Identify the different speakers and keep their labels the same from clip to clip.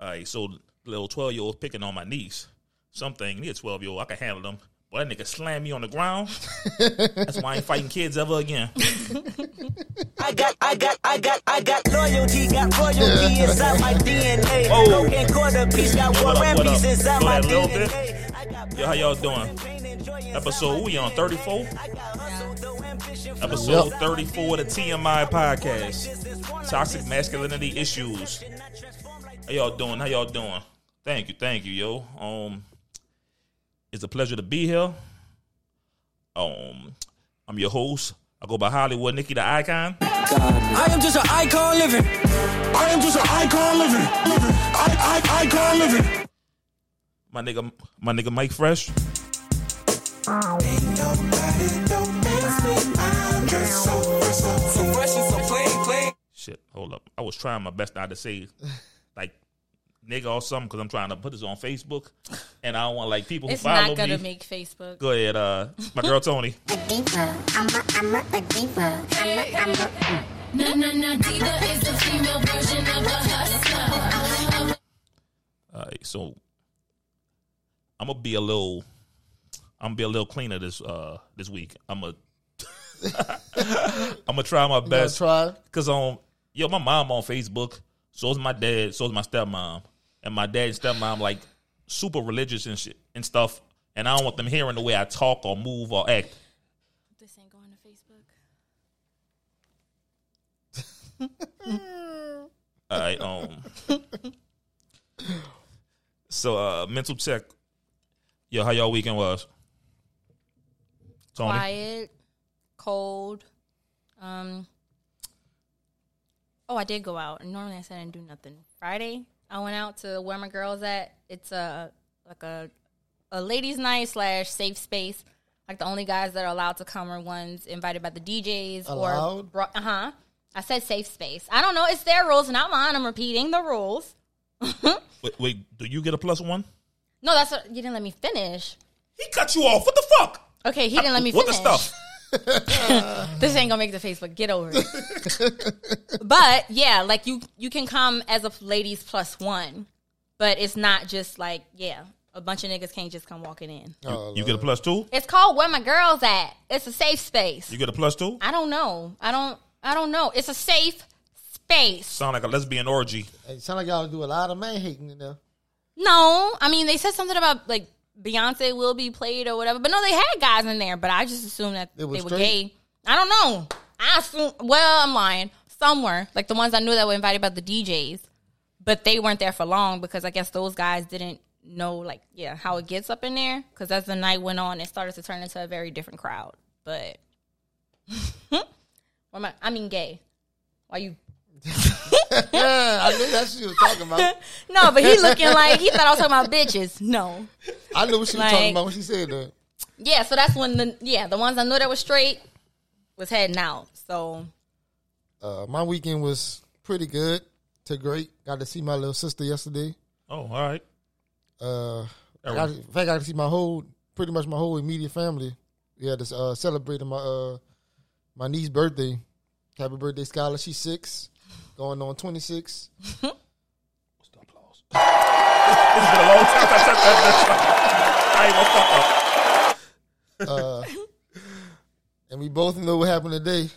Speaker 1: All right, so little twelve year old picking on my niece. Something near twelve year old, I can handle them. But that nigga slammed me on the ground. That's why I ain't fighting kids ever again.
Speaker 2: I got, I got, I got, I got loyalty, got royalty inside my DNA.
Speaker 1: Oh.
Speaker 2: Cocaine quarter piece, got
Speaker 1: What
Speaker 2: war
Speaker 1: up,
Speaker 2: and
Speaker 1: what up?
Speaker 2: peace inside
Speaker 1: Go
Speaker 2: my
Speaker 1: that little
Speaker 2: DNA. I got
Speaker 1: Yo, how y'all doing?
Speaker 2: doing?
Speaker 1: Episode, we on 34? Episode
Speaker 2: Episode
Speaker 1: 34 of the TMI podcast. Toxic masculinity issues. How y'all doing? How y'all doing? Thank you, thank you, yo. Um, it's a pleasure to be here. Um, I'm your host. I go by Hollywood Nikki the Icon.
Speaker 3: I am just an icon living.
Speaker 4: I am just an icon living. living. I, I, icon living.
Speaker 1: My nigga, my nigga Mike Fresh.
Speaker 3: So fresh and so plain, plain.
Speaker 1: Shit, hold up. I was trying my best not to say like nigga or something because I'm trying to put this on Facebook, and I don't want like people who
Speaker 5: It's
Speaker 1: follow
Speaker 5: not gonna
Speaker 1: me.
Speaker 5: make Facebook.
Speaker 1: Go ahead, uh, my girl Tony.
Speaker 6: diva. I'm a, I'm a, a diva. I'm a, I'm a. mm.
Speaker 7: Na na na diva is the female version of a hustler.
Speaker 1: All right, so I'm gonna be a little, I'm gonna be a little cleaner this uh this week. I'm gonna, I'm gonna try my best.
Speaker 8: try.
Speaker 1: Cause um, yo, my mom on Facebook. So is my dad. So is my stepmom. And my dad and stepmom like super religious and shit and stuff. And I don't want them hearing the way I talk or move or act.
Speaker 7: This ain't going to Facebook.
Speaker 1: All right. Um. so uh, mental check. Yo, how y'all weekend was? Tony.
Speaker 5: Quiet, cold. Um. Oh, I did go out. Normally, I said I didn't do nothing. Friday, I went out to where my girls at. It's a like a a ladies' night slash safe space. Like the only guys that are allowed to come are ones invited by the DJs or
Speaker 8: Allowed?
Speaker 5: bro- uh huh. I said safe space. I don't know. It's their rules, not mine. I'm repeating the rules.
Speaker 1: Wait, wait, do you get a plus one?
Speaker 5: No, that's what you didn't let me finish.
Speaker 1: He cut you off. What the fuck?
Speaker 5: Okay, he didn't let me
Speaker 1: What the
Speaker 5: finish.
Speaker 1: stuff?
Speaker 5: this ain't gonna make the Facebook. Get over it. but yeah, like you you can come as a ladies plus one, but it's not just like yeah, a bunch of niggas can't just come walking in.
Speaker 1: You, you get a plus two.
Speaker 5: It's called where my girls at. It's a safe space.
Speaker 1: You get a plus two.
Speaker 5: I don't know. I don't. I don't know. It's a safe space.
Speaker 1: Sound like a lesbian orgy.
Speaker 8: It sound like y'all do a lot of man hating in there.
Speaker 5: No, I mean they said something about like Beyonce will be played or whatever, but no, they had guys in there. But I just assumed that
Speaker 8: They
Speaker 5: they
Speaker 8: were
Speaker 5: were,
Speaker 8: straight?
Speaker 5: gay. I don't know. I assume. Well, I'm lying. Some were like the ones I knew that were invited by the DJs, but they weren't there for long because I guess those guys didn't know like yeah how it gets up in there because as the night went on, it started to turn into a very different crowd. But what am I? I mean, gay. Why you
Speaker 8: Yeah, I knew that's what she was talking about.
Speaker 5: no, but he looking like he thought I was talking about bitches. No,
Speaker 8: I knew what she was
Speaker 5: Like-
Speaker 8: talking about when she said that.
Speaker 5: Yeah, so that's when the yeah the ones I knew that were straight was heading out. So
Speaker 8: Uh, my weekend was pretty good to great. Got to see my little sister yesterday.
Speaker 1: Oh, all right.
Speaker 8: Uh, I got, in fact, I got to see my whole, pretty much my whole immediate family. We had to uh, celebrate my uh, my niece's birthday. Happy birthday, Skylar. She's six, going on twenty six.
Speaker 1: It's been a long time. since I said that. I ain't gonna fuck up.
Speaker 8: And we both know what happened today.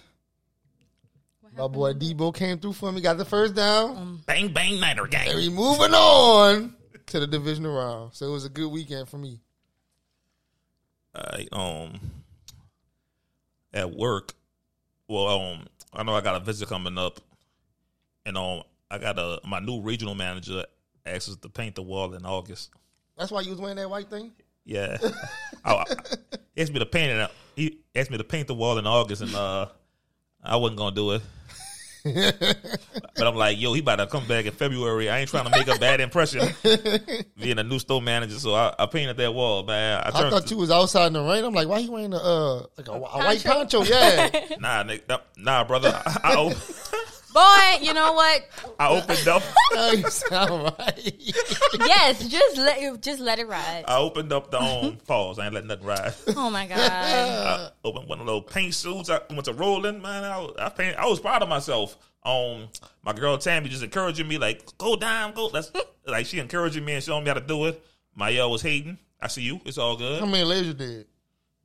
Speaker 8: My boy Debo came through for me, got the first down,
Speaker 1: Bang bang niner
Speaker 8: and
Speaker 1: gang.
Speaker 8: we moving on to the divisional round. So it was a good weekend for me.
Speaker 1: All right. Um, at work. Well, um, I know I got a visit coming up, and um, I got a my new regional manager asked us to paint the wall in August.
Speaker 8: That's why you was wearing that white thing.
Speaker 1: Yeah. Oh, I, I, he asked me to paint it. He asked me to paint the wall in August, and uh, I wasn't gonna do it. but I'm like, yo, he about to come back in February. I ain't trying to make a bad impression being a new store manager. So I, I painted that wall, man. I
Speaker 8: I
Speaker 1: turned
Speaker 8: thought you was outside in the rain. I'm like, why he wearing a uh, like a, a white
Speaker 5: Poncho.
Speaker 8: poncho? Yeah,
Speaker 1: nah, nigga, nah, nah, brother. I, I, op-
Speaker 5: boy, you know what?
Speaker 1: I opened up.
Speaker 8: you sound right.
Speaker 5: yes, just let it just let it ride.
Speaker 1: I opened up the um pause. I ain't letting nothing ride.
Speaker 5: Oh my god,
Speaker 1: I opened uh, one of those paint suits. I went to Rolling, man. I, was- I paint. I was proud of myself. Um, my girl Tammy just encouraging me, like, go down, go. Let's like she encouraging me and showing me how to do it. My yo was hating. I see you. It's all
Speaker 8: How
Speaker 1: good.
Speaker 8: many layers you did?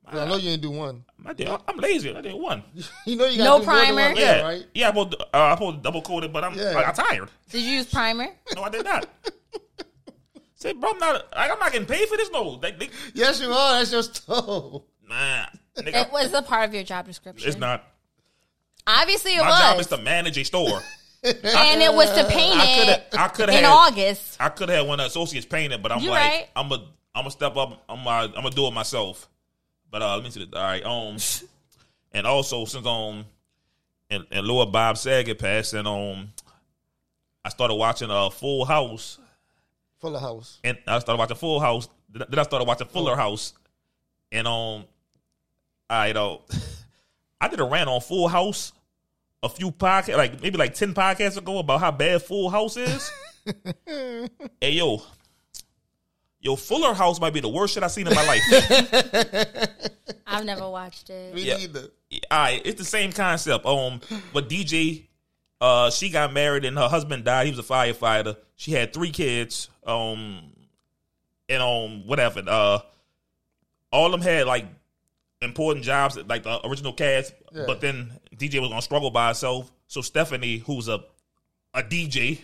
Speaker 8: 'Cause I know you didn't do one.
Speaker 1: I did. I'm lazy. I did one.
Speaker 8: You know you got
Speaker 5: No
Speaker 8: do more than
Speaker 5: primer.
Speaker 8: one layer,
Speaker 1: Yeah,
Speaker 8: right?
Speaker 1: yeah. I pulled, uh, I pulled double coated, but I'm
Speaker 8: Yeah.
Speaker 1: I, am tired.
Speaker 5: Did you use primer?
Speaker 1: No, I did not. Say, bro, I'm not. Like, I'm not getting paid for this. No, they, they,
Speaker 8: Yes, you are. That's your stove.
Speaker 1: nah, nigga,
Speaker 5: It was a part of your job description.
Speaker 1: it's not.
Speaker 5: Obviously, it
Speaker 1: My
Speaker 5: was,
Speaker 1: job is to manage a store.
Speaker 5: and it was to paint
Speaker 1: I
Speaker 5: it
Speaker 1: could I could
Speaker 5: in
Speaker 1: have
Speaker 5: August.
Speaker 1: I could have one of the associates painted, but I'm
Speaker 5: You
Speaker 1: like
Speaker 5: right.
Speaker 1: I'm a I'm a step up. I'm a, I'm gonna do it myself. But uh, let me see. The, all right, um, and also since um, and, and Lord Bob Saget passed, and um, I started watching uh Full House,
Speaker 8: Full of house.
Speaker 1: and I started watching Full House. Then then I started watching Fuller House, and um, I know I did a rant on Full House a few podcasts, like maybe like ten podcasts ago, about how bad Full House is. hey yo, yo, Fuller House might be the worst shit I've seen in my life.
Speaker 5: I've never watched it.
Speaker 8: We
Speaker 1: Yeah.
Speaker 8: need the
Speaker 1: All right, it's the same concept. Um, but DJ, uh, she got married and her husband died. He was a firefighter. She had three kids. Um, and um, whatever. Uh, all of them had like important jobs, like the original cast.
Speaker 8: Yeah.
Speaker 1: But then DJ was gonna struggle by herself. So Stephanie, who's a a DJ,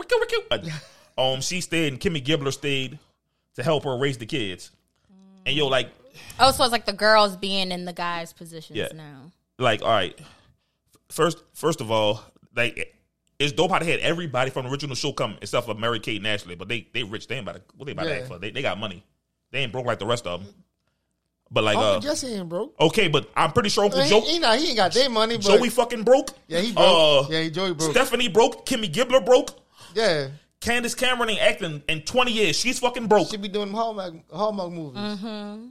Speaker 1: wicka, wicka, uh, um, she stayed and Kimmy Gibbler stayed to help her raise the kids. And yo, like
Speaker 5: Oh, so it's like the girls being in the guys' positions
Speaker 1: Yeah.
Speaker 5: now.
Speaker 1: like all right first first of all like it's dope how they had everybody from the original show come except for mary kate and ashley but they they rich they ain't about to what they about to
Speaker 8: Yeah.
Speaker 1: act for they, they got money they ain't broke like the rest of them but like
Speaker 8: Uncle
Speaker 1: uh
Speaker 8: Jesse ain't broke.
Speaker 1: okay but i'm pretty sure uncle
Speaker 8: He,
Speaker 1: joe
Speaker 8: he, not, he ain't got their money, but
Speaker 1: joey fucking broke
Speaker 8: yeah, he broke.
Speaker 1: uh
Speaker 8: yeah, he Joey broke.
Speaker 1: stephanie broke kimmy gibbler broke
Speaker 8: yeah,
Speaker 1: candace cameron ain't acting in 20 years she's fucking broke
Speaker 8: she be doing them Hallmark Hallmark movies.
Speaker 5: Mm-hmm.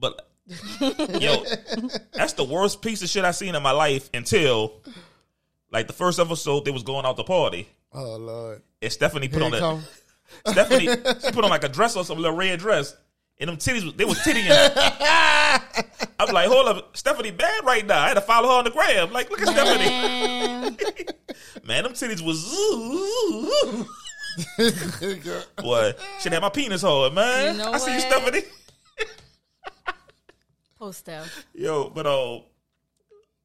Speaker 1: But yo, that's the worst piece of shit I seen in my life until like the first episode they was going out to party.
Speaker 8: Oh lord,
Speaker 1: And Stephanie put
Speaker 8: here
Speaker 1: on
Speaker 8: it
Speaker 1: a
Speaker 8: come.
Speaker 1: Stephanie she put on like a dress or some little red dress. And them titties was- they was tittying. I'm like, hold up, Stephanie bad right now. I had to follow her on the gram. Like, look at Stephanie.
Speaker 5: And
Speaker 1: Man, them titties was boy. Shit had my penis hard, man.
Speaker 5: You know
Speaker 1: I see you,
Speaker 5: what?
Speaker 1: Stephanie.
Speaker 5: post stuff.
Speaker 1: Yo, but uh,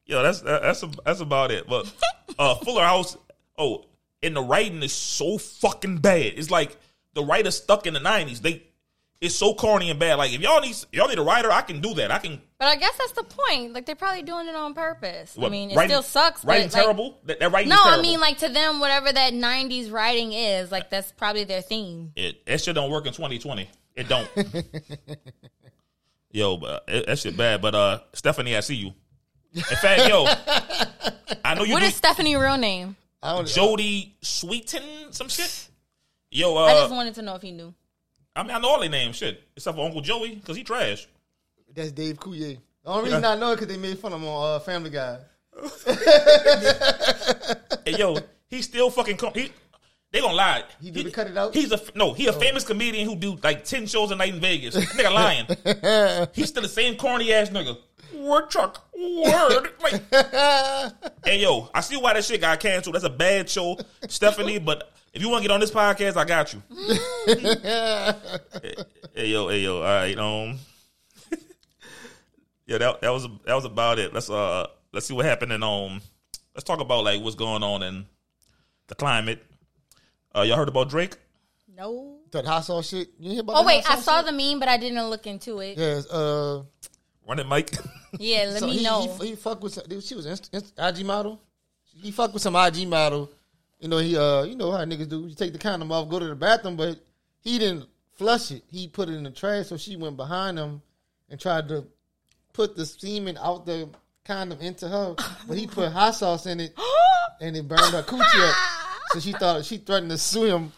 Speaker 1: yo, that's that- that's that's about it. But uh, Fuller House, oh, and the writing is so fucking bad. It's like the writer's stuck in the nineties. They, it's so corny and bad. Like if y'all need if y'all need a writer, I can do that. I can.
Speaker 5: But I guess that's the point. Like they're probably doing it on purpose. I
Speaker 1: what,
Speaker 5: mean, it still sucks. but,
Speaker 1: Writing
Speaker 5: like-
Speaker 1: terrible. That, that writing.
Speaker 5: No,
Speaker 1: is
Speaker 5: I
Speaker 1: terrible.
Speaker 5: mean like to them, whatever that '90s writing is, like that's probably their theme.
Speaker 1: it, that shit don't work in 2020. It don't. yo, but uh, it, that shit bad. But uh, Stephanie, I see you. In fact, yo, I know you.
Speaker 5: What
Speaker 1: do-
Speaker 5: is Stephanie's real name?
Speaker 8: I don't,
Speaker 1: Jody Sweeten, some shit. Yo,
Speaker 5: I just
Speaker 1: uh,
Speaker 5: wanted to know if he knew.
Speaker 1: I mean, I know all their names, shit, except for Uncle Joey, because he trash.
Speaker 8: that's Dave Coulier. The only reason I know it because they made fun of him on uh, Family Guy.
Speaker 1: And yo, he still fucking com- he. They gonna lie.
Speaker 8: He did the cut it out? Oh.
Speaker 1: He's a f- no. He a famous comedian who do like ten shows a night in Vegas. nigga lying. he's still the same corny ass nigga. Word truck. Word. Like, and yo, I see why that shit got canceled. That's a bad show, Stephanie. But if you want to get on this podcast, I got you. hey yo, hey yo. All right, um. yeah, that that was that was about it. Let's uh let's see what happened and um let's talk about like what's going on in the climate. Uh, y'all heard about Drake?
Speaker 5: No.
Speaker 8: That hot sauce shit. You hear about?
Speaker 5: Oh
Speaker 8: that
Speaker 5: wait,
Speaker 8: hot
Speaker 5: I
Speaker 8: sauce
Speaker 5: saw
Speaker 8: shit?
Speaker 5: the meme, but I didn't look into it. Yeah,
Speaker 8: Yeah, it's, uh,
Speaker 1: Run it, Mike.
Speaker 5: let
Speaker 8: so
Speaker 5: me
Speaker 8: he,
Speaker 5: know.
Speaker 8: He, he fuck with some, dude, she was inst, inst, IG model. He fuck with some IG model. You know he uh you know how niggas do. You take the condom off, go to the bathroom, but he didn't flush it. He put it in the trash, so she went behind him and tried to put the semen out the condom into her. But he put hot sauce in it, and it burned her coochie up. So she thought she threatened to sue him.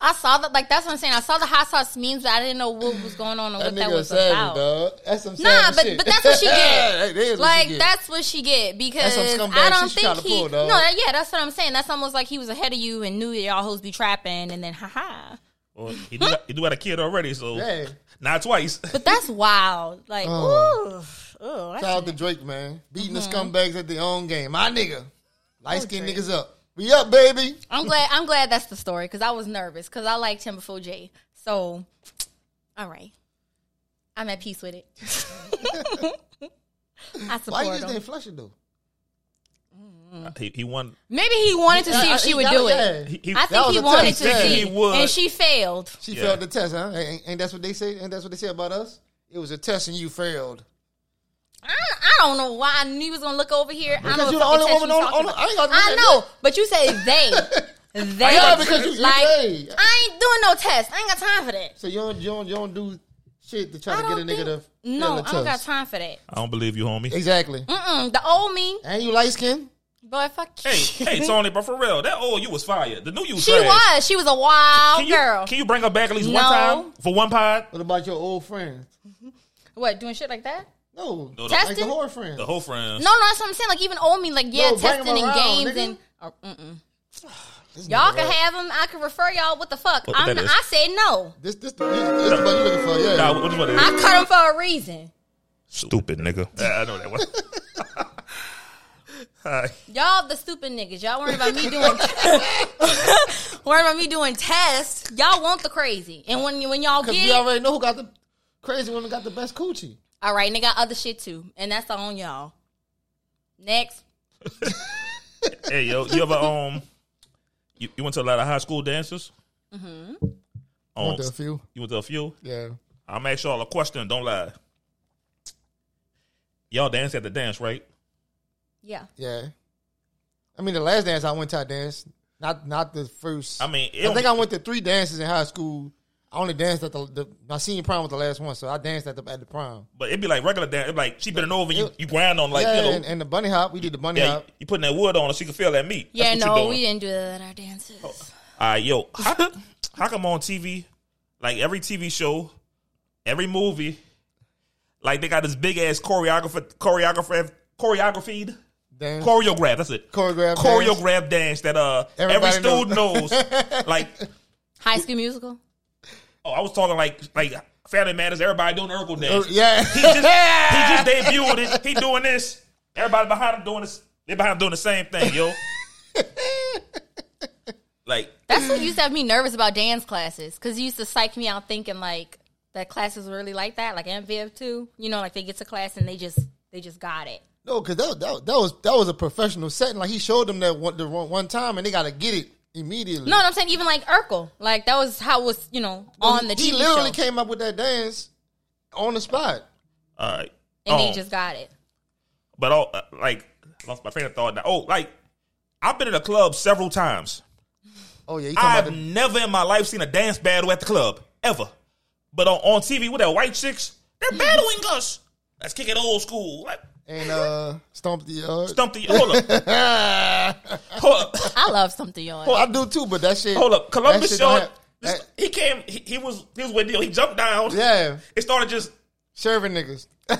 Speaker 5: I saw that. Like that's what I'm saying. I saw the hot sauce memes, but I didn't know what was going on and
Speaker 8: That
Speaker 5: what that
Speaker 8: nigga a
Speaker 5: was
Speaker 8: savage,
Speaker 5: about.
Speaker 8: dog. That's some
Speaker 5: Nah,
Speaker 8: savage
Speaker 5: but,
Speaker 8: shit.
Speaker 5: but that's what she
Speaker 8: That
Speaker 5: get.
Speaker 8: is what she
Speaker 5: like
Speaker 8: get.
Speaker 5: that's what she get because
Speaker 8: That's some scumbag
Speaker 5: I don't
Speaker 8: shit she
Speaker 5: think
Speaker 8: tryna
Speaker 5: he.
Speaker 8: pull,
Speaker 5: no,
Speaker 8: dog.
Speaker 5: that- yeah, that's what I'm saying. That's almost like he was ahead of you and knew that y'all hoes be trapping, and then haha.
Speaker 1: well, he do he do had a kid already, so
Speaker 8: Hey.
Speaker 1: not twice.
Speaker 5: But that's wild. Like,
Speaker 8: Oh.
Speaker 5: ooh, ooh, that's
Speaker 8: Shout out to Drake, man. Beating the scumbags at their own game. My nigga. Light skinned
Speaker 5: Mm-hmm. Drake.
Speaker 8: niggas up. We up, baby.
Speaker 5: I'm glad. I'm glad that's the story because I was nervous because I liked him before Jay. So, all right, I'm at peace with it. I
Speaker 8: Why you
Speaker 5: support
Speaker 8: just
Speaker 5: him.
Speaker 8: didn't flush it though?
Speaker 5: Mm.
Speaker 1: He, he won.
Speaker 5: Maybe he wanted to see
Speaker 8: Yeah, uh,
Speaker 5: if she
Speaker 8: he
Speaker 5: would
Speaker 8: got
Speaker 5: do
Speaker 8: yeah.
Speaker 5: it.
Speaker 1: He, he,
Speaker 5: I
Speaker 8: That
Speaker 5: think
Speaker 8: was
Speaker 5: he
Speaker 8: a
Speaker 5: wanted
Speaker 8: test.
Speaker 5: to
Speaker 8: Yeah,
Speaker 5: see,
Speaker 1: he would.
Speaker 5: and she failed.
Speaker 8: She
Speaker 1: Yeah.
Speaker 8: failed the test, huh? Ain't, ain't that's what they say? Ain't that's what they say about us? It was a test and you failed.
Speaker 5: I, I don't know why I knew he was gonna look over here. I
Speaker 8: Because
Speaker 5: know
Speaker 8: you're
Speaker 5: what
Speaker 8: the only
Speaker 5: fucking test
Speaker 8: woman
Speaker 5: you
Speaker 8: on-
Speaker 5: talking
Speaker 8: on-
Speaker 5: about.
Speaker 8: I ain't gotta look
Speaker 5: I
Speaker 8: at
Speaker 5: know, but you say they, they.
Speaker 8: Yeah, because you- you
Speaker 5: like
Speaker 8: they.
Speaker 5: I ain't doing no test. I ain't got time for that.
Speaker 8: So you don't, you don't, you don't do shit to try
Speaker 5: I
Speaker 8: to get a
Speaker 5: don't
Speaker 8: nigga
Speaker 5: think.
Speaker 8: to
Speaker 5: no,
Speaker 8: fail a
Speaker 5: I don't got
Speaker 8: test.
Speaker 5: time for that.
Speaker 1: I don't believe you, homie.
Speaker 8: Exactly.
Speaker 5: Mm-mm, the old me,
Speaker 8: And you light skin?
Speaker 5: boy. Fuck you.
Speaker 1: Hey, hey, Tony, but for real, that old you was fired. The new you was
Speaker 5: she
Speaker 1: trash.
Speaker 5: was. She was a wild
Speaker 1: Can you,
Speaker 5: girl.
Speaker 1: Can you bring her back at least one
Speaker 5: No.
Speaker 1: time for one pod?
Speaker 8: What about your old friends?
Speaker 5: what doing shit like that?
Speaker 8: No,
Speaker 1: No,
Speaker 8: like the
Speaker 5: Testing?
Speaker 8: whore friends.
Speaker 1: The whole friends.
Speaker 5: No, no, that's what I'm saying. Like even old me, like yeah,
Speaker 8: No, bring
Speaker 5: testing
Speaker 8: 'em
Speaker 5: and
Speaker 8: around,
Speaker 5: games
Speaker 8: nigga.
Speaker 5: and. Oh, mm-mm. Y'all can have them. I can refer y'all. What the fuck?
Speaker 1: What
Speaker 5: I'm,
Speaker 1: that is.
Speaker 5: I said no.
Speaker 8: This, this, this, this is what you looking for? Yeah.
Speaker 1: Nah, what- what it is?
Speaker 5: I cut them for a reason.
Speaker 1: Stupid nigga. I know that one. Hi.
Speaker 5: Y'all the stupid niggas. Y'all worry about me doing worry about me doing tests. Y'all want the crazy. And when you when y'all get
Speaker 8: Because
Speaker 5: it,
Speaker 8: we already know who got the crazy woman got the best coochie.
Speaker 5: all right, and they got other shit too. And that's on y'all. Next.
Speaker 1: Hey yo, you ever um, you, you went to a lot of high school dances? Mm-hmm.
Speaker 8: Went to a few.
Speaker 1: You went to a few.
Speaker 8: Yeah.
Speaker 1: I'm gonna ask y'all a question. Don't lie. Y'all dance at the dance, right?
Speaker 5: Yeah.
Speaker 8: Yeah. I mean, the last dance I went to, I danced. Not not the first.
Speaker 1: I mean, it
Speaker 8: I think
Speaker 1: don't-
Speaker 8: I went to three dances in high school. I only danced at the, the my senior prom was the last one, so I danced at the at the prom.
Speaker 1: But it'd be like regular dance. It'd be like she been over. You you grind on like
Speaker 8: yeah,
Speaker 1: you know.
Speaker 8: and, and the bunny hop, we did the bunny
Speaker 1: yeah, you,
Speaker 8: hop.
Speaker 1: you putting that wood on, so she can feel that meat.
Speaker 5: Yeah,
Speaker 1: That's what you
Speaker 5: no,
Speaker 1: doing.
Speaker 5: we didn't do that at our dances.
Speaker 1: All right, yo, how, how come on TV, like every TV show, every movie, like they got this big ass choreographer, choreographer, choreographed,
Speaker 8: Dance.
Speaker 1: choreographed. That's it.
Speaker 8: Choreographed
Speaker 1: choreographed dance, that uh every
Speaker 8: Everybody
Speaker 1: student knows.
Speaker 8: knows.
Speaker 1: like,
Speaker 5: High school musical.
Speaker 1: oh, I was talking like like Family Matters. Everybody doing Urkel
Speaker 8: Uh,
Speaker 1: dance.
Speaker 8: yeah.
Speaker 1: He just, he just debuted it. He doing this. Everybody behind him doing this. They behind him doing the same thing, yo. like,
Speaker 5: That's what used to have me nervous about dance classes. Cause it used to psych me out thinking like that classes were really like that, like MVF too. You know, like they get to class and they just they just got it.
Speaker 8: no, because that, that that was that was a professional setting. Like he showed them that one the one, one time, and they got to get it immediately.
Speaker 5: No, no, I'm saying even like Urkel, like that was how it was you know on the TV
Speaker 8: he literally
Speaker 5: show,
Speaker 8: came up with that dance on the spot.
Speaker 1: all right.
Speaker 5: and
Speaker 1: Um,
Speaker 5: they just got it.
Speaker 1: But all uh, like lost my train of thought. Now. Oh, like I've been in a club several times.
Speaker 8: Oh yeah, he talking
Speaker 1: I've
Speaker 8: about the,
Speaker 1: never in my life seen a dance battle at the club ever. But on, on TV with that white chicks, they're battling us. Let's kick it old school. Like
Speaker 8: and uh stomp the uh,
Speaker 1: stump the hold up, hold up,
Speaker 5: I love something yours.
Speaker 8: I do too, but that shit.
Speaker 1: hold up.
Speaker 8: that
Speaker 1: Columbus
Speaker 8: shit
Speaker 1: Shaw,
Speaker 8: don't
Speaker 1: this-
Speaker 8: have-
Speaker 1: he came. He, he was he was with Neil. He jumped down.
Speaker 8: that- yeah,
Speaker 1: It started just
Speaker 8: serving niggas.
Speaker 1: He's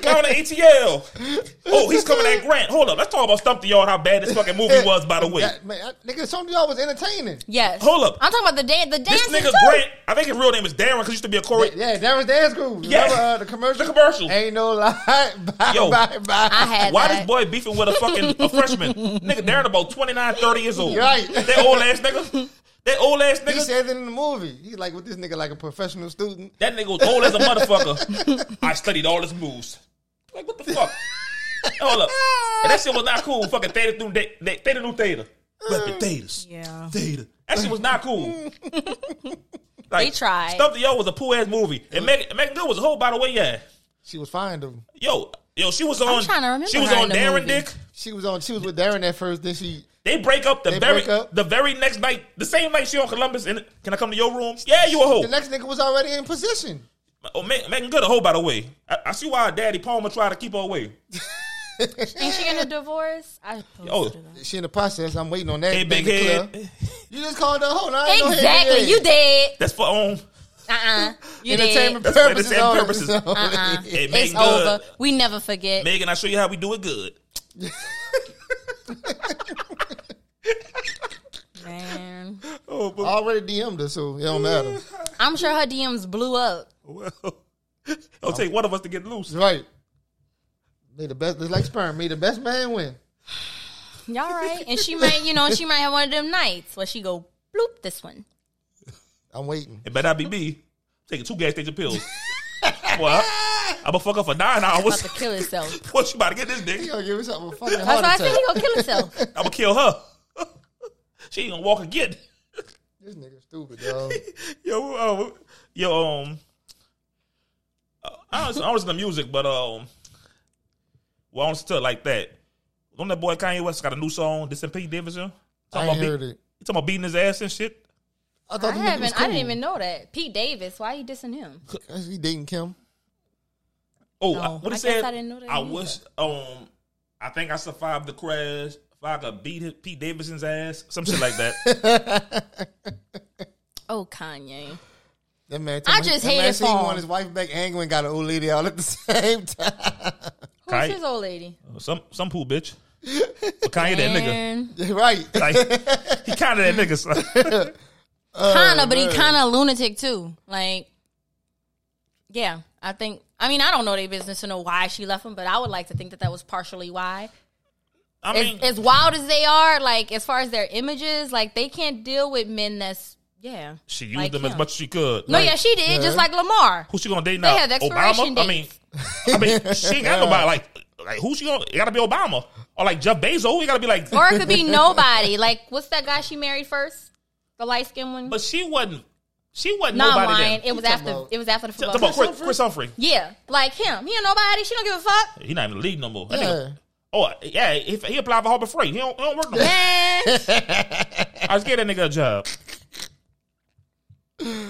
Speaker 1: going to ATL. Oh, he's coming at Grant. Hold up. Let's talk about Stump the Yard, how bad this fucking movie was, by the way.
Speaker 8: That- man, that- nigga, some of y'all was entertaining.
Speaker 5: yes,
Speaker 1: Hold up.
Speaker 5: I'm talking about the dance. The
Speaker 1: This
Speaker 5: dance
Speaker 1: nigga Grant, I think his real name is Darren because he used to be a choreo.
Speaker 8: Yeah, that was dance group.
Speaker 1: Yeah.
Speaker 8: Remember uh, the commercial?
Speaker 1: The commercial.
Speaker 8: Ain't no lie. Bye,
Speaker 1: Yo.
Speaker 8: bye, bye.
Speaker 5: I had
Speaker 1: Why
Speaker 5: that.
Speaker 1: this boy beefing with a fucking a freshman? nigga, Darren about 29, 30 years old.
Speaker 8: Right.
Speaker 1: That old ass nigga. That old ass
Speaker 8: He
Speaker 1: nigga.
Speaker 8: said it in the movie. He's like, with this nigga like a professional student.
Speaker 1: that nigga was old as a motherfucker. I studied all his moves. Like, what the fuck? Hold up. And that shit was not cool. Fucking Theta through da- da- Theta through Theta. Weapon Thetas.
Speaker 5: Yeah.
Speaker 1: Theta. That shit was not cool. Like,
Speaker 5: They tried.
Speaker 1: Stump the Yo was a poo ass movie. And Megan, Megan Good was a hoe, by the way, yeah.
Speaker 8: She was fine though.
Speaker 1: Yo, yo, she was on.
Speaker 5: trying to remember
Speaker 1: She was
Speaker 5: her
Speaker 1: on
Speaker 5: in the
Speaker 1: Darren
Speaker 5: movie.
Speaker 1: Dick.
Speaker 8: She was on. She was with Darren at first. Then she.
Speaker 1: They break up the
Speaker 8: They
Speaker 1: very
Speaker 8: break up.
Speaker 1: the very next night. The same night she on Columbus. And can I come to your room? Yeah, you a hoe.
Speaker 8: The next nigga was already in position.
Speaker 1: Oh, Meg- Megan Good a hoe, by the way. I, I see why Daddy Palmer tried to keep her away.
Speaker 5: Ain't she in a divorce? I posted
Speaker 1: Yo.
Speaker 5: that.
Speaker 8: She in the process. I'm waiting on that.
Speaker 1: Hey, big
Speaker 8: thing to clear.
Speaker 1: head.
Speaker 8: You just called her. Hold on.
Speaker 5: Exactly. You did.
Speaker 1: That's for um.
Speaker 5: Uh uh You did.
Speaker 8: Entertainment
Speaker 1: That's for
Speaker 8: purposes.
Speaker 1: entertainment
Speaker 8: only.
Speaker 1: purposes.
Speaker 5: Uh-uh.
Speaker 1: Hey,
Speaker 5: It's
Speaker 1: Megan Good.
Speaker 5: over. We never forget.
Speaker 1: Megan, I show you how we do it good.
Speaker 5: Man.
Speaker 1: Oh, but
Speaker 8: Already DM'd her, so it don't matter.
Speaker 5: I'm sure her DMs blew up.
Speaker 1: well, it'll take one of us to get loose.
Speaker 8: Right. May the best. It's like sperm. May the best man win.
Speaker 5: Y'all right. And she might, you know, she might have one of them nights where she go bloop this one.
Speaker 8: I'm waiting.
Speaker 1: It better not be me taking two gas station pills. well, I'm gonna fuck up for nine hours.
Speaker 5: About to kill herself.
Speaker 1: What you about to get this
Speaker 8: You
Speaker 1: nigga?
Speaker 8: gonna give us something a fucking
Speaker 5: That's
Speaker 8: heart
Speaker 5: why I said
Speaker 8: attack.
Speaker 5: he gonna kill himself.
Speaker 1: I'm gonna kill her. she ain't gonna walk again.
Speaker 8: This nigga stupid, dog.
Speaker 1: Yo, uh, yo, um, uh, I don't, I don't listen to music, but um, well, I don't listen to it like that. Don't that boy Kanye West got a new song, This and Pete Davidson?
Speaker 8: I
Speaker 1: Talking
Speaker 8: ain't
Speaker 1: about,
Speaker 8: heard
Speaker 1: beat-
Speaker 8: it.
Speaker 1: he talking about beating his ass and shit.
Speaker 8: I
Speaker 5: I
Speaker 8: thought the nigga was
Speaker 5: haven't.
Speaker 8: cool.
Speaker 5: I didn't even know that. Pete Davis. Why you dissing him?
Speaker 8: Cause he dating Kim.
Speaker 1: Oh,
Speaker 5: No,
Speaker 1: I, what he
Speaker 5: I guess
Speaker 1: said?
Speaker 5: I didn't know that
Speaker 1: I
Speaker 5: either.
Speaker 1: wish. Um, I think I survived the crash. If I could beat his, Pete Davidson's ass, some shit like that.
Speaker 5: Oh, Kanye.
Speaker 8: That man.
Speaker 5: I
Speaker 8: told me-
Speaker 5: just
Speaker 8: that
Speaker 5: hate
Speaker 8: man
Speaker 5: it
Speaker 8: said
Speaker 5: for
Speaker 8: He
Speaker 5: him.
Speaker 8: want his wife back. And he went got an old lady out at the same time.
Speaker 5: Who's
Speaker 1: Kanye.
Speaker 5: his old lady?
Speaker 1: some some pool bitch. But Kanye that nigga.
Speaker 5: And
Speaker 8: right.
Speaker 1: Like, he kind of that nigga. son.
Speaker 8: oh,
Speaker 5: kinda, but he kinda a lunatic too. Like, yeah, I think. I mean, I don't know their business to know why she left him, but I would like to think that that was partially why.
Speaker 1: I
Speaker 5: As,
Speaker 1: mean,
Speaker 5: as wild as they are, like as far as their images, like they can't deal with men. That's yeah.
Speaker 1: she used
Speaker 5: like
Speaker 1: him as
Speaker 5: him.
Speaker 1: much as she could.
Speaker 5: No,
Speaker 1: Like,
Speaker 5: yeah, she did. Just like Lamar.
Speaker 1: Who she gonna date now?
Speaker 5: had expiration
Speaker 1: Obama. I mean, I mean, she ain't got nobody. Like, like who she gonna? It gotta be Obama or like Jeff Bezos. It gotta be like.
Speaker 5: Or it could be nobody. Like, what's that guy she married first? The light skinned one.
Speaker 1: But she wasn't. She wasn't
Speaker 5: No, I'm
Speaker 1: nobody.
Speaker 5: lying.
Speaker 1: Then.
Speaker 5: It was after.
Speaker 8: about-
Speaker 5: it was after the
Speaker 1: Talk
Speaker 5: football.
Speaker 1: about
Speaker 5: game.
Speaker 1: Chris, Chris Humphrey.
Speaker 5: Yeah, like him. He ain't nobody. She don't give a fuck.
Speaker 1: He not even in the league no more. That nigga
Speaker 8: Yeah.
Speaker 1: Oh yeah, he, he applied for Harbor Freight. He don't, he don't work no more.
Speaker 5: Man,
Speaker 1: I just gave that nigga a job.
Speaker 8: Uh,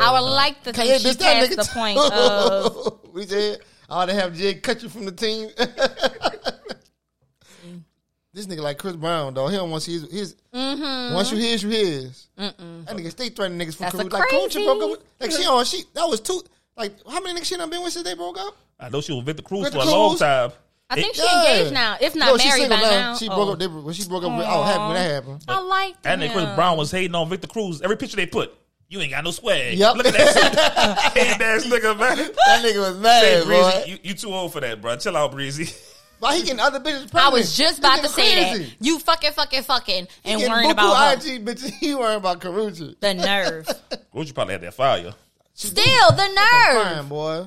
Speaker 5: I would like to think she passed the point of.
Speaker 8: we said I ought to have Jay cut you from the team. this nigga like Chris Brown, dog. He don't want to see his. his Once you his, you his. That nigga stay threatening niggas for
Speaker 5: Mm-hmm. That's a
Speaker 8: career. Like, who she
Speaker 5: crazy.
Speaker 8: broke up with? Like, she on. She that was two. Like, how many niggas she done been with since they broke up?
Speaker 1: I know she was Victor Cruz
Speaker 8: Victor
Speaker 1: for a long
Speaker 8: Cruz?
Speaker 1: time.
Speaker 5: I
Speaker 1: It-
Speaker 5: think she
Speaker 8: Yeah.
Speaker 5: engaged now, if not
Speaker 8: No, she
Speaker 5: married by
Speaker 8: single now.
Speaker 5: now.
Speaker 8: She
Speaker 5: Oh.
Speaker 8: broke up. They, when she broke up with, oh, happened when that happened.
Speaker 5: I liked
Speaker 1: that nigga
Speaker 5: him.
Speaker 1: Chris Brown was hating on Victor Cruz. Every picture they put, you ain't got no swag.
Speaker 8: Yep.
Speaker 1: Look at that shit. hating ass nigga, man.
Speaker 8: That nigga was mad,
Speaker 1: Hey,
Speaker 8: boy.
Speaker 1: Breezy, you, you too old for that, bro. Chill out, Breezy.
Speaker 8: Why he getting other bitches pregnant?
Speaker 5: I was just about to
Speaker 8: This nigga
Speaker 5: say
Speaker 8: crazy.
Speaker 5: that you fucking, fucking, fucking, and
Speaker 8: Getting
Speaker 5: worrying
Speaker 8: buku
Speaker 5: about her.
Speaker 8: IG bitches. He worrying about Karuchi.
Speaker 5: the nerve.
Speaker 1: Cruz, you probably had that fire.
Speaker 5: Still the nerve.
Speaker 8: Fine, boy.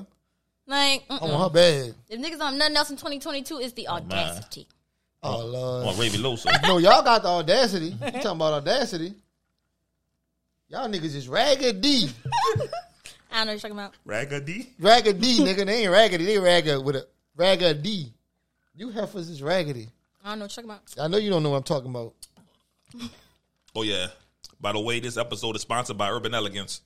Speaker 5: Like
Speaker 8: I
Speaker 5: mm-mm.
Speaker 8: want her bag.
Speaker 5: if niggas on nothing else in 2022 is the audacity.
Speaker 8: Oh
Speaker 1: I
Speaker 8: lord.
Speaker 1: want Ray Low, so
Speaker 8: No, y'all got the audacity. You talking about audacity? Y'all niggas is ragged
Speaker 5: I
Speaker 8: D,
Speaker 5: don't know what you're talking about.
Speaker 1: Ragga D.
Speaker 8: ragged D, nigga. They ain't raggedy. They ragged with a ragged D. You heifers is raggedy.
Speaker 5: I don't know what you're talking about.
Speaker 8: I know you don't know what I'm talking about.
Speaker 1: Oh yeah. By the way, this episode is sponsored by Urban Elegance.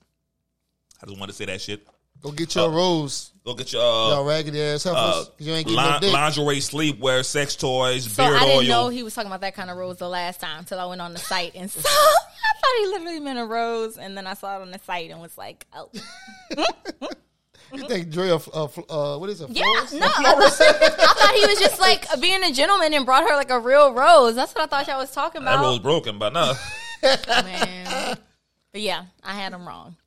Speaker 1: I just wanted to say that shit.
Speaker 8: Go get your rose,
Speaker 1: Go get your uh,
Speaker 8: y'all raggedy ass
Speaker 1: uh,
Speaker 8: heifers. 'cause you ain't getting
Speaker 1: lin-
Speaker 8: no dick.
Speaker 1: lingerie, sleepwear, sex toys,
Speaker 5: So
Speaker 1: beard
Speaker 5: I didn't
Speaker 1: oil.
Speaker 5: know he was talking about that kind of rose the last time until I went on the site and saw. I thought he literally meant a rose, and then I saw it on the site and was like, "Oh,
Speaker 8: You think Dre, a f- a fl- uh, what is it?
Speaker 5: yeah, no." I thought, I thought he was just like being a gentleman and brought her like a real rose. That's what I thought y'all was talking
Speaker 1: that
Speaker 5: about.
Speaker 1: road's broken, but nah.
Speaker 5: Man. But yeah, I had him wrong.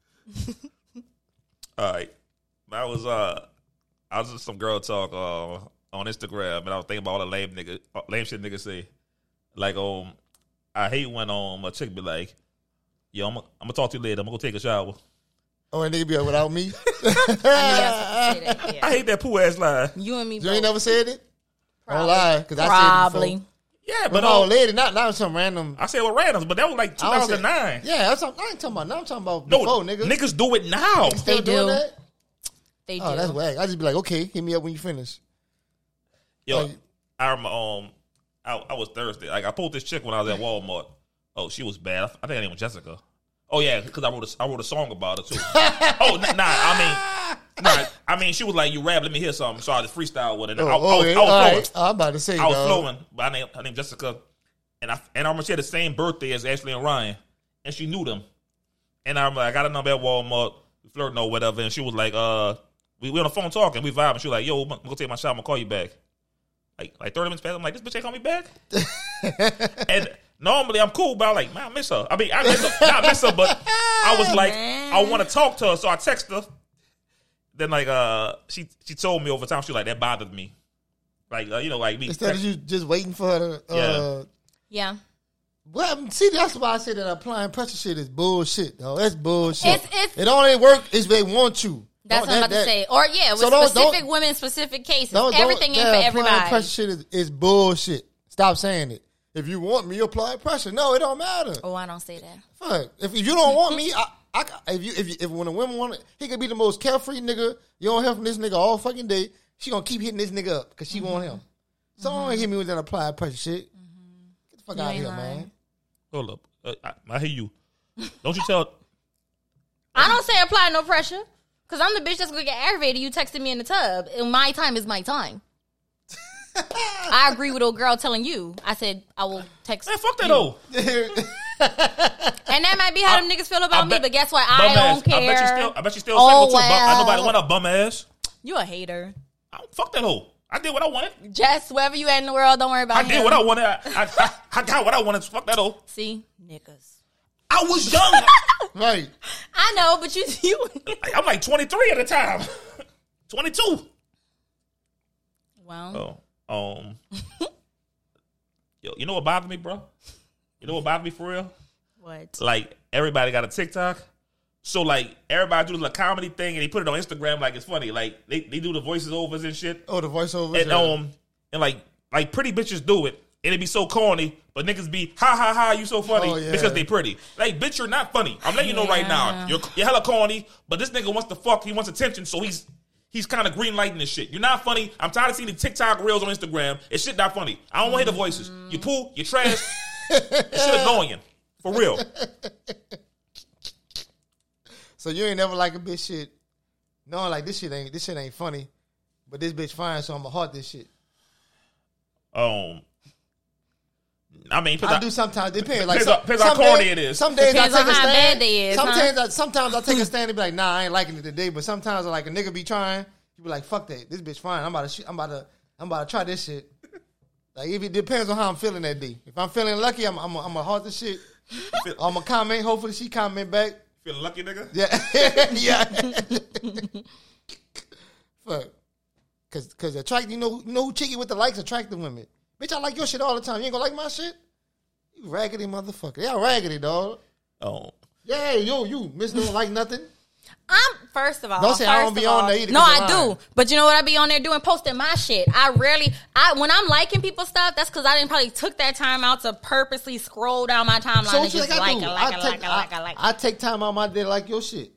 Speaker 1: All right. I was uh I was just some girl talk uh on Instagram and I was thinking about all the lame nigga uh, lame shit niggas say. Like um I hate when um a chick be like, Yo, I'm gonna I'm talk to you later, I'm gonna go take a shower.
Speaker 8: Oh, and nigga be like, without me.
Speaker 5: Yeah, I was supposed to say that,
Speaker 1: I
Speaker 5: yeah.
Speaker 1: hate that poo ass line.
Speaker 5: You and me
Speaker 8: You
Speaker 5: both.
Speaker 8: ain't never said it. Don't
Speaker 5: Probably.
Speaker 8: lie, because I said it
Speaker 5: Probably.
Speaker 8: before.
Speaker 1: Yeah,
Speaker 8: But
Speaker 1: but
Speaker 8: no,
Speaker 1: uh,
Speaker 8: lady, not not some random.
Speaker 1: I said with randoms, but that was like two
Speaker 8: I don't say-
Speaker 1: thousand nine.
Speaker 8: Yeah, that's, what- I ain't talking about. Now I'm talking about
Speaker 1: No,
Speaker 8: before, nigga.
Speaker 1: niggas. do it now.
Speaker 8: Still
Speaker 5: They
Speaker 8: doing
Speaker 5: do.
Speaker 8: that?
Speaker 5: They do.
Speaker 8: Oh, that's whack. I just be like, okay, hit me up when you finish.
Speaker 1: Yo,
Speaker 8: Like-
Speaker 1: I remember um, I, I was Thursday. Like I pulled this chick when I was at Walmart. Oh, she was bad. I, think her name was Jessica. Oh yeah, because I wrote a, I wrote a song about her too. oh nah, nah, I mean, nah, I mean she was like, "You rap, let me hear something." So I just freestyle with it.
Speaker 8: Oh,
Speaker 1: I, I was-
Speaker 8: okay,
Speaker 1: I was
Speaker 8: all
Speaker 1: flowing.
Speaker 8: right. I'm about to say,
Speaker 1: I was
Speaker 8: dog.
Speaker 1: flowing. But I named, her name Jessica, and I and I remember she had the same birthday as Ashley and Ryan, and she knew them. And I'm like, I got a number at Walmart, flirting or whatever, and she was like, "Uh, we, we on the phone talking, we vibing." She was like, "Yo, I'm gonna take my shot, I'm gonna call you back." Like like 30 minutes past, I'm like, "This bitch ain't call me back." and normally I'm cool, but I'm like, "Man, I miss her." I mean, I miss her, not miss her, but I was like, I want to talk to her, so I text her. Then like, uh, she she told me over time, she was like, "That bothered me." Like uh, you know, like me.
Speaker 8: Instead of you just waiting for her to. Uh,
Speaker 1: Yeah.
Speaker 5: Yeah.
Speaker 8: Well, see, that's why I say that applying pressure shit is bullshit, though. That's bullshit.
Speaker 5: It's- it's-
Speaker 8: it only work if they want you.
Speaker 5: That's what
Speaker 8: Don't-
Speaker 5: I'm
Speaker 8: that-
Speaker 5: about
Speaker 8: that-
Speaker 5: to say. Or yeah, with
Speaker 8: So don't-
Speaker 5: specific
Speaker 8: don't-
Speaker 5: women, specific cases.
Speaker 8: don't- don't-
Speaker 5: Everything ain't
Speaker 8: that
Speaker 5: for
Speaker 8: Applying
Speaker 5: everybody.
Speaker 8: pressure shit is, is bullshit. Stop saying it. If you want me, apply pressure. No, it don't matter.
Speaker 5: Oh, I don't say that.
Speaker 8: Fuck. If you don't want me, I, I ca- if you if you, if when a woman want it, he could be the most carefree nigga. You don't hear from this nigga all fucking day. She gonna keep hitting this nigga up because she want him. So don't hit me with that applied pressure shit. Get the fuck
Speaker 5: You
Speaker 8: out of
Speaker 5: ain't
Speaker 8: here,
Speaker 5: lying.
Speaker 8: man.
Speaker 1: Hold up, uh, I, I hear you. Don't you tell?
Speaker 5: I don't say apply no pressure. Cause I'm the bitch that's gonna get aggravated. You texting me in the tub, and my time is my time. I agree with old girl telling you. I said I will text,
Speaker 1: Man, fuck that though.
Speaker 5: and that might be how them niggas feel about me.
Speaker 1: bet-
Speaker 5: But guess what? I
Speaker 1: Bum
Speaker 5: don't
Speaker 1: ass.
Speaker 5: care.
Speaker 1: I bet you still. I bet you still
Speaker 5: Oh,
Speaker 1: single too. Bum, I
Speaker 5: well.
Speaker 1: nobody want a bum ass.
Speaker 5: you a hater.
Speaker 1: I don't, fuck that hoe. I did what I wanted.
Speaker 5: Jess, wherever you at in the world, don't worry about
Speaker 1: I
Speaker 5: him.
Speaker 1: did what I wanted. I, I, I, I got what I wanted. Fuck that hoe.
Speaker 5: See, niggas.
Speaker 1: I was young.
Speaker 8: Right.
Speaker 5: I know, but you, you.
Speaker 1: I- I'm like 23 at the time. 22.
Speaker 5: Well,
Speaker 1: Oh, um, yo, you know what bothered me, bro? You know what bothered me for real?
Speaker 5: what?
Speaker 1: Like everybody got a TikTok, so like everybody do the little comedy thing and they put it on Instagram like it's funny. Like they, they do the voices overs and shit,
Speaker 8: Oh, the voiceover.
Speaker 1: and um, and like like pretty bitches do it. And it be so corny, but niggas be ha ha ha, you so funny
Speaker 8: Oh, yeah.
Speaker 1: because they pretty. Like, bitch, you're not funny. I'm letting you know right now,
Speaker 5: Yeah.
Speaker 1: you're you're hella corny. But this nigga wants to fuck. He wants attention, so he's he's kind of green lighting this shit. You're not funny. I'm tired of seeing the TikTok reels on Instagram. It's shit not funny. I don't want to hear the voices. You poo. You trash. this shit annoying for real.
Speaker 8: So you ain't never like a bitch shit. No, like this shit ain't this shit ain't funny, but this bitch fine, so I'ma heart this shit.
Speaker 1: Um, I mean, 'cause
Speaker 8: I
Speaker 1: I-
Speaker 8: do sometimes. Depends. Like
Speaker 1: Depends
Speaker 8: some,
Speaker 1: on- depends how
Speaker 8: some
Speaker 1: corny
Speaker 8: days-
Speaker 1: it is.
Speaker 8: Some days
Speaker 5: Depends
Speaker 8: I
Speaker 5: on
Speaker 8: take a
Speaker 5: how
Speaker 8: stand.
Speaker 5: bad they is, huh? Hmm.
Speaker 8: sometimes I sometimes I take a stand and be like, nah, I ain't liking it today. But sometimes I like a nigga be trying. You be like, fuck that. This bitch fine. I'm about to shoot, I'm about to I'm about to try this shit. Like if it depends on how I'm feeling that day. If I'm feeling lucky, I'm I'm I'm gonna heart this shit. I'm gonna comment. Hopefully she comment back.
Speaker 1: feeling lucky, nigga.
Speaker 8: Yeah, yeah. Fuck, cause cause attract you know you know who chicky with the likes attractive women. Bitch, I like your shit all the time. You ain't gonna like my shit. You raggedy motherfucker. Y'all raggedy dog.
Speaker 1: Um,
Speaker 8: Yeah, yo, you miss don't like nothing.
Speaker 5: I'm first of all.
Speaker 8: Don't say I
Speaker 5: first
Speaker 8: don't be
Speaker 5: of all-
Speaker 8: on there either,
Speaker 5: No,
Speaker 8: 'cause
Speaker 5: I
Speaker 8: you're lying.
Speaker 5: do. But you know what? I be on there doing posting my shit. I rarely. I when I'm liking people stuff, that's because I didn't probably took that time out to purposely scroll down my timeline
Speaker 8: So
Speaker 5: and
Speaker 8: what you
Speaker 5: just
Speaker 8: think
Speaker 5: like,
Speaker 8: I
Speaker 5: it,
Speaker 8: do?
Speaker 5: like
Speaker 8: I
Speaker 5: it,
Speaker 8: take
Speaker 5: like it, like it,
Speaker 8: I-
Speaker 5: like it.
Speaker 8: I take time out my day to like your shit.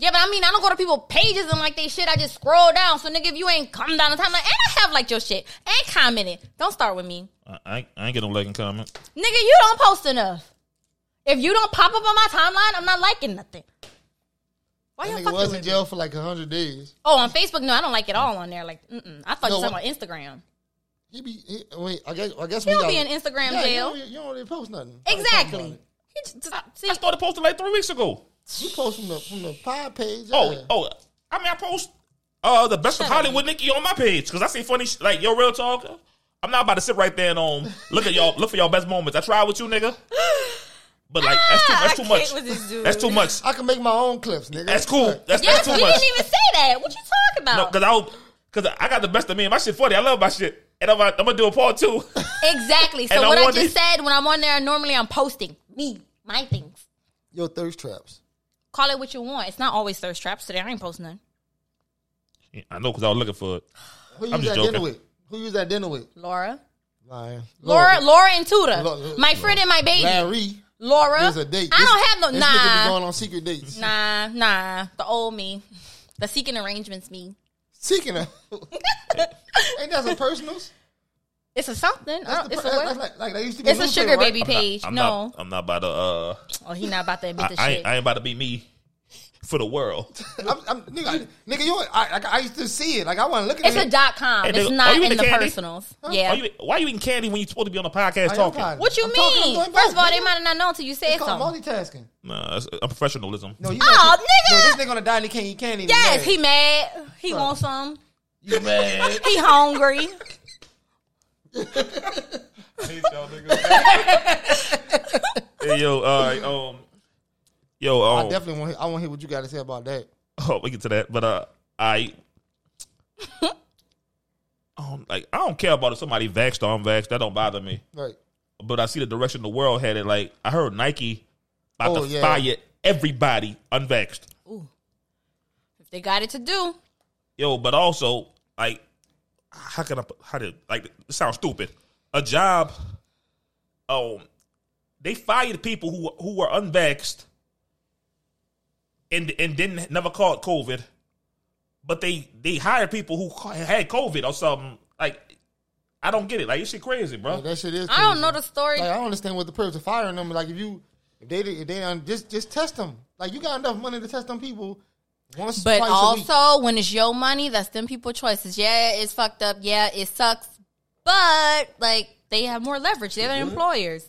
Speaker 5: Yeah, but I mean, I don't go to people's pages and like they shit. I just scroll down. So nigga, if you ain't come down the timeline, and I have like your shit and commented, don't start with me,
Speaker 1: I, I ain't- I ain't get no liking comment.
Speaker 5: nigga. You don't post enough. If you don't pop up on my timeline, I'm not liking nothing. Why
Speaker 8: That
Speaker 5: you
Speaker 8: nigga
Speaker 5: fucking
Speaker 8: was
Speaker 5: with
Speaker 8: in
Speaker 5: me?
Speaker 8: jail for like hundred days.
Speaker 5: Oh, on Facebook, no, I don't like it all on there. Like, mm-mm. I thought
Speaker 8: No,
Speaker 5: you were talking
Speaker 8: what-
Speaker 5: about Instagram.
Speaker 8: He be he, wait. I guess I guess
Speaker 5: He
Speaker 8: we
Speaker 5: don't
Speaker 8: got-
Speaker 5: be in Instagram
Speaker 8: Yeah,
Speaker 5: jail.
Speaker 8: You don't, you don't really post nothing.
Speaker 5: Exactly. He just, see,
Speaker 1: I started posting like three weeks ago.
Speaker 8: You post from the from the pod page.
Speaker 1: Oh,
Speaker 8: yeah.
Speaker 1: oh, I mean, I post uh the best of Hollywood Nikki on my page because I see funny sh- like your real talk. I'm not about to sit right there and um look at y'all look for y'all best moments. I tried with you, nigga, but like that's too
Speaker 5: Ah, I
Speaker 1: that's
Speaker 5: can't
Speaker 1: too
Speaker 5: with this
Speaker 1: much.
Speaker 5: dude.
Speaker 1: That's too much.
Speaker 8: I can make my own clips, nigga.
Speaker 1: That's cool. That's,
Speaker 5: yes,
Speaker 1: that's
Speaker 5: you
Speaker 1: too much.
Speaker 5: didn't even say that. What you talking
Speaker 1: No,
Speaker 5: about?
Speaker 1: because I because I got the best of me. and My shit funny. I love my shit, and I'm, I'm gonna do a part two.
Speaker 5: exactly. So
Speaker 1: And I
Speaker 5: what I,
Speaker 1: want
Speaker 5: just
Speaker 1: it-
Speaker 5: said when I'm on there, normally I'm posting me, my things.
Speaker 8: Your thirst traps.
Speaker 5: Call it what you want. It's not always thirst traps today. I ain't posting none.
Speaker 1: I know because I was looking for it.
Speaker 8: Who you
Speaker 1: I'm
Speaker 8: was
Speaker 1: just
Speaker 8: at dinner
Speaker 1: joking.
Speaker 8: with? Who you was at dinner with?
Speaker 5: Laura.
Speaker 8: Lion.
Speaker 5: Laura, Laura and Tudor.
Speaker 8: Lo-
Speaker 5: my friend and my baby.
Speaker 8: Larry.
Speaker 5: Laura.
Speaker 8: There's a date.
Speaker 5: I
Speaker 8: This-
Speaker 5: don't have no
Speaker 8: This nigga be
Speaker 5: nah.
Speaker 8: going on secret dates.
Speaker 5: Nah, nah. The old me. The seeking arrangements me.
Speaker 8: Seeking her. Ain't that some personals?
Speaker 5: It's a something. I
Speaker 8: That's
Speaker 5: don't, Oh, it's a
Speaker 8: the per- that's
Speaker 5: what?
Speaker 8: like, like they used to be.
Speaker 5: It's a
Speaker 8: newspaper,
Speaker 5: sugar
Speaker 8: right?
Speaker 5: baby page.
Speaker 1: I'm
Speaker 5: no.
Speaker 1: not, I'm not about to. Uh,
Speaker 5: Oh, he not about to admit
Speaker 1: I,
Speaker 5: this
Speaker 1: I,
Speaker 5: shit.
Speaker 1: ain't, I ain't about to be me for the world.
Speaker 8: I'm, I'm, nigga, I, nigga, you. I, I, I used to see it. Like I want to look at
Speaker 5: it's
Speaker 8: it.
Speaker 5: a dot com.
Speaker 1: Hey,
Speaker 5: it's
Speaker 1: nigga,
Speaker 5: not
Speaker 1: are you
Speaker 5: in
Speaker 1: into
Speaker 5: the
Speaker 1: candy?
Speaker 5: personals. Yeah.
Speaker 1: Why you, why you eating candy when you supposed to be on the podcast
Speaker 8: I am
Speaker 1: talking?
Speaker 8: fine.
Speaker 5: what you
Speaker 8: I'm talking, I'm
Speaker 5: mean?
Speaker 8: going
Speaker 5: First of
Speaker 8: back,
Speaker 5: all, they
Speaker 8: nigga.
Speaker 5: might have not known till you said
Speaker 8: It's called
Speaker 5: something.
Speaker 8: multitasking.
Speaker 1: Nah, it's a professionalism.
Speaker 8: No, you.
Speaker 5: Aw,
Speaker 8: got-
Speaker 5: nigga.
Speaker 8: No, this nigga gonna die and he can't eat candy. and
Speaker 5: Yes,
Speaker 8: he.
Speaker 5: he
Speaker 8: mad.
Speaker 5: mad. He
Speaker 8: Right.
Speaker 5: wants some.
Speaker 1: You mad?
Speaker 5: He hungry.
Speaker 1: hey, yo, all right, um, yo,
Speaker 8: I
Speaker 1: um,
Speaker 8: definitely want. I want to hear what you got to say about that.
Speaker 1: oh, we get to that, but uh, I, I don't, like I don't care about if somebody vaxxed or unvaxxed. That don't bother me.
Speaker 8: Right.
Speaker 1: But I see the direction the world had it. Like I heard Nike about
Speaker 8: Oh,
Speaker 1: to
Speaker 8: yeah.
Speaker 1: fire everybody unvaxxed.
Speaker 5: If they got it to do,
Speaker 1: Yo, but also like how can I put- how did like it sounds stupid. A job um they fired people who who were unvaxxed and and didn't never caught COVID. But they they hired people who ca- had COVID or something. Like I don't get it. Like this shit crazy, bro.
Speaker 8: Like, that shit is.
Speaker 5: I don't
Speaker 8: crazy.
Speaker 5: know the story.
Speaker 8: Like I don't understand what the purpose of firing them. Like if you, if they, if they don't just just test them. Like you got enough money to test them people once,
Speaker 5: But
Speaker 8: twice a week.
Speaker 5: also, when it's your money, that's them people choices. Yeah, it's fucked up. Yeah, it sucks. But like, they have more leverage. They're
Speaker 8: Mm-hmm.
Speaker 5: the employers.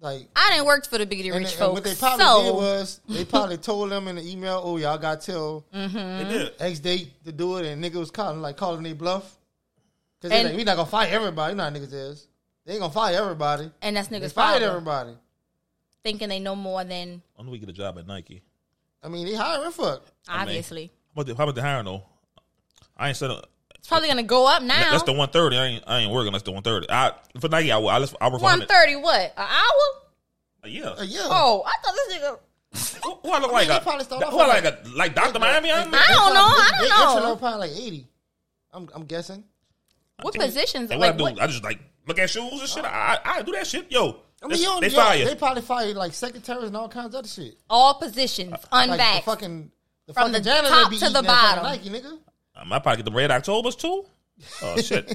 Speaker 8: Like
Speaker 5: I didn't work for the big
Speaker 8: and,
Speaker 5: rich
Speaker 8: and
Speaker 5: folks.
Speaker 8: what they probably
Speaker 5: so
Speaker 8: did was they probably told them in the email, "Oh y'all got till
Speaker 5: Mm.
Speaker 1: They did.
Speaker 8: X date to do it," and niggas was calling like calling they bluff because
Speaker 5: And-
Speaker 8: like, we not gonna fire everybody. You know how niggas is. They ain't gonna fire everybody.
Speaker 5: and that's
Speaker 8: They
Speaker 5: niggas
Speaker 8: fired
Speaker 5: problem,
Speaker 8: everybody.
Speaker 5: thinking they know more than
Speaker 1: When do we get a job at Nike?
Speaker 8: I mean, they hiring fuck.
Speaker 5: obviously.
Speaker 1: How about the, how about the hiring though? I ain't said a-
Speaker 5: It's probably gonna go up now.
Speaker 1: that's the one thirty. I ain't I ain't working. That's the one thirty. I for Nike. I, I, I work for
Speaker 5: one
Speaker 1: 100.
Speaker 5: thirty. What an
Speaker 1: Oh.
Speaker 5: hour?
Speaker 1: Yeah.
Speaker 8: Uh, yeah.
Speaker 5: Oh, I thought this nigga.
Speaker 1: Who, who I look like?
Speaker 8: they
Speaker 1: a-
Speaker 8: probably start
Speaker 1: that-
Speaker 8: off
Speaker 1: who I
Speaker 8: like-
Speaker 1: like? A, like Doctor Miami? I
Speaker 5: I don't know. I don't
Speaker 8: They- they entry
Speaker 5: know.
Speaker 8: level probably like eighty. I'm I'm guessing.
Speaker 5: What positions?
Speaker 1: And what
Speaker 5: like
Speaker 1: I do?
Speaker 5: what?
Speaker 1: I just like look at shoes and shit. I I, I do that shit. Yo,
Speaker 8: I mean,
Speaker 1: they,
Speaker 8: you don't,
Speaker 1: they
Speaker 8: you
Speaker 1: fire.
Speaker 8: They probably fired like secretaries and all kinds of other shit.
Speaker 5: all positions unvaxxed.
Speaker 8: Like the fucking the
Speaker 5: From
Speaker 8: fucking
Speaker 5: the
Speaker 8: janitor
Speaker 5: top
Speaker 8: be
Speaker 5: to the
Speaker 8: eating that fucking
Speaker 5: bottom.
Speaker 8: Nike nigga.
Speaker 1: I might probably get Uh, the red Octobers too. Oh shit!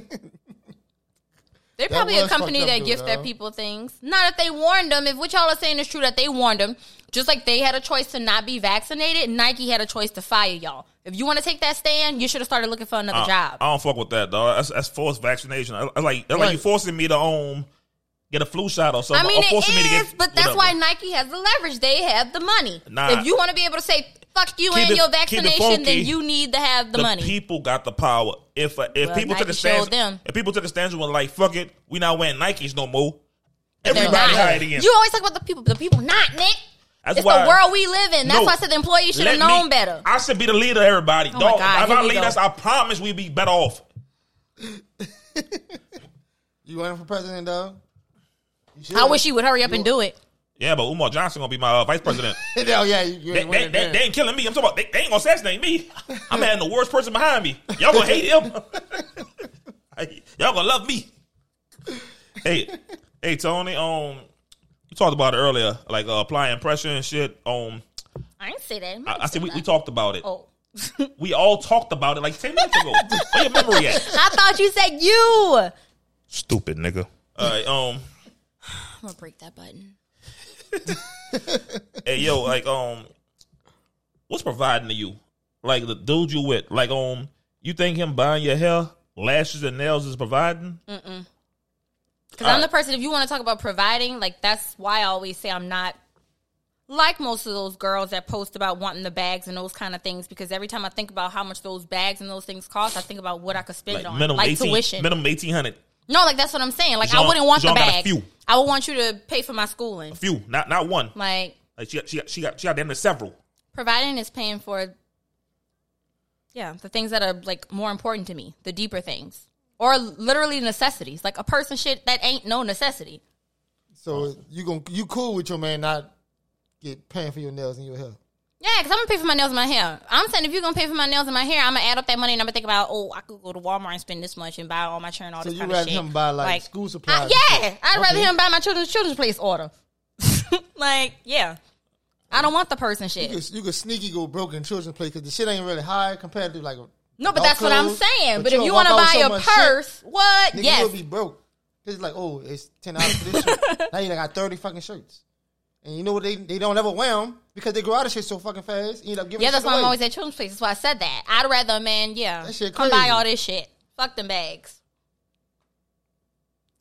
Speaker 5: They're probably a
Speaker 8: was fucked
Speaker 5: company
Speaker 8: up,
Speaker 5: that
Speaker 8: dude,
Speaker 5: gives their
Speaker 8: though.
Speaker 5: people things. Not that they warned them. If what y'all are saying is true, that they warned them. Just like they had a choice to not be vaccinated, Nike had a choice to fire y'all. If you want to take that stand, you should have started looking for another
Speaker 1: I,
Speaker 5: job.
Speaker 1: Uh, I don't fuck with that dog. That's, that's forced vaccination. I, I like that's like
Speaker 8: Right.
Speaker 1: you forcing me to um get a flu shot or
Speaker 5: I
Speaker 1: something.
Speaker 5: mean,
Speaker 1: or forcing me to
Speaker 5: it
Speaker 1: get,
Speaker 5: is, but that's
Speaker 1: whatever.
Speaker 5: why Nike has the leverage. They have the money.
Speaker 1: Nah.
Speaker 5: If you want to be able to say "fuck you"
Speaker 1: Keep
Speaker 5: and
Speaker 1: it-
Speaker 5: your
Speaker 1: keep it
Speaker 5: vaccination,
Speaker 1: funky.
Speaker 5: then you need to have the,
Speaker 1: the
Speaker 5: money.
Speaker 1: people got the power. If uh, if
Speaker 5: Well,
Speaker 1: people took
Speaker 5: Nike
Speaker 1: a stance,
Speaker 5: showed them.
Speaker 1: if people took a stance and were like, "Fuck it, we not wearing Nikes no more,"
Speaker 5: They're
Speaker 1: everybody
Speaker 5: not.
Speaker 1: hired again.
Speaker 5: You always talk about the people. The people not Nick.
Speaker 1: That's
Speaker 5: it's
Speaker 1: why-
Speaker 5: the world we live in. That's
Speaker 1: No.
Speaker 5: why I said the employees should have
Speaker 1: Let me-
Speaker 5: known better. Oh
Speaker 1: I should be the leader, of everybody.
Speaker 5: my
Speaker 1: Dog,
Speaker 5: God,
Speaker 1: if
Speaker 5: here
Speaker 1: I
Speaker 5: we
Speaker 1: lead
Speaker 5: go.
Speaker 1: us, I promise we be better off.
Speaker 8: You running for president though? You should.
Speaker 5: I wish you would hurry up and do it.
Speaker 1: Yeah, but Umar Johnson gonna be my uh, vice president.
Speaker 8: Hell yeah, you, you
Speaker 1: they,
Speaker 8: ain't
Speaker 1: they,
Speaker 8: winning
Speaker 1: they,
Speaker 8: that.
Speaker 1: they ain't killing me. I'm talking about they, they ain't gonna assassinate me. I'm having the worst person behind me. Y'all gonna hate him. Y'all gonna love me. Hey, hey Tony. Um, you talked about it earlier, like uh, applying pressure and shit. Um,
Speaker 5: I ain't say that.
Speaker 1: I, I said we, we talked about it.
Speaker 5: Oh.
Speaker 1: We all talked about it like ten minutes ago. Where your memory at?
Speaker 5: I thought you said you. I'm
Speaker 1: Stupid nigga. All right. Um.
Speaker 5: gonna break that button.
Speaker 1: hey yo, like um, what's providing to you? Like the dude you with, like um, you think him buying your hair, lashes, and nails is providing?
Speaker 5: Mm, Because I'm the person. If you want to talk about providing, like that's why I always say I'm not like most of those girls that post about wanting the bags and those kind of things. Because every time I think about how much those bags and those things cost, I think about what I could spend
Speaker 1: Like
Speaker 5: it on,
Speaker 1: minimum
Speaker 5: like
Speaker 1: eighteen,
Speaker 5: tuition.
Speaker 1: minimum eighteen hundred,
Speaker 5: no, like that's what I'm saying. Like
Speaker 1: Jean-
Speaker 5: I wouldn't want
Speaker 1: Jean
Speaker 5: the
Speaker 1: got a
Speaker 5: bag.
Speaker 1: few.
Speaker 5: I would want you to pay for my schooling.
Speaker 1: few, not not one.
Speaker 5: Like
Speaker 1: Like she got, she got, she got, she got damn near several.
Speaker 5: providing is paying for yeah the things that are like more important to me the deeper things or literally necessities like a person shit that ain't no necessity
Speaker 8: So you gon' you cool with your man not get paying for your nails and your hair?
Speaker 5: yeah because i'm gonna pay for my nails and my hair i'm saying if you're gonna pay for my nails and my hair i'm gonna add up that money and i'm gonna think about oh i could go to walmart and spend this much and buy all my children all
Speaker 8: So
Speaker 5: this
Speaker 8: you
Speaker 5: kind
Speaker 8: rather
Speaker 5: of shit
Speaker 8: him buy like, school supplies?
Speaker 5: I-
Speaker 8: and
Speaker 5: yeah
Speaker 8: shit.
Speaker 5: i'd rather
Speaker 8: Okay.
Speaker 5: him buy my children's children's place order like yeah i don't want the person shit
Speaker 8: You could, you could sneaky go broke in children's play because the shit ain't really high compared to like.
Speaker 5: no but
Speaker 8: adult
Speaker 5: that's what i'm
Speaker 8: clothes.
Speaker 5: saying but, if
Speaker 8: you'll
Speaker 5: you
Speaker 8: walk
Speaker 5: want to
Speaker 8: out
Speaker 5: buy
Speaker 8: with so
Speaker 5: a
Speaker 8: much
Speaker 5: purse what
Speaker 8: shit, nigga,
Speaker 5: yes
Speaker 8: you'll be broke. It's like, oh, it's ten dollars for this shirt. now you done got thirty fucking shirts, and you know what? They they don't ever wear them because they grow out of shit so fucking fast. You end up giving
Speaker 5: Yeah,
Speaker 8: the
Speaker 5: that's
Speaker 8: shit
Speaker 5: why I'm
Speaker 8: away.
Speaker 5: always at children's place. That's why I said that. I'd rather a man, yeah,
Speaker 8: That shit
Speaker 5: come buy
Speaker 8: crazy.
Speaker 5: all this shit. Fuck them bags.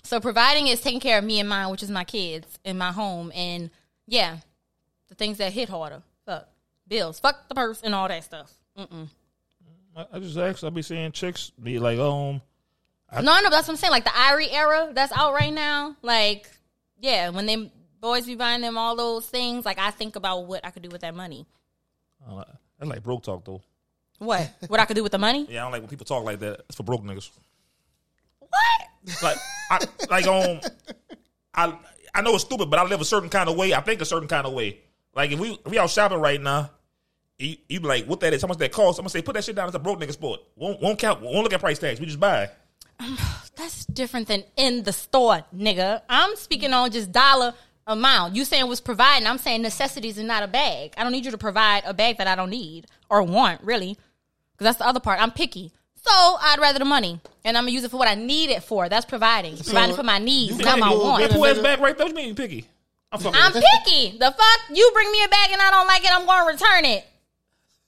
Speaker 5: So providing is taking care of me and mine, which is my kids and my home, and yeah, the things that hit harder. Fuck bills. Fuck the purse and all that stuff. Mm-mm.
Speaker 1: I, I just asked. I be seeing chicks be like, um,
Speaker 5: No, no, but that's what I'm saying. Like the Irie era that's out right now. Like, yeah, when them boys be buying them all those things, like I think about what I could do with that money.
Speaker 1: uh, that's like broke talk though.
Speaker 5: What? What I could do with the money?
Speaker 1: Yeah, I don't like when people talk like that. It's for broke niggas.
Speaker 5: What?
Speaker 1: Like I like um I I know it's stupid, but I live a certain kind of way. I think a certain kind of way. Like if we if we out shopping right now, you, you be like, what that is, how much that costs? I'm gonna say put that shit down as a broke nigga sport. Won't won't count won't look at price tags. We just buy.
Speaker 5: That's different than in the store, nigga. I'm speaking on just dollar amount. You saying was providing. I'm saying necessities and not a bag. I don't need you to provide a bag that I don't need or want, really. Because that's the other part. I'm picky. So I'd rather the money. And I'm going to use it for what I need it for. That's providing. providing for my needs,
Speaker 8: you
Speaker 5: not
Speaker 8: can't
Speaker 5: my
Speaker 8: do it
Speaker 5: wants.
Speaker 8: with
Speaker 1: That poor ass
Speaker 8: nigga.
Speaker 1: back right there, what you mean you picky? I'm fucking
Speaker 5: I'm
Speaker 1: with
Speaker 5: picky. The fuck? You bring me a bag and I don't like it, I'm going to return it.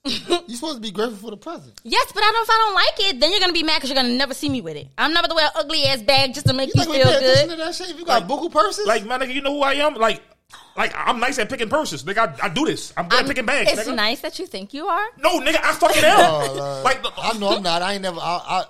Speaker 8: You supposed to be grateful for the present.
Speaker 5: Yes, but I don't. If I don't like it, then you're gonna be mad because you're gonna never see me with it. I'm not about to wear an ugly ass bag just to make
Speaker 8: You
Speaker 5: you,
Speaker 8: think we pay
Speaker 5: feel
Speaker 8: attention to
Speaker 5: good.
Speaker 8: that shit? If you got buku purses,
Speaker 1: like my nigga, you know who I am? Like like I'm nice at picking purses. Nigga, I, I do this. I'm good
Speaker 5: I'm-
Speaker 1: at picking bags,
Speaker 5: It's
Speaker 1: nigga.
Speaker 5: nice that you think you are.
Speaker 1: No, nigga, I fucking am.
Speaker 8: Oh, Lord.
Speaker 1: like the,
Speaker 8: I know I'm not. I ain't never. I, I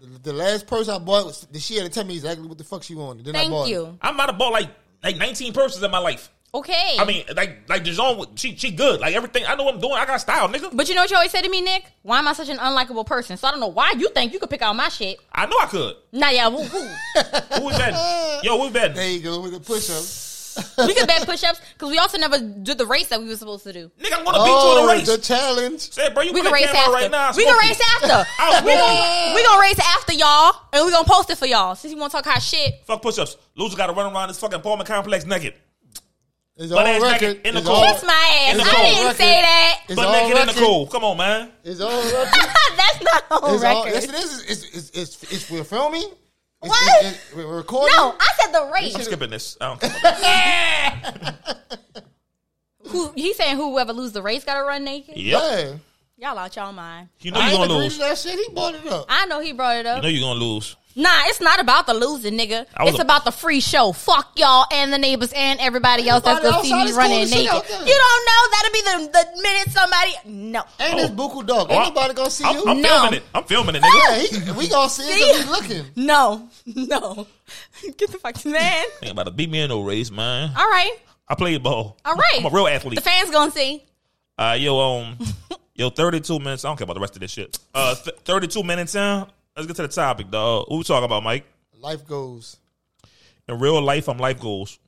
Speaker 8: the, the last purse I bought was she had to tell me exactly what the fuck she wanted. Then I
Speaker 5: Thank
Speaker 8: bought
Speaker 5: you.
Speaker 1: I might have bought like like 19 purses in my life.
Speaker 5: Okay.
Speaker 1: I mean, like like Dijon, she she good. Like everything, I know what I'm doing. I got style, nigga.
Speaker 5: but you know what you always say to me, Nick? Why am I such an unlikable person? So I don't know why you think you could pick out my shit.
Speaker 1: I know I could.
Speaker 5: Nah, yeah, woo, woo.
Speaker 1: Who we betting? Yo, who we
Speaker 8: It. There
Speaker 1: betting?
Speaker 8: you go with the push up.
Speaker 5: we could back push ups because we also never did the race that we were supposed to do.
Speaker 1: Nigga, I'm gonna beat you in a
Speaker 8: the
Speaker 1: race.
Speaker 8: challenge.
Speaker 1: Say, bro, you
Speaker 5: We
Speaker 1: put
Speaker 5: can
Speaker 1: that
Speaker 5: race
Speaker 1: camera
Speaker 5: after.
Speaker 1: right now. I
Speaker 5: we can
Speaker 1: smoke you.
Speaker 5: race after.
Speaker 1: I smoke
Speaker 5: we
Speaker 1: you.
Speaker 5: gonna we gonna race after y'all, and we gonna post it for y'all. Since you wanna talk hot shit,
Speaker 1: Fuck push-ups. Loser got to run around this fucking apartment complex naked.
Speaker 8: It's
Speaker 1: Butt
Speaker 8: all
Speaker 1: ass naked
Speaker 8: record.
Speaker 1: in the
Speaker 8: It's
Speaker 1: cold.
Speaker 8: all-
Speaker 5: kiss my ass.
Speaker 1: It's
Speaker 5: I
Speaker 1: all
Speaker 5: didn't
Speaker 8: record.
Speaker 5: say that.
Speaker 8: It's
Speaker 1: But
Speaker 8: all
Speaker 1: naked in the
Speaker 8: record.
Speaker 1: cold. Come on, man.
Speaker 8: It's all record.
Speaker 5: That's not a whole
Speaker 8: It's all,
Speaker 5: record.
Speaker 8: yes, it is. It's it's it's, it's, we're filming. It's,
Speaker 5: What?
Speaker 8: It's, it's, we're recording.
Speaker 5: No, I said the
Speaker 1: I'm
Speaker 5: race.
Speaker 1: skipping this. I don't care about this.
Speaker 5: Who, he's saying whoever lose the race got to run naked.
Speaker 1: Yep.
Speaker 8: Yeah.
Speaker 5: Y'all out y'all mind.
Speaker 1: You know
Speaker 8: I
Speaker 1: you're
Speaker 8: ain't
Speaker 1: gonna
Speaker 8: agree
Speaker 1: lose.
Speaker 8: to
Speaker 1: You
Speaker 8: that shit. He bought it up.
Speaker 5: I know he brought it up.
Speaker 1: know you're gonna lose.
Speaker 5: nah, it's not about the losing, nigga.
Speaker 1: I was
Speaker 5: It's
Speaker 1: a-
Speaker 5: about the free show. Fuck y'all and the neighbors and everybody else that's gonna
Speaker 8: Everybody
Speaker 5: see
Speaker 8: outside
Speaker 5: me
Speaker 8: is
Speaker 5: running
Speaker 8: cool as shit
Speaker 5: naked. You
Speaker 8: out there.
Speaker 5: don't know that'll be the, the minute somebody. No,
Speaker 8: Ain't this buku dog?
Speaker 1: Oh,
Speaker 8: Ain't
Speaker 1: I-
Speaker 8: nobody gonna see
Speaker 1: I'm,
Speaker 8: you.
Speaker 1: I'm
Speaker 5: No.
Speaker 1: filming it. I'm filming it, nigga.
Speaker 8: yeah, he, we gonna see it. 'cause We looking.
Speaker 5: no, no. Get the fuck man.
Speaker 1: Ain't about to beat me in no race, man.
Speaker 5: All right,
Speaker 1: I played ball.
Speaker 5: all right.
Speaker 1: I'm a real athlete.
Speaker 5: The fans gonna see.
Speaker 1: Uh, yo, um, yo, thirty-two minutes. I don't care about the rest of this shit. Uh, th- thirty-two minutes in. Let's get to the topic, dog. What we talking about, Mike?
Speaker 8: Life goes.
Speaker 1: In real life, I'm life goals.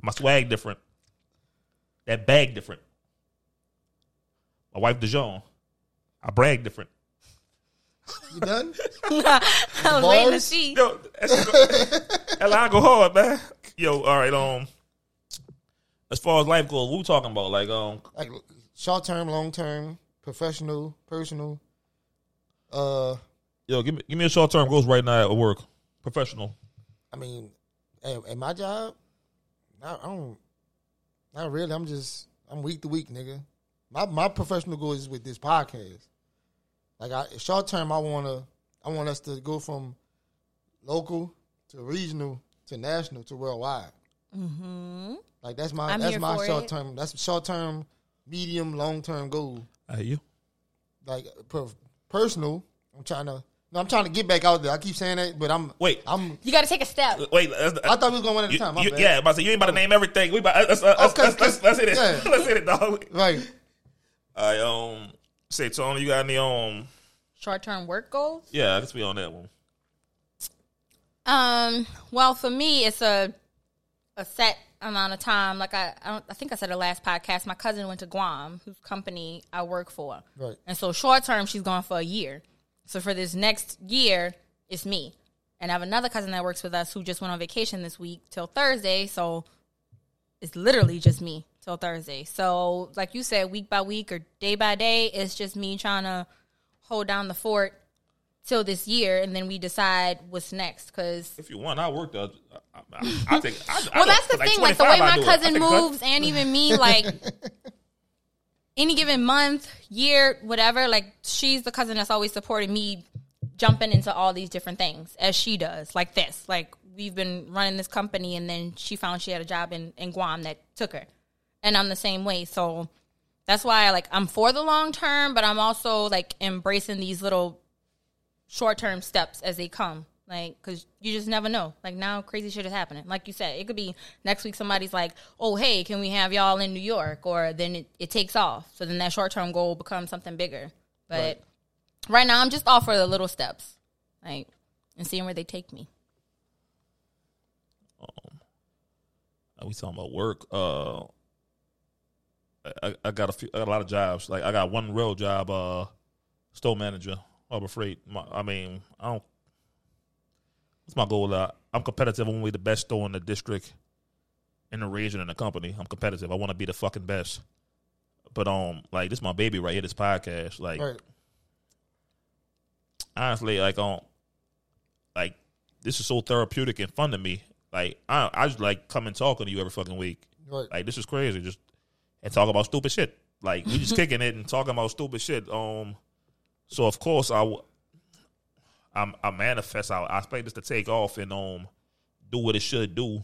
Speaker 1: My swag different. That bag different. My wife Dijon. I brag different.
Speaker 8: You done?
Speaker 5: I was waiting to
Speaker 8: Bars?
Speaker 5: see.
Speaker 1: Yo, that line go hard, man. Yo, all right. Um, as far as life goes, what we talking about? Like, um,
Speaker 8: like short term, long term, professional, personal. Uh,
Speaker 1: yo, give me give me a short term goals right now at work. Professional.
Speaker 8: I mean, at, at my job, I, I don't, not really. I'm just, I'm week to week, nigga. My my professional goal is with this podcast. Like, I short term, I wanna, I want us to go from local to regional to national to worldwide. Mm-hmm. Like that's my
Speaker 5: I'm
Speaker 8: that's
Speaker 5: here for
Speaker 8: my
Speaker 5: it.
Speaker 8: short term. That's short term, medium, long term goal.
Speaker 1: Are you?
Speaker 8: like per, personal. I'm trying to. No, I'm trying to get back out there. I keep saying that, but I'm
Speaker 1: Wait.
Speaker 8: I'm.
Speaker 5: You got to take a step.
Speaker 1: Wait, that's,
Speaker 8: I thought we was going one at a
Speaker 1: You-
Speaker 8: time. My
Speaker 1: you-
Speaker 8: bad.
Speaker 1: yeah, about to say, you ain't about to name everything. We about let's let's,
Speaker 8: Okay,
Speaker 1: let's, let's, let's hit it.
Speaker 8: yeah.
Speaker 1: let's hit it, dog.
Speaker 8: Right.
Speaker 1: I um say Tony, you got any um?
Speaker 5: Short term work goals.
Speaker 1: Yeah, I guess we on that one.
Speaker 5: Um. Well, for me, it's a a set amount of time. Like I, I, don't, I think I said the last podcast. My cousin went to Guam, whose company I work for.
Speaker 8: Right.
Speaker 5: And so short term, she's gone for a year. So for this next year, it's me. And I have another cousin that works with us who just went on vacation this week till Thursday. So it's literally just me till Thursday. So like you said, week by week or day by day, it's just me trying to hold down the fort till this year, and then we decide what's next because
Speaker 1: If you want, I work the. I, I, I think. I, I
Speaker 5: well,
Speaker 1: know,
Speaker 5: that's the
Speaker 1: for like
Speaker 5: thing. Like
Speaker 1: 25,
Speaker 5: the
Speaker 1: I
Speaker 5: way my
Speaker 1: do it. I
Speaker 5: cousin
Speaker 1: take a cut.
Speaker 5: moves, and even me, like any given month, year, whatever. Like she's the cousin that's always supported me jumping into all these different things as she does. Like this, like we've been running this company, and then she found she had a job in in Guam that took her, and I'm the same way. So that's why, like, I'm for the long term, but I'm also like embracing these little short term steps as they come Like, cause you just never know. Like now, crazy shit is happening. Like you said, it could be next week. Somebody's like, "Oh, hey, can we have y'all in New York?" Or then it, it takes off. So then that short term goal becomes something bigger. But right. now, I'm just all for the little steps, like, and seeing where they take me.
Speaker 1: Um, we talking about work. Uh, I, I got a few, I got a lot of jobs. Like I got one real job, uh, store manager. I'm afraid. My, I mean, I don't. What's my goal? Uh, I'm competitive. I want to be the best store in the district, in the region, in the company. I'm competitive. I want to be the fucking best. But um, like this, is my baby right here. This podcast, like,
Speaker 8: Right.
Speaker 1: honestly, like um, like this is so therapeutic and fun to me. Like I, I just like come and talking to you every fucking week.
Speaker 8: Right.
Speaker 1: Like this is crazy. Just and talk about stupid shit. Like we just kicking it and talking about stupid shit. Um, so of course I, w- I'm I manifest. I, I expect this to take off and um, do what it should do,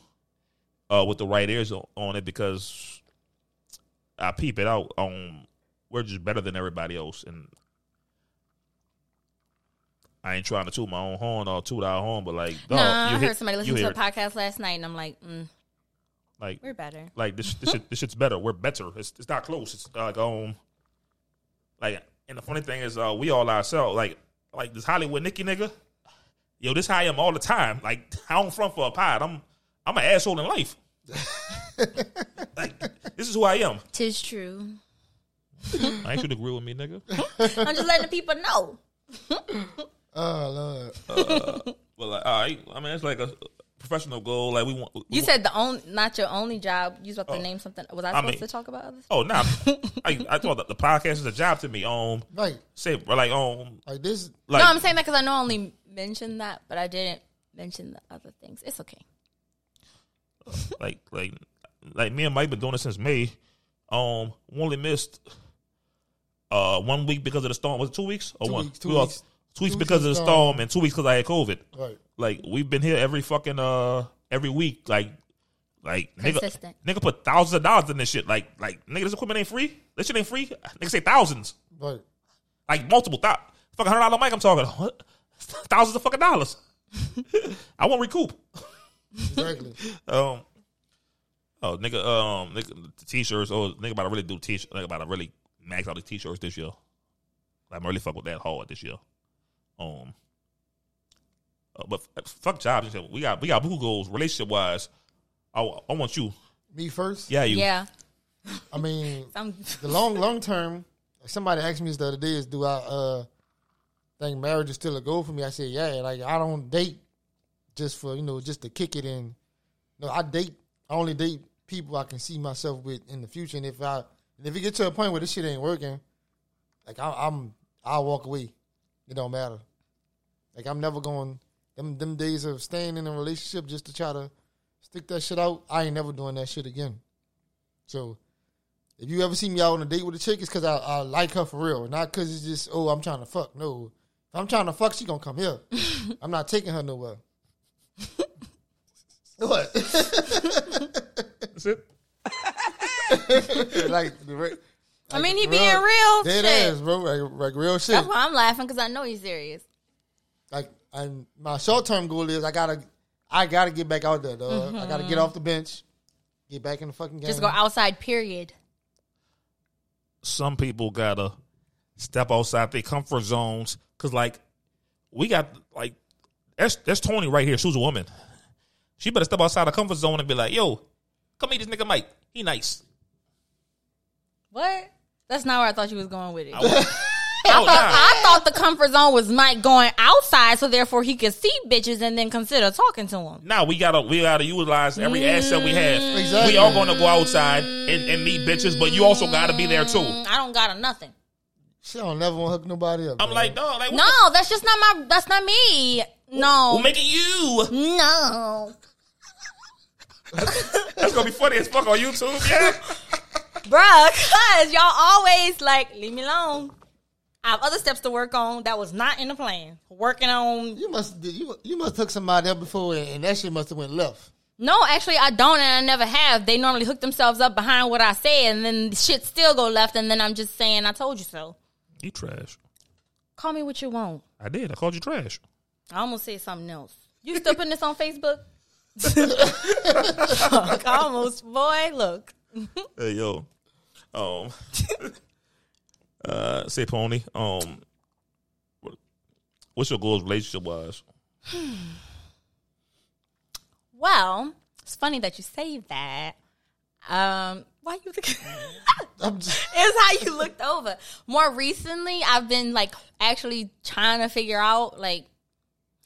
Speaker 1: uh, with the right ears on, on it because I peep it out. Um, we're just better than everybody else, and I ain't trying to toot my own horn or toot our horn, but like, dog,
Speaker 5: nah, I
Speaker 1: you
Speaker 5: heard
Speaker 1: hit-
Speaker 5: somebody
Speaker 1: you
Speaker 5: listen
Speaker 1: hear
Speaker 5: to a
Speaker 1: it.
Speaker 5: podcast last night, and I'm like, mm,
Speaker 1: like
Speaker 5: we're better.
Speaker 1: like this, this, shit, this shit's better. We're better. It's, it's not close. It's like um, like and the funny thing is, uh, we all ourselves like like this Hollywood Nicky nigga. Yo, this how I am all the time. Like I don't front for a pod. I'm I'm an asshole in life. like this is who I am.
Speaker 5: Tis true.
Speaker 1: I ain't you to agree with me, nigga.
Speaker 5: I'm just letting the people know.
Speaker 8: Oh Lord.
Speaker 1: But like, all right, I mean, it's like a professional goal. Like we want. we
Speaker 5: You
Speaker 1: want-
Speaker 5: said the only, not your only job. You was about to name something. Was I supposed
Speaker 1: Oh. mean-
Speaker 5: to talk about other stuff?
Speaker 1: Oh nah, I, I thought the, the podcast is a job to me. Um,
Speaker 8: Right.
Speaker 1: say like um,
Speaker 8: Like this
Speaker 1: like
Speaker 5: no, I'm saying that because I know I only mentioned that, but I didn't mention the other things. It's okay.
Speaker 1: like like like me and Mike been doing it since May. Um, we only missed uh one week because of the storm. Was it two weeks or
Speaker 8: Two
Speaker 1: one?
Speaker 8: weeks, two
Speaker 1: We lost
Speaker 8: weeks.
Speaker 1: two weeks
Speaker 8: Two weeks
Speaker 1: because
Speaker 8: of
Speaker 1: of the
Speaker 8: the
Speaker 1: storm and two weeks because I had COVID.
Speaker 8: Right.
Speaker 1: Like we've been here every fucking uh every week. Like like nigga,
Speaker 5: Consistent.
Speaker 1: nigga put thousands of dollars in this shit. Like like nigga, this equipment ain't free. This shit ain't free. Nigga say thousands,
Speaker 8: Right.
Speaker 1: like multiple thou fucking hundred dollar mic. I'm talking what? thousands of fucking dollars. I won't recoup.
Speaker 8: Exactly.
Speaker 1: Um. Oh, nigga. Um, nigga, the t-shirts. Oh, nigga, about to really do t. Nigga, about to really max out the t-shirts this year. Like, I'm really fuck with that hard this year. Um. uh, but f- fuck jobs. and shit. We got we got blue goals relationship wise. I, wa- I want you.
Speaker 8: Me first.
Speaker 1: Yeah, you.
Speaker 5: Yeah.
Speaker 8: I mean
Speaker 5: I'm,
Speaker 8: the long long term, somebody asked me this the other day is do I uh think marriage is still a goal for me? I said, Yeah, like I don't date just for, you know, just to kick it in. No, I date I only date people I can see myself with in the future. And if I and if it get to a point where this shit ain't working, like I I'm I'll walk away. It don't matter. Like I'm never going them them days of staying in a relationship just to try to stick that shit out, I ain't never doing that shit again. So if you ever see me out on a date with a chick, it's because I, I like her for real, not because it's just oh I'm trying to fuck. No, if I'm trying to fuck, she gonna come here. I'm not taking her nowhere. what?
Speaker 1: That's it.
Speaker 8: like the re-
Speaker 5: I mean, he
Speaker 8: real-
Speaker 5: being real.
Speaker 8: dead
Speaker 5: shit.
Speaker 8: ass, bro. Like, like real shit.
Speaker 5: That's why I'm laughing because I know he's serious.
Speaker 8: like and my short term goal is I gotta I gotta get back out there, dog. I gotta get off the bench, get back in the fucking game.
Speaker 5: Mm-hmm. Just go outside. Period.
Speaker 1: Some people gotta step outside their comfort zones because, like, we got like that's that's Tony right here. She's a woman. She better step outside her comfort zone and be like, "Yo, come meet this nigga Mike. He nice."
Speaker 5: What? That's not where I thought you was going with it.
Speaker 1: Oh, nah.
Speaker 5: I thought the comfort zone was Mike going outside, so therefore he could see bitches and then consider talking to them.
Speaker 1: Nah, we gotta we gotta utilize every asset we have.
Speaker 5: Mm.
Speaker 8: Exactly.
Speaker 1: We all gonna go outside and, and meet bitches, but you also gotta be there too.
Speaker 5: Mm, I don't got a nothing.
Speaker 8: She don't never wanna hook nobody up.
Speaker 1: I'm
Speaker 8: dog.
Speaker 1: like, no, like what
Speaker 5: No, that's just not my. That's not me.
Speaker 1: the-
Speaker 5: No,
Speaker 1: we'll make it you.
Speaker 5: no,
Speaker 1: That's gonna be funny as fuck on YouTube. Yeah,
Speaker 5: bruh. Cause y'all always like leave me alone. I have other steps to work on that was not in the plan. Working on
Speaker 8: you must you you must hook somebody up before and, and that shit must have went left.
Speaker 5: no, actually I don't, and I never have. They normally hook themselves up behind what I say, and then shit still go left, and then I'm just saying I told you so.
Speaker 1: you trash.
Speaker 5: Call me what you want.
Speaker 1: I did. I called you trash.
Speaker 5: I almost said something else. You still putting this on Facebook? Fuck, I almost boy, look.
Speaker 1: Hey yo, um, uh, say pony. Um, what- what's your goals relationship wise?
Speaker 5: Well, it's funny that you say that. Um, why you look
Speaker 8: I'm just,
Speaker 5: It's how you looked over. More recently, I've been like actually trying to figure out like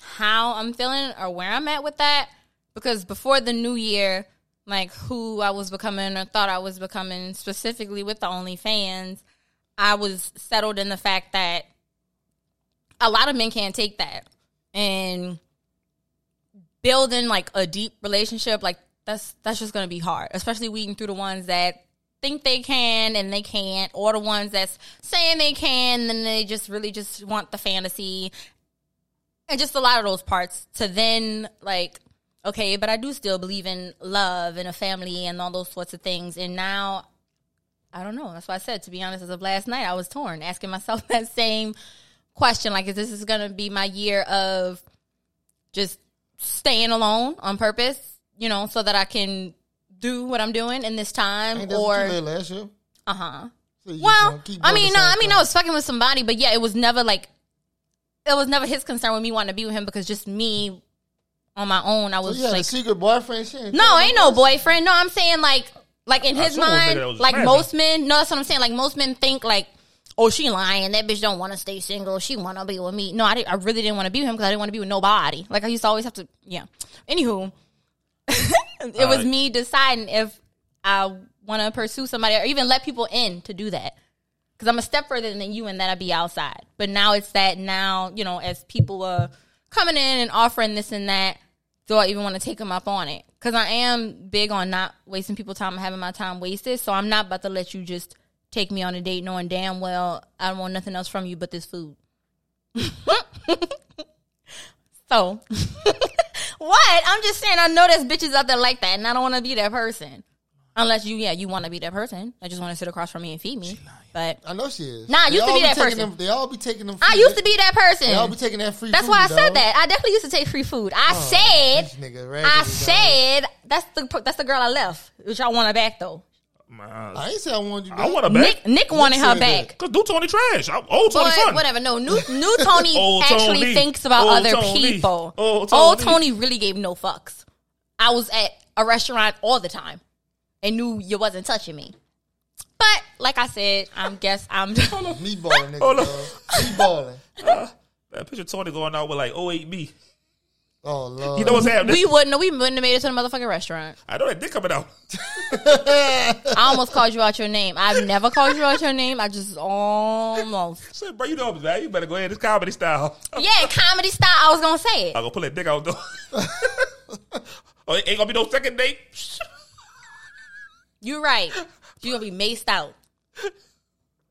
Speaker 5: how I'm feeling or where I'm at with that because before the new year, like who I was becoming or thought I was becoming specifically with the OnlyFans, I was settled in the fact that a lot of men can't take that and building like a deep relationship like that's that's just gonna be hard especially weeding through the ones that think they can and they can't or the ones that's saying they can and then they just really just want the fantasy and just a lot of those parts to then like okay but i do still believe in love and a family and all those sorts of things and now i don't know that's why i said to be honest as of last night i was torn asking myself that same question like is this is gonna be my year of just staying alone on purpose you know so that i can do what i'm doing in this time
Speaker 8: ain't that what you
Speaker 5: or
Speaker 8: did last year?
Speaker 5: uh-huh
Speaker 8: So you
Speaker 5: well,
Speaker 8: gonna keep
Speaker 5: I
Speaker 8: doing
Speaker 5: mean,
Speaker 8: the
Speaker 5: no,
Speaker 8: same
Speaker 5: I mean,
Speaker 8: thing.
Speaker 5: I was fucking with somebody, but yeah, it was never like, it was never his concern with me wanting to be with him because just me on my own, I
Speaker 8: So
Speaker 5: was
Speaker 8: Oh, you had a
Speaker 5: like,
Speaker 8: secret boyfriend? She ain't
Speaker 5: no, ain't no boyfriend. No, I'm saying like, like in his
Speaker 1: someone figured I
Speaker 5: mind,
Speaker 1: was
Speaker 5: like
Speaker 1: married.
Speaker 5: most men. No, that's what I'm saying. Like most men think like, oh, she lying. That bitch don't want to stay single. She want to be with me. No, I, didn't, I really didn't want to be with him because I didn't want to be with nobody. Like I used to always have to. Yeah. Anywho, it was
Speaker 1: Alright.
Speaker 5: me deciding if I want to pursue somebody or even let people in to do that. Because I'm a step further than you and that I'd be outside. But now it's that now, you know, as people are coming in and offering this and that, do I even want to take them up on it? Because I am big on not wasting people's time and having my time wasted. So I'm not about to let you just take me on a date knowing damn well I don't want nothing else from you but this food. so what? I'm just saying I know there's bitches out there like that and I don't want to be that person. Unless you, yeah, you want to be that person. I just want to sit across from me and feed me. But
Speaker 8: I know she is.
Speaker 5: Nah, I used to
Speaker 8: all
Speaker 5: be that
Speaker 8: taking
Speaker 5: person.
Speaker 8: Them, they all be taking them.
Speaker 5: I
Speaker 8: free-
Speaker 5: used to be that
Speaker 8: They all be
Speaker 5: person.
Speaker 8: taking that free.
Speaker 5: That's
Speaker 8: food,
Speaker 5: why I said
Speaker 8: dawg.
Speaker 5: that. I definitely used to take free food. I
Speaker 8: This
Speaker 5: said,
Speaker 8: nigga
Speaker 5: I
Speaker 8: raggedy, dawg.
Speaker 5: said that's the that's the girl I left, which I want her back though.
Speaker 1: I,
Speaker 8: I ain't say I wanted you.
Speaker 1: I
Speaker 8: back.
Speaker 1: want a back.
Speaker 5: Nick Nick wanted her
Speaker 8: said
Speaker 5: back.
Speaker 1: Cause do Tony trash. I, old Tony
Speaker 5: But
Speaker 1: fun.
Speaker 5: whatever. No, new new Tony
Speaker 1: Old
Speaker 5: actually
Speaker 1: Tony.
Speaker 5: thinks about
Speaker 1: Old
Speaker 5: other
Speaker 1: Tony.
Speaker 5: people.
Speaker 1: Old
Speaker 5: Old
Speaker 1: Tony.
Speaker 5: Tony really gave no fucks. I was at a restaurant all the time and knew you wasn't touching me. But like I said, I'm guess I'm
Speaker 8: Me balling, nigga.
Speaker 1: Hold on.
Speaker 8: dawg. Me balling.
Speaker 1: That picture Tony going out with like 08B.
Speaker 8: Oh lord.
Speaker 1: You know what's happening?
Speaker 5: Uh, we wouldn't we wouldn't have made it to the motherfucking restaurant.
Speaker 1: I know that dick coming out.
Speaker 5: I almost called you out your name. I've never called you out your name. I just almost.
Speaker 1: Said, bro, you know I'm bad. You better go ahead. It's comedy style.
Speaker 5: Yeah, comedy style. I was gonna say
Speaker 1: I'm
Speaker 5: it.
Speaker 1: gonna pull that dick out though. oh, it ain't gonna be no second date.
Speaker 5: You're right. You're gonna be maced out.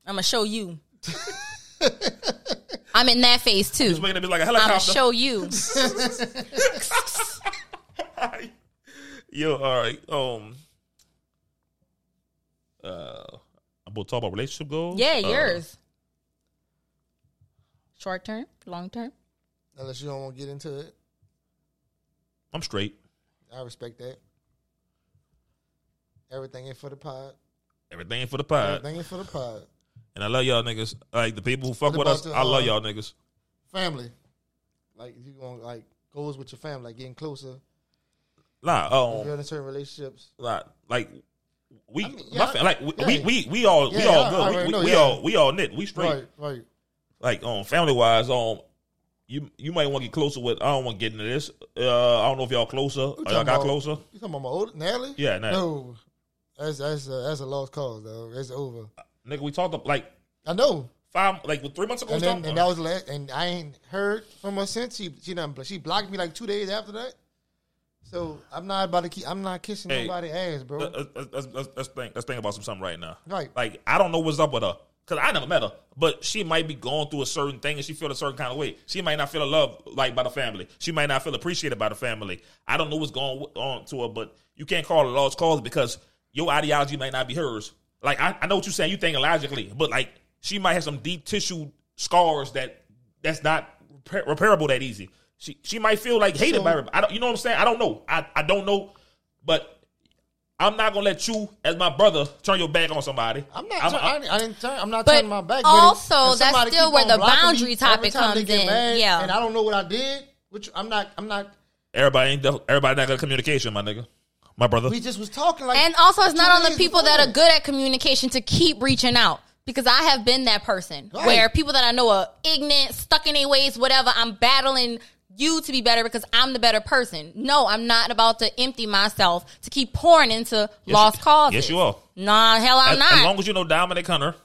Speaker 5: I'm gonna show you. I'm in that phase
Speaker 1: It's
Speaker 5: too.
Speaker 1: making it be like a
Speaker 5: I'm gonna
Speaker 1: helicopter.
Speaker 5: show you.
Speaker 1: Yo, all right. Um, uh, I'm gonna talk about relationship goals.
Speaker 5: Yeah,
Speaker 1: Uh,
Speaker 5: yours. Short term, long term.
Speaker 8: Unless you don't want to get into it,
Speaker 1: I'm straight.
Speaker 8: I respect that. Everything ain't for the pod.
Speaker 1: Everything for the pod,
Speaker 8: Everything ain't for the pod.
Speaker 1: and I love y'all niggas. Like the people who fuck
Speaker 8: What
Speaker 1: with
Speaker 8: about
Speaker 1: us,
Speaker 8: the,
Speaker 1: I love
Speaker 8: uh,
Speaker 1: y'all niggas.
Speaker 8: Family, like if you going like goals with your family, like getting closer,
Speaker 1: Nah, um,
Speaker 8: building certain relationships.
Speaker 1: like, like we,
Speaker 8: mean,
Speaker 1: my
Speaker 8: yeah,
Speaker 1: fa- like we,
Speaker 8: yeah.
Speaker 1: we, we, we all, we
Speaker 8: Yeah,
Speaker 1: all
Speaker 8: I- I
Speaker 1: good. we,
Speaker 8: already
Speaker 1: we,
Speaker 8: know,
Speaker 1: we
Speaker 8: yeah.
Speaker 1: all, we all knit. We straight.
Speaker 8: Right, right.
Speaker 1: like um family wise, um you you might want to get closer with I don't want to get into this. Uh I don't know if y'all closer. Or
Speaker 8: talking
Speaker 1: Oh, y'all got
Speaker 8: about?
Speaker 1: closer.
Speaker 8: You talking about my old Natalie?
Speaker 1: Yeah, Natalie.
Speaker 8: No, that's that's a, that's a lost cause though. It's over.
Speaker 1: Nigga, we talked up like
Speaker 8: I know.
Speaker 1: five like what, three months ago.
Speaker 8: And
Speaker 1: we
Speaker 8: then,
Speaker 1: talked
Speaker 8: and that was the last, and I ain't heard from her since. She she done, she blocked me like two days after that. So I'm not about to keep. I'm not kissing
Speaker 1: Hey.
Speaker 8: nobody ass, bro.
Speaker 1: Let- let- let's, let's, let's think let's think about some something right now.
Speaker 8: Right.
Speaker 1: Like I don't know what's up with her. Cause I never met her, but she might be going through a certain thing and she feel a certain kind of way. She might not feel loved like by the family. She might not feel appreciated by the family. I don't know what's going on to her, but you can't call it a lost cause because your ideology might not be hers. Like I, I know what you're saying, you thinking logically, but like she might have some deep tissue scars that that's not repair, repairable that easy. She she might feel like hated by everybody. I don't, you know what I'm saying? I don't know. I, I don't know, but I'm not gonna let you as my brother turn your back on somebody.
Speaker 8: I'm not. turn, I, didn't- I didn't turn. I'm not
Speaker 5: But
Speaker 8: turning my back.
Speaker 5: also,
Speaker 8: but if-
Speaker 5: that's
Speaker 8: if somebody
Speaker 5: still
Speaker 8: keep
Speaker 5: where
Speaker 8: on
Speaker 5: the
Speaker 8: blocking me
Speaker 5: boundary
Speaker 8: every
Speaker 5: topic
Speaker 8: time they
Speaker 5: comes
Speaker 8: get
Speaker 5: in.
Speaker 8: mad
Speaker 5: Yeah.
Speaker 8: and I don't know what I did. Which I'm not. I'm not.
Speaker 1: everybody ain't everybody not got communication, my nigga, my brother.
Speaker 8: We just was talking like.
Speaker 5: And also, it's
Speaker 8: two
Speaker 5: not on
Speaker 8: days
Speaker 5: the people that
Speaker 8: before.
Speaker 5: are good at communication to keep reaching out. Because I have been that person
Speaker 8: Right.
Speaker 5: where people that I know are ignorant, stuck in their ways, whatever, I'm battling you to be better because I'm the better person. No, I'm not about to empty myself to keep pouring into lost
Speaker 1: you-
Speaker 5: causes.
Speaker 1: yes, you are.
Speaker 5: Nah, hell, I'm
Speaker 1: as,
Speaker 5: not.
Speaker 1: as long as you know Dominic Hunter,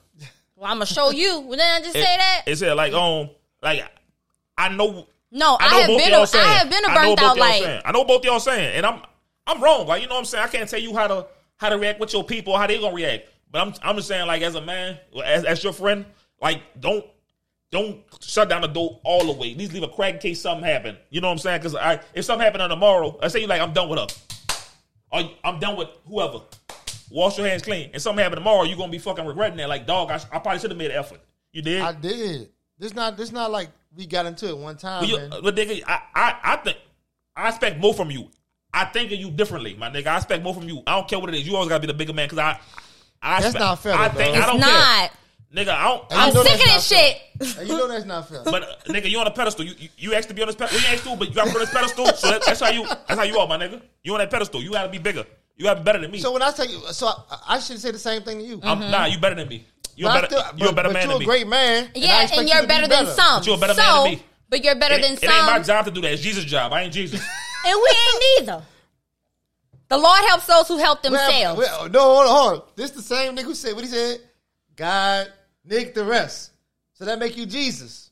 Speaker 5: well, I'm going to show you. Well, Then I just
Speaker 1: it-
Speaker 5: say that.
Speaker 1: It said like um like I know.
Speaker 5: No, I,
Speaker 1: know
Speaker 5: have
Speaker 1: both
Speaker 5: been. A,
Speaker 1: y'all
Speaker 5: I
Speaker 1: saying.
Speaker 5: have been a
Speaker 1: I know
Speaker 5: burnt
Speaker 1: both
Speaker 5: out.
Speaker 1: y'all
Speaker 5: Like
Speaker 1: saying. I know both y'all saying, and I'm I'm wrong. Like you know what I'm saying. I can't tell you how to how to react with your people, how they gonna react. But I'm I'm just saying like as a man, as as your friend, like don't don't shut down the door all the way. At least leave a crack in case something happen. You know what I'm saying? Because I if something happened on tomorrow, I say you like I'm done with her. Or I'm done with whoever. Wash your hands clean. And something happen tomorrow, you're gonna be fucking regretting that. Like dog, I, sh- I probably should have made an effort. You did.
Speaker 8: I did. This not. This not like we got into it one time.
Speaker 1: But, you,
Speaker 8: man.
Speaker 1: but nigga, I, I, I think I expect more from you. I think of you differently, my nigga. I expect more from you. I don't care what it is. You always gotta be the bigger man because I, I.
Speaker 8: That's
Speaker 1: expect-
Speaker 8: not fair,
Speaker 1: I
Speaker 8: though,
Speaker 1: think
Speaker 8: dog.
Speaker 1: I don't
Speaker 5: It's not.
Speaker 1: care, nigga. I don't.
Speaker 8: I
Speaker 1: I don't
Speaker 5: I'm
Speaker 8: know
Speaker 5: sick of
Speaker 8: that's
Speaker 5: this shit.
Speaker 8: And you know that's not fair.
Speaker 1: but uh, nigga, you on a pedestal. You, you you asked to be on this pedestal. We asked to, but you got to put on this pedestal. So that, that's how you. That's how you are, my nigga. You on that pedestal. You gotta be bigger. You gotta be better than me.
Speaker 8: so when I tell you, so I, I should say the same thing to you.
Speaker 1: I'm,
Speaker 5: Mm-hmm.
Speaker 1: Nah, you better than me. You
Speaker 8: But I
Speaker 1: better.
Speaker 8: still-
Speaker 1: you a better
Speaker 8: but
Speaker 1: man
Speaker 8: you're
Speaker 1: than
Speaker 8: a
Speaker 1: me.
Speaker 8: great man. and I
Speaker 5: Yeah,
Speaker 8: expect
Speaker 5: and
Speaker 8: you
Speaker 5: you're
Speaker 8: to be
Speaker 5: better than some.
Speaker 1: But you're a better man
Speaker 5: so,
Speaker 1: than me.
Speaker 5: But you're better
Speaker 1: It,
Speaker 5: than
Speaker 1: it
Speaker 5: some.
Speaker 1: ain't my job to do that. It's Jesus' job. I ain't Jesus.
Speaker 5: and we ain't neither. The Lord helps those who help
Speaker 8: Well,
Speaker 5: themselves.
Speaker 8: well, no, hold on, hold on. This the same nigga who said what he said. God, Nick, the rest. So that make you Jesus.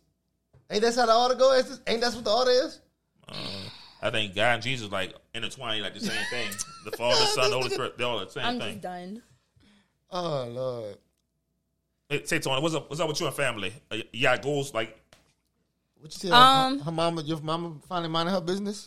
Speaker 8: Ain't that's how the order go? Is this- Ain't that's what the order is?
Speaker 1: I think God and Jesus like intertwined like the same thing. The Father, Son, the Holy Spirit, they all the same
Speaker 5: I'm just
Speaker 1: thing.
Speaker 5: done.
Speaker 8: Oh Lord.
Speaker 1: Hey, Tay Tony, what's up? What's up with you and family? Uh, yeah, goals like
Speaker 8: What you said?
Speaker 5: Um,
Speaker 8: her, her mama, your mama finally minding her business.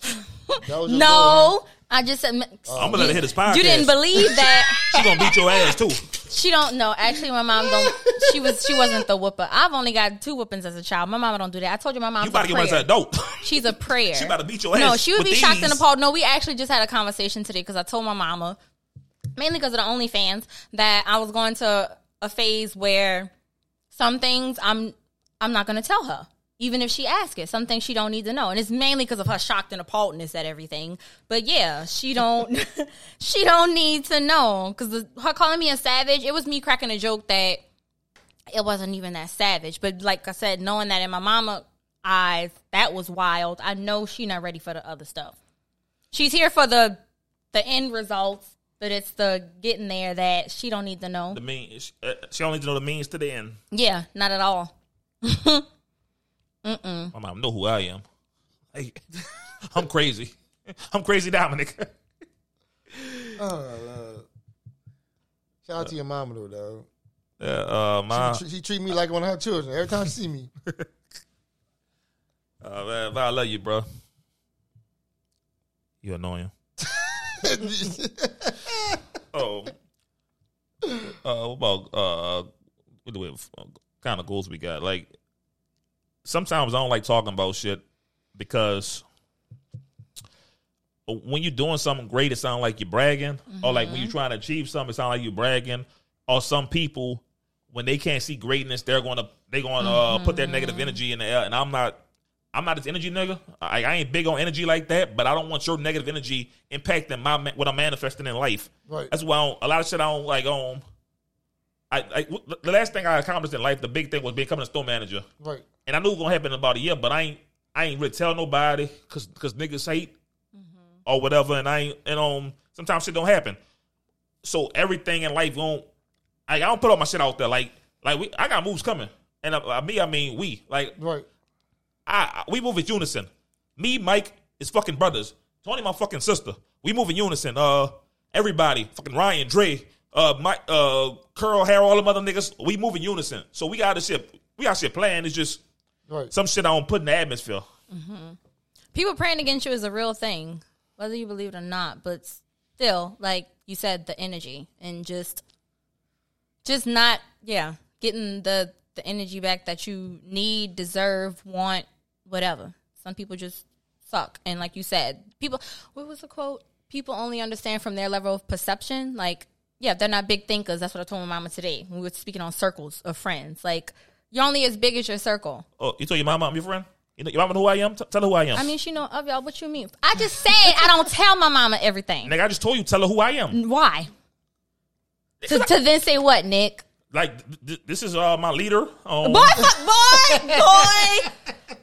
Speaker 8: That was your goal,
Speaker 5: No, I just said
Speaker 1: I'm gonna Oh. let her hit his podcast.
Speaker 5: you didn't believe that.
Speaker 1: She gonna beat your ass too.
Speaker 5: she don't know. Actually, my mom don't. She was she wasn't the whooper. I've only got two whoopings as a child. My mama don't do that. I told you my mom's
Speaker 1: You about to
Speaker 5: a
Speaker 1: get
Speaker 5: prayer.
Speaker 1: myself dope.
Speaker 5: She's a prayer.
Speaker 1: She about to beat your
Speaker 5: No,
Speaker 1: ass
Speaker 5: she would
Speaker 1: with
Speaker 5: be shocked
Speaker 1: these.
Speaker 5: and appalled. No, we actually just had a conversation today because I told my mama, mainly because of the OnlyFans, that I was going to a phase where some things I'm I'm not going to tell her, even if she asks it. Some things she don't need to know, and it's mainly because of her shocked and appalledness at everything. But yeah, she don't she don't need to know because her calling me a savage. It was me cracking a joke that it wasn't even that savage. But like I said, knowing that in my mama eyes, that was wild. I know she not ready for the other stuff. She's here for the the end results, but it's the getting there that she don't need to know.
Speaker 1: The means uh, she only need to know the means to the end.
Speaker 5: Yeah, not at all.
Speaker 1: My mom know who I am. Hey, I'm crazy. I'm crazy, Dominic.
Speaker 8: Shout out to your mama though, dog.
Speaker 1: Yeah, uh, my
Speaker 8: She, she treat me like one of her children every time she see me.
Speaker 1: uh, man, I love you, bro. You annoying. Oh, uh, what about uh, what, what uh, kind of goals we got? Like, sometimes I don't like talking about shit because when you're doing something great, it sounds like you're bragging, or like when you're trying to achieve something, it sounds like you're bragging. Or some people, when they can't see greatness, they're gonna they're gonna uh, put their negative energy in the air. And I'm not. I'm not this energy nigga. I, I ain't big on energy like that, but I don't want your negative energy impacting my ma- what I'm manifesting in life.
Speaker 8: Right.
Speaker 1: That's why I don't, a lot of shit I don't like. Um, I, I w- the last thing I accomplished in life, the big thing was becoming a store manager,
Speaker 8: right.
Speaker 1: and I knew it was gonna happen in about a year, but I ain't I ain't really tell nobody because niggas hate or whatever, and I ain't and um sometimes shit don't happen. So everything in life won't. I, I don't put all my shit out there like like we. I got moves coming, and uh, me I mean we like
Speaker 8: Right.
Speaker 1: I, I- we move in unison. Me, Mike, is fucking brothers. Tony, my fucking sister. We move in unison. Uh, everybody, fucking Ryan, Dre, uh, Mike, uh, Curl, Hair, all them other niggas. We move in unison. So we got this shit. We got shit planned. It's just
Speaker 8: Right.
Speaker 1: some shit I don't put in the atmosphere.
Speaker 5: People praying against you is a real thing, whether you believe it or not. But still, like you said, the energy and just just not yeah getting the the energy back that you need, deserve, want, whatever. Some people just suck. And like you said, people, what was the quote? People only understand from their level of perception. Like, yeah, they're not big thinkers. That's what I told my mama today. when We were speaking on circles of friends. Like, you're only as big as your circle.
Speaker 1: Oh, you told your mama I'm your friend? You know, your mama know who I am? T- tell her who I am.
Speaker 5: I mean, she know of y'all. What you mean? I just said I don't tell my mama everything.
Speaker 1: Nigga, I just told you, tell her who I am.
Speaker 5: Why? To, to then say what, Nick?
Speaker 1: Like, th- th- this is uh, my leader. Um,
Speaker 8: Oh.
Speaker 5: Boy, fuck, boy, boy.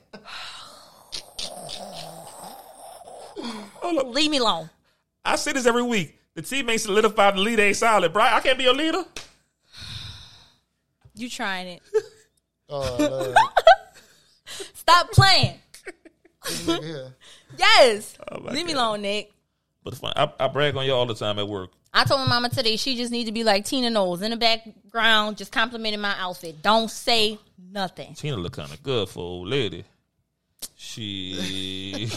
Speaker 5: Leave me alone.
Speaker 1: I say this every week. The teammates solidified, the leader ain't solid, bro. I can't be a leader.
Speaker 5: You trying it.
Speaker 8: Oh, Lord.
Speaker 5: Stop playing.
Speaker 8: This nigga here.
Speaker 5: Yes.
Speaker 1: Oh, my
Speaker 5: Leave me
Speaker 1: God.
Speaker 5: alone, Nick.
Speaker 1: But it's fine. I, I brag on you all the time at work.
Speaker 5: I told my mama today she just need to be like Tina Knowles in the background, just complimenting my outfit. Don't say nothing.
Speaker 1: Tina look kind of good for old lady. She,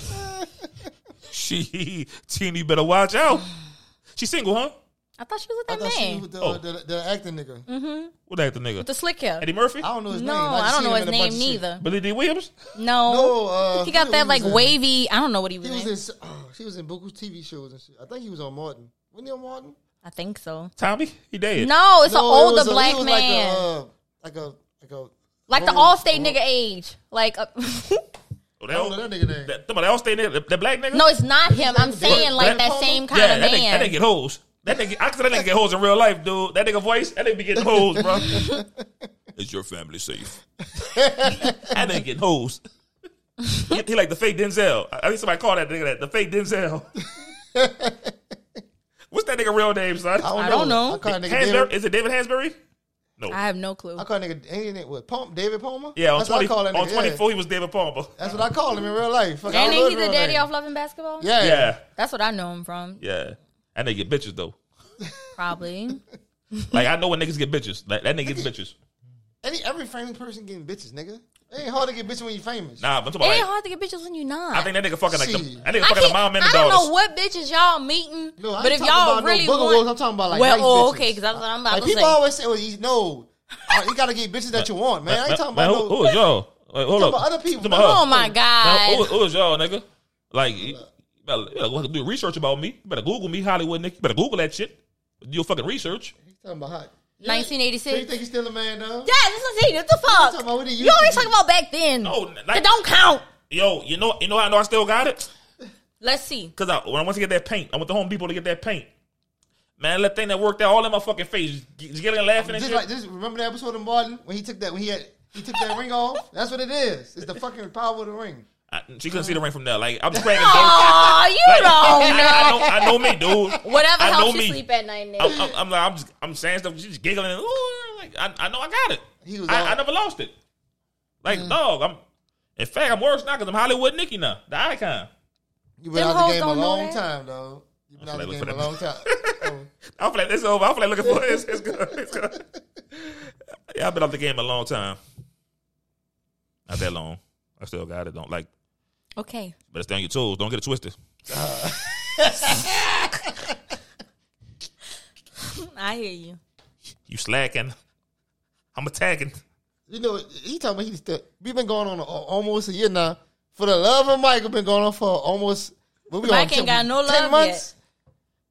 Speaker 1: she, Tina, you better watch out. She single, huh?
Speaker 5: I thought she was
Speaker 8: I
Speaker 5: with
Speaker 8: thought
Speaker 5: that
Speaker 8: she
Speaker 5: man.
Speaker 8: was the,
Speaker 1: Oh.
Speaker 8: the, the acting nigga.
Speaker 1: What that the nigga?
Speaker 5: the slick hair.
Speaker 1: Eddie Murphy,
Speaker 8: I don't know his
Speaker 5: No,
Speaker 8: name.
Speaker 5: I
Speaker 8: just
Speaker 5: don't know
Speaker 8: seen
Speaker 5: his
Speaker 8: him in a bunch
Speaker 5: name
Speaker 8: of shit.
Speaker 5: neither.
Speaker 1: Billy D. Williams.
Speaker 5: No.
Speaker 8: No, uh,
Speaker 5: he
Speaker 8: who
Speaker 5: got that
Speaker 8: was
Speaker 5: like
Speaker 8: in?
Speaker 5: wavy. I don't know what he was,
Speaker 8: He was
Speaker 5: in.
Speaker 8: in. s- Oh, he was in Buku TV shows and shit. I think he was on Martin. Wasn't he on Martin?
Speaker 5: I think so.
Speaker 1: Tommy, he dead.
Speaker 5: No, it's
Speaker 8: No,
Speaker 5: an
Speaker 8: it
Speaker 5: older
Speaker 8: was a- he
Speaker 5: black
Speaker 8: was
Speaker 5: man.
Speaker 8: Like a, uh, like a, like a,
Speaker 5: Like the
Speaker 8: Oh,
Speaker 5: all state
Speaker 8: oh.
Speaker 5: nigga age. Like, uh,
Speaker 1: Oh,
Speaker 8: I
Speaker 1: that,
Speaker 8: don't know that nigga name.
Speaker 1: that, somebody else stay there. That, that black nigga.
Speaker 5: no, it's not him. I'm
Speaker 8: Black-
Speaker 5: saying like
Speaker 1: black
Speaker 5: that
Speaker 8: Palmer?
Speaker 5: same kind
Speaker 1: yeah,
Speaker 5: of
Speaker 1: that nigga,
Speaker 5: man.
Speaker 1: that nigga get hoes. That nigga, I said that nigga get hoes in real life, dude. That nigga voice, that nigga be getting hoes, bro. Is your family safe? that nigga get hoes. He, he like the fake Denzel. I I think somebody called that nigga that the fake Denzel. What's that nigga real name, son?
Speaker 5: I don't know.
Speaker 8: I call that nigga
Speaker 1: Hansberry-
Speaker 8: David.
Speaker 1: Is it David Hansberry?
Speaker 5: I have no clue.
Speaker 8: I call that nigga ain't it what? Palm, David Palmer.
Speaker 1: Yeah, on
Speaker 8: that's
Speaker 1: twenty
Speaker 8: what I call that
Speaker 1: on
Speaker 8: nigga.
Speaker 1: twenty
Speaker 8: yeah.
Speaker 1: four, he was David Palmer.
Speaker 8: That's what I call him in real life. Fuck, I
Speaker 5: And
Speaker 8: don't know
Speaker 5: then
Speaker 8: his
Speaker 5: he
Speaker 8: real
Speaker 5: the daddy
Speaker 8: name.
Speaker 5: off loving basketball.
Speaker 8: Yeah.
Speaker 1: Yeah,
Speaker 5: That's what I know him from.
Speaker 1: yeah. That nigga get bitches though.
Speaker 5: Probably.
Speaker 1: Like I know when niggas get bitches. Like that nigga gets bitches.
Speaker 8: Any every famous person getting bitches, nigga. It ain't hard to get bitches when you famous.
Speaker 1: Nah, but I'm
Speaker 5: It
Speaker 1: talking
Speaker 5: ain't
Speaker 1: about. Like,
Speaker 5: hard to get bitches when you not.
Speaker 1: I think that nigga fucking like the,
Speaker 8: Shit.
Speaker 1: that nigga
Speaker 5: I
Speaker 1: fucking the
Speaker 5: can't-
Speaker 1: mom and the
Speaker 5: I don't
Speaker 1: daughters.
Speaker 5: know what bitches y'all meeting,
Speaker 8: No, I ain't
Speaker 5: but if
Speaker 8: talking
Speaker 5: y'all
Speaker 8: about no
Speaker 5: really
Speaker 8: booger
Speaker 5: want,
Speaker 8: wolves. I'm talking about, like,
Speaker 5: well,
Speaker 8: nice
Speaker 5: oh,
Speaker 8: bitches.
Speaker 5: okay, because I'm, I'm about
Speaker 8: Like
Speaker 5: to
Speaker 8: people
Speaker 5: say,
Speaker 8: always say, "Well, you know, uh, you gotta get bitches that you want, man." I ain't talking
Speaker 1: Man,
Speaker 8: about
Speaker 1: who,
Speaker 8: no.
Speaker 1: who is y'all? Wait, hold up.
Speaker 8: about other people.
Speaker 1: Talking about
Speaker 5: oh
Speaker 1: her.
Speaker 5: my god,
Speaker 1: Man, who, who is y'all, nigga? Like, you better, you better do research about me. You better Google me, Hollywood, nigga. You better Google that shit. Do your fucking research.
Speaker 8: He's talking about hot. So you
Speaker 5: 1986.
Speaker 8: think he's still a man though?
Speaker 5: Yeah, listen to you. What the fuck?
Speaker 8: talking about what it
Speaker 5: You
Speaker 8: used
Speaker 5: always
Speaker 8: to be.
Speaker 5: talking about back then.
Speaker 1: No,
Speaker 5: That
Speaker 1: Oh, like-
Speaker 5: don't count.
Speaker 1: Yo, you know, you know how I know I still got it?
Speaker 5: Let's see.
Speaker 1: Cause I when I went to get that paint, I went to Home Depot to get that paint. Man, that thing that worked out all in my fucking face, just getting and laughing and
Speaker 8: Just
Speaker 1: shit.
Speaker 8: like this. Remember the episode of Martin when he took that when he had he took that ring off? That's what it is. It's the fucking power of the ring.
Speaker 1: I- she couldn't see the ring from there. Like I'm just cracking jokes.
Speaker 5: Oh, you
Speaker 1: Like,
Speaker 5: don't know.
Speaker 1: I, I know, I know me, dude.
Speaker 5: Whatever
Speaker 1: I know
Speaker 5: helps you
Speaker 1: me.
Speaker 5: sleep at night, Nick.
Speaker 1: I'm, I'm, I'm like, I'm just, I'm saying stuff. She's just giggling. And, Ooh, like, I, I know I got it.
Speaker 8: He was
Speaker 1: I,
Speaker 8: all-
Speaker 1: I never lost it. Like, dog, I'm. In fact, I'm worse now because I'm Hollywood Nicky now, the icon.
Speaker 8: You've been
Speaker 5: Them
Speaker 8: out
Speaker 5: hoes
Speaker 8: the game a
Speaker 5: don't know
Speaker 8: long
Speaker 5: that.
Speaker 8: time, though. You've been out the
Speaker 1: That's
Speaker 8: game a
Speaker 1: what
Speaker 8: long time. Oh,
Speaker 1: I feel like this over. I feel like looking for it. It's, it's good. It's good. Yeah, I've been out the game a long time. Not that long. I still got it. Don't like,
Speaker 5: Okay.
Speaker 1: better stay on your toes. Don't get it twisted.
Speaker 5: I hear you.
Speaker 1: You slacking. I'm attacking.
Speaker 8: You know, he told me he's still. We've been going on a, almost a year now. For the love of Mike, we've been going on for almost. What we
Speaker 5: Mike
Speaker 8: on,
Speaker 5: ain't got no love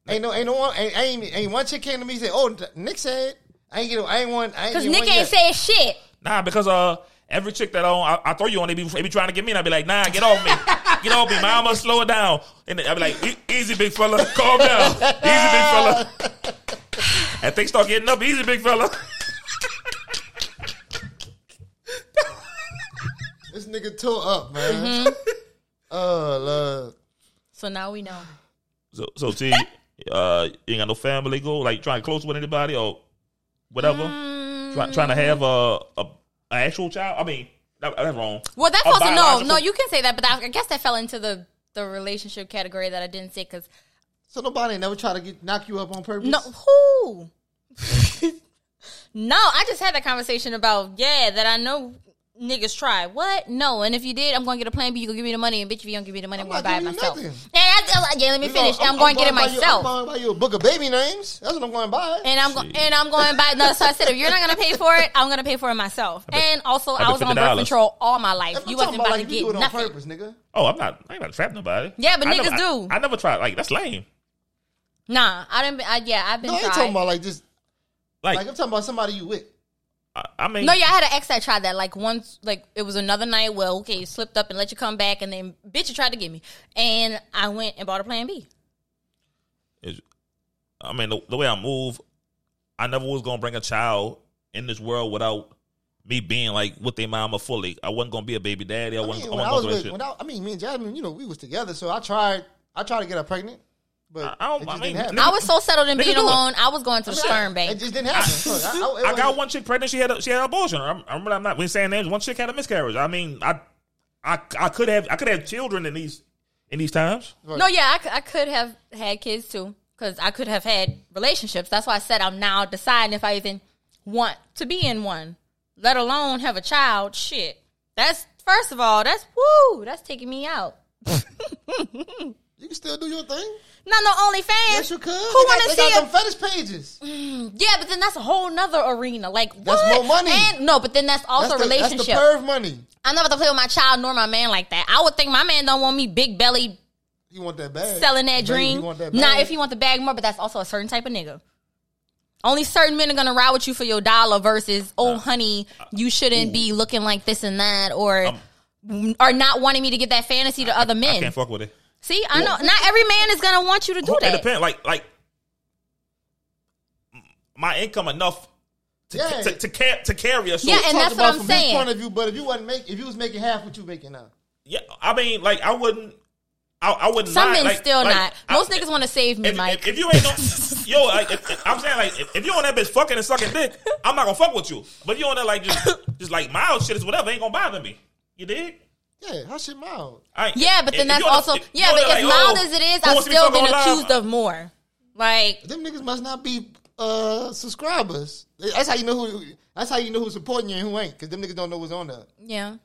Speaker 8: Ain't no, ain't no one, ain't, ain't, ain't one chick came to me and said, "Oh, Nick said I ain't get, I ain't one, I ain't
Speaker 5: Because
Speaker 8: get
Speaker 5: Nick
Speaker 8: one
Speaker 5: ain't saying
Speaker 8: yet."
Speaker 5: shit.
Speaker 1: Nah, because uh, every chick that I own, I, I throw you on, they be, they be trying to get me, and I be like, nah, get off me, get off me, mama, slow it down. And I be like, "E- easy, big fella, calm down, easy, big fella. And things start getting up, easy, big fella.
Speaker 8: This nigga tore up, man.
Speaker 5: Mm-hmm.
Speaker 8: Oh lord,
Speaker 5: So now we know.
Speaker 1: So, so T, uh, you ain't got no family goal, like trying close with anybody or whatever,
Speaker 5: Mm.
Speaker 1: Try, trying to have a, a, a actual child. I mean, that, that's wrong.
Speaker 5: Well, that's
Speaker 1: A
Speaker 5: also no,
Speaker 1: biological-
Speaker 5: no. You can say that, but that, I guess that fell into the the relationship category that I didn't say because
Speaker 8: so nobody ain't never try to get knock you up on purpose.
Speaker 5: no, who? no, I just had that conversation about yeah that I know niggas try what no, and if you did, I'm gonna get a plan B. You gonna give me the money, and bitch, if you don't give me the money, I'm, gonna
Speaker 8: I'm
Speaker 5: buy it
Speaker 8: not
Speaker 5: myself.
Speaker 8: giving
Speaker 5: And
Speaker 8: you nothing.
Speaker 5: that's, I, yeah, let me finish. I'm, going to get it
Speaker 8: by You, I'm
Speaker 5: myself.
Speaker 8: going to buy you a book of baby names. That's what I'm going to buy.
Speaker 5: and I'm going and I'm going by no. So I said, if you're not gonna pay for it, I'm gonna pay for it myself. and also, I
Speaker 1: bet
Speaker 5: was on birth
Speaker 1: $50.
Speaker 5: control all my life.
Speaker 8: I'm
Speaker 5: you wasn't
Speaker 8: talking
Speaker 5: about,
Speaker 8: like,
Speaker 5: to
Speaker 8: you do
Speaker 5: get
Speaker 8: it on
Speaker 5: nothing.
Speaker 8: purpose, nigga.
Speaker 1: Oh, I'm not. I ain't about to trap nobody.
Speaker 5: Yeah, but
Speaker 1: I
Speaker 5: niggas
Speaker 1: never,
Speaker 5: do.
Speaker 1: I, I never tried. Like that's lame.
Speaker 5: Nah, I didn't. I, yeah, I've been
Speaker 8: No, I ain't
Speaker 5: tried.
Speaker 8: talking about like just,
Speaker 1: Like,
Speaker 8: like I'm talking about somebody you with.
Speaker 1: I, I mean,
Speaker 5: No, yeah, I had an ex that tried that. Like once, like it was another night. Well, okay, you slipped up and let you come back, and then bitch, you tried to get me, and I went and bought a Plan B.
Speaker 1: is- I mean, the, the way I move, I never was gonna bring a child in this world without me being like with their mama fully. I wasn't gonna be a baby daddy. I
Speaker 8: I
Speaker 1: wasn't.
Speaker 8: mean,
Speaker 1: I,
Speaker 8: when I was
Speaker 1: wasn't
Speaker 8: with,
Speaker 1: going
Speaker 8: when I, I mean, me and Jasmine, you know, we was together, so I tried, I tried to get her pregnant, but
Speaker 1: I- I don't-
Speaker 8: it just
Speaker 1: I mean,
Speaker 8: didn't happen.
Speaker 1: nigga,
Speaker 5: I was so settled in
Speaker 1: Nigga,
Speaker 5: being
Speaker 1: do it.
Speaker 5: alone. I was going to the sperm
Speaker 8: It
Speaker 5: bank.
Speaker 8: just didn't happen. Look, I,
Speaker 1: I got one chick pregnant. She had a, she had an abortion. I'm, I remember I'm not. We're saying names. One chick had a miscarriage. I mean, I, I, I could have I could have children in these in these times.
Speaker 5: No, yeah, I, c- I could have had kids too, because I could have had relationships. That's why I said I'm now deciding if I even want to be in one, let alone have a child. Shit, that's first of all, that's woo, that's taking me out.
Speaker 8: You can still do your thing.
Speaker 5: Not no OnlyFans.
Speaker 8: Yes, you could.
Speaker 5: Who
Speaker 8: They got-
Speaker 5: want to
Speaker 8: they
Speaker 5: see
Speaker 8: got
Speaker 5: a
Speaker 8: them fetish pages?
Speaker 5: Yeah, but then that's a whole nother arena. Like what?
Speaker 8: That's more money.
Speaker 5: And, no, but then that's also
Speaker 8: That's the, that's
Speaker 5: relationship.
Speaker 8: the perv money.
Speaker 5: I'm not about to play with my child nor my man like that. I would think my man don't want me big belly
Speaker 8: You want that bag?
Speaker 5: selling that
Speaker 8: Baby,
Speaker 5: dream.
Speaker 8: You want that bag?
Speaker 5: Not if he want the bag more, but that's also a certain type of nigga. Only certain men are gonna ride with you for your dollar versus, oh honey, you shouldn't be looking like this and that, or or not wanting me to give that fantasy to other
Speaker 1: I
Speaker 5: men.
Speaker 1: can't fuck with it.
Speaker 5: See, I know not every man is gonna want you to do
Speaker 1: It
Speaker 5: that.
Speaker 1: depends. Like like my income enough to
Speaker 8: Yeah.
Speaker 1: to, to, ca- to carry us. So,
Speaker 5: Yeah,
Speaker 8: Talk
Speaker 5: and that's what
Speaker 8: about
Speaker 5: I'm
Speaker 8: from
Speaker 5: saying.
Speaker 8: His point of view, but if you wasn't make, if you was making half what you making now,
Speaker 1: yeah. I mean, like I wouldn't. I, I wouldn't.
Speaker 5: Some
Speaker 1: mind,
Speaker 5: men
Speaker 1: like-
Speaker 5: still
Speaker 1: like,
Speaker 5: not.
Speaker 1: I-
Speaker 5: Most niggas want to save me,
Speaker 1: If,
Speaker 5: Mike.
Speaker 1: if, if you ain't no, yo, like, if, if- I'm saying like, if, if you on that bitch fucking and sucking dick, I'm not gonna fuck with you. But you on that like just, just like mild shit is whatever, ain't gonna bother me. You dig?
Speaker 8: yeah, how shit mild.
Speaker 1: I ain't-
Speaker 5: Yeah, but
Speaker 1: if-
Speaker 5: then
Speaker 1: if
Speaker 5: that's
Speaker 1: you on
Speaker 5: also
Speaker 1: that- if you
Speaker 5: yeah.
Speaker 1: on
Speaker 5: But
Speaker 1: that,
Speaker 5: as
Speaker 1: like,
Speaker 5: mild
Speaker 1: oh,
Speaker 5: as it is,
Speaker 1: who
Speaker 5: I've
Speaker 1: wants to be
Speaker 5: still
Speaker 1: fucking
Speaker 5: been
Speaker 1: on live?
Speaker 5: accused of more. Like
Speaker 8: Them niggas must not be uh, subscribers. That's how you know who. That's how you know who's supporting you and who ain't, because them niggas don't know what's on there.
Speaker 5: yeah,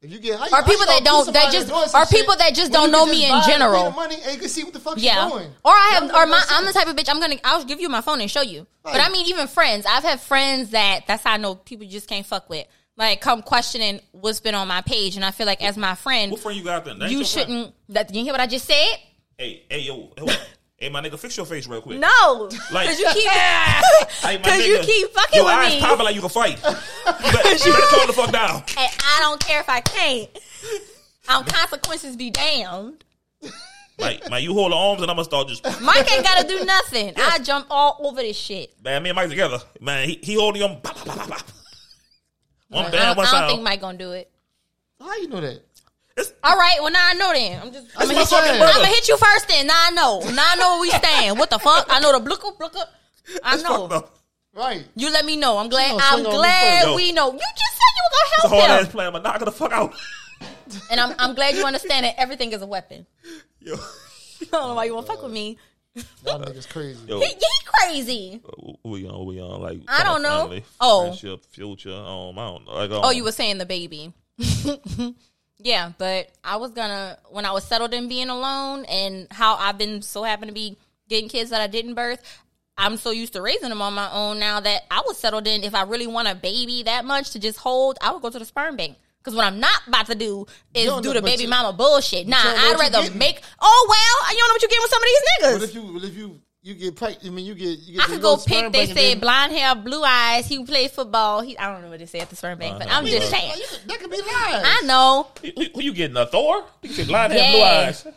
Speaker 8: If you get, how you-
Speaker 5: Or
Speaker 8: how you
Speaker 5: people
Speaker 8: gonna
Speaker 5: that don't-
Speaker 8: put
Speaker 5: that
Speaker 8: somebody
Speaker 5: just-
Speaker 8: doing some
Speaker 5: or people
Speaker 8: shit
Speaker 5: that just
Speaker 8: when
Speaker 5: don't
Speaker 8: you
Speaker 5: know
Speaker 8: can
Speaker 5: me in
Speaker 8: just buy it, pay the
Speaker 5: general?
Speaker 8: money and you can see what the fuck
Speaker 5: yeah.
Speaker 8: she's doing.
Speaker 5: Or I
Speaker 8: Y'all
Speaker 5: have
Speaker 8: don't
Speaker 5: or my
Speaker 8: know
Speaker 5: I'm the
Speaker 8: shit.
Speaker 5: type of bitch I'm gonna I'll give you my phone and show you. But I
Speaker 8: Right.
Speaker 5: mean, even friends, I've had friends that that's how I know people you just can't fuck with. Like come questioning what's been on my page, and I feel like as my friend,
Speaker 1: What friend you got then? That ain't
Speaker 5: you
Speaker 1: your friend.
Speaker 5: shouldn't. That you hear what I just said?
Speaker 1: Hey, hey, yo, hold on. hey, my nigga, fix your face real quick.
Speaker 5: No, because
Speaker 1: Like-
Speaker 5: you keep
Speaker 1: Hey, my
Speaker 5: because you
Speaker 1: nigga,
Speaker 5: keep fucking
Speaker 1: your
Speaker 5: with
Speaker 1: eyes
Speaker 5: me,
Speaker 1: popping like you can fight. You better, you better calm the fuck down.
Speaker 5: and I don't care if I can't. I'm consequences be damned.
Speaker 1: Like, man, you hold the arms and I'm gonna start just
Speaker 5: Mike ain't gotta do nothing. I jump all over this shit.
Speaker 1: man, me and Mike together. Man, he, he holding him. Pop, pop, pop, pop, pop. One
Speaker 5: I
Speaker 1: down,
Speaker 5: don't,
Speaker 1: one
Speaker 5: I don't
Speaker 1: side.
Speaker 5: think Mike gonna do it.
Speaker 8: How you know that?
Speaker 5: All right, well now I know then. I'm just I'm gonna,
Speaker 8: That's
Speaker 5: hit
Speaker 8: my
Speaker 5: you,
Speaker 8: fucking
Speaker 5: I'm
Speaker 1: brother.
Speaker 5: gonna hit you first then. Now I know. Now I know where we stand. What the fuck? I know the blooka blooka. I know.
Speaker 1: Fuck,
Speaker 8: Right.
Speaker 5: You let me know. I'm glad.
Speaker 8: gonna
Speaker 5: I'm
Speaker 8: swing on me
Speaker 5: glad
Speaker 1: first. Yo.
Speaker 5: we know. You just said you
Speaker 1: It's a
Speaker 5: were gonna
Speaker 1: hard
Speaker 5: help
Speaker 1: ass
Speaker 5: him,
Speaker 1: plan. I'm knocking the fuck out.
Speaker 5: and I'm I'm glad you understand that everything is a weapon.
Speaker 1: Yo,
Speaker 5: I don't know why you wanna fuck with me.
Speaker 8: Y'all niggas crazy.
Speaker 1: yo, uh,
Speaker 5: He, he crazy.
Speaker 1: we on, we on. Like,
Speaker 5: I don't know.
Speaker 1: family,
Speaker 5: Oh.
Speaker 1: friendship, future. Um, I don't know. Like, um,
Speaker 5: Oh, you were saying the baby. yeah, but I was gonna when I was settled in being alone and how I've been so happy to be getting kids that I didn't birth. I'm so used to raising them on my own now that I was settled in. If I really want a baby that much to just hold, I would go to the sperm bank. Because what I'm not about to do is
Speaker 8: don't
Speaker 5: do
Speaker 8: know,
Speaker 5: the
Speaker 8: but
Speaker 5: baby
Speaker 8: you-
Speaker 5: mama bullshit. Nah,
Speaker 8: don't know
Speaker 5: I'd
Speaker 8: what you
Speaker 5: rather
Speaker 8: getting.
Speaker 5: make. Oh well, you don't know what you get with some of
Speaker 8: But
Speaker 5: these
Speaker 8: if
Speaker 5: niggas.
Speaker 8: you, well, if you, you get pregnant. I mean, you get. You get
Speaker 5: I
Speaker 8: you
Speaker 5: could go
Speaker 8: to sperm
Speaker 5: pick. They
Speaker 8: bank and
Speaker 5: said
Speaker 8: then-
Speaker 5: blonde hair, blue eyes. He played football. He I don't know what they said at the sperm bank,
Speaker 8: Uh-huh.
Speaker 5: but I'm just saying.
Speaker 8: You could- That could be lies.
Speaker 5: I know.
Speaker 1: who, who you getting? A Thor? You said blonde hair, blue eyes.
Speaker 5: Yeah.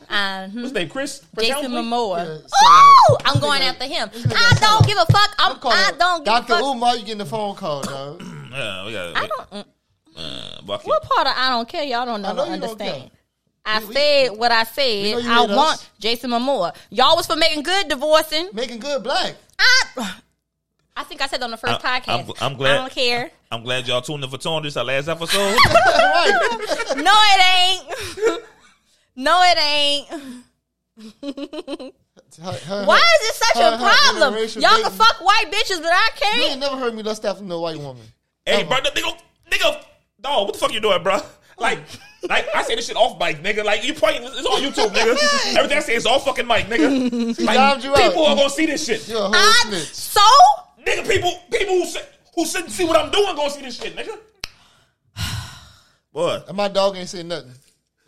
Speaker 5: Uh-huh.
Speaker 1: His name Chris. Chris
Speaker 5: Jason
Speaker 1: Helmsley?
Speaker 5: Momoa.
Speaker 8: Yeah, so-
Speaker 5: Ooh, I'm going after him. I
Speaker 8: nigga-
Speaker 5: don't give a fuck. I'm,
Speaker 8: Call
Speaker 5: I don't give a
Speaker 8: Dr.
Speaker 5: fuck.
Speaker 8: Umar, you getting a phone call, dog.
Speaker 1: Yeah, we got.
Speaker 5: I don't. mm.
Speaker 1: Uh, bucket.
Speaker 5: What part of I don't care? Y'all don't
Speaker 8: I
Speaker 5: never
Speaker 8: know you don't
Speaker 5: understand.
Speaker 8: care.
Speaker 5: I
Speaker 8: We- we-
Speaker 5: said what I
Speaker 8: know
Speaker 5: said.
Speaker 8: you
Speaker 5: I
Speaker 8: hate us.
Speaker 5: want Jason Momoa. Y'all was for making good divorcing.
Speaker 8: Making good black.
Speaker 5: I, I think I said on the first
Speaker 1: I- I'm-
Speaker 5: podcast.
Speaker 1: I'm glad-
Speaker 5: I don't care.
Speaker 1: I'm glad y'all tuned in for Tony. This our last episode.
Speaker 8: right.
Speaker 5: No, it ain't. no, it ain't.
Speaker 8: Her- her-
Speaker 5: Why is it such
Speaker 8: her-
Speaker 5: a
Speaker 8: her
Speaker 5: problem?
Speaker 8: Uh-huh. interracial
Speaker 5: Y'all can
Speaker 8: dating.
Speaker 5: fuck white bitches, but I
Speaker 8: You
Speaker 5: can't.
Speaker 8: ain't never heard me lust after no white woman.
Speaker 1: hey, bro, nigga, nigga, dog, what the fuck you doing, bro? Like, like I say this shit off mic, nigga. Like you pointing, it's on YouTube, nigga. Everything I say is all fucking mic, nigga. Like,
Speaker 8: dialed you
Speaker 1: people
Speaker 8: out.
Speaker 1: are gonna see this shit,
Speaker 8: You're a whole
Speaker 5: I'm
Speaker 8: snitch.
Speaker 5: so
Speaker 1: nigga. People, people who sit, who sit and see what I'm doing gonna see this shit, nigga. Boy,
Speaker 8: And my dog ain't saying nothing.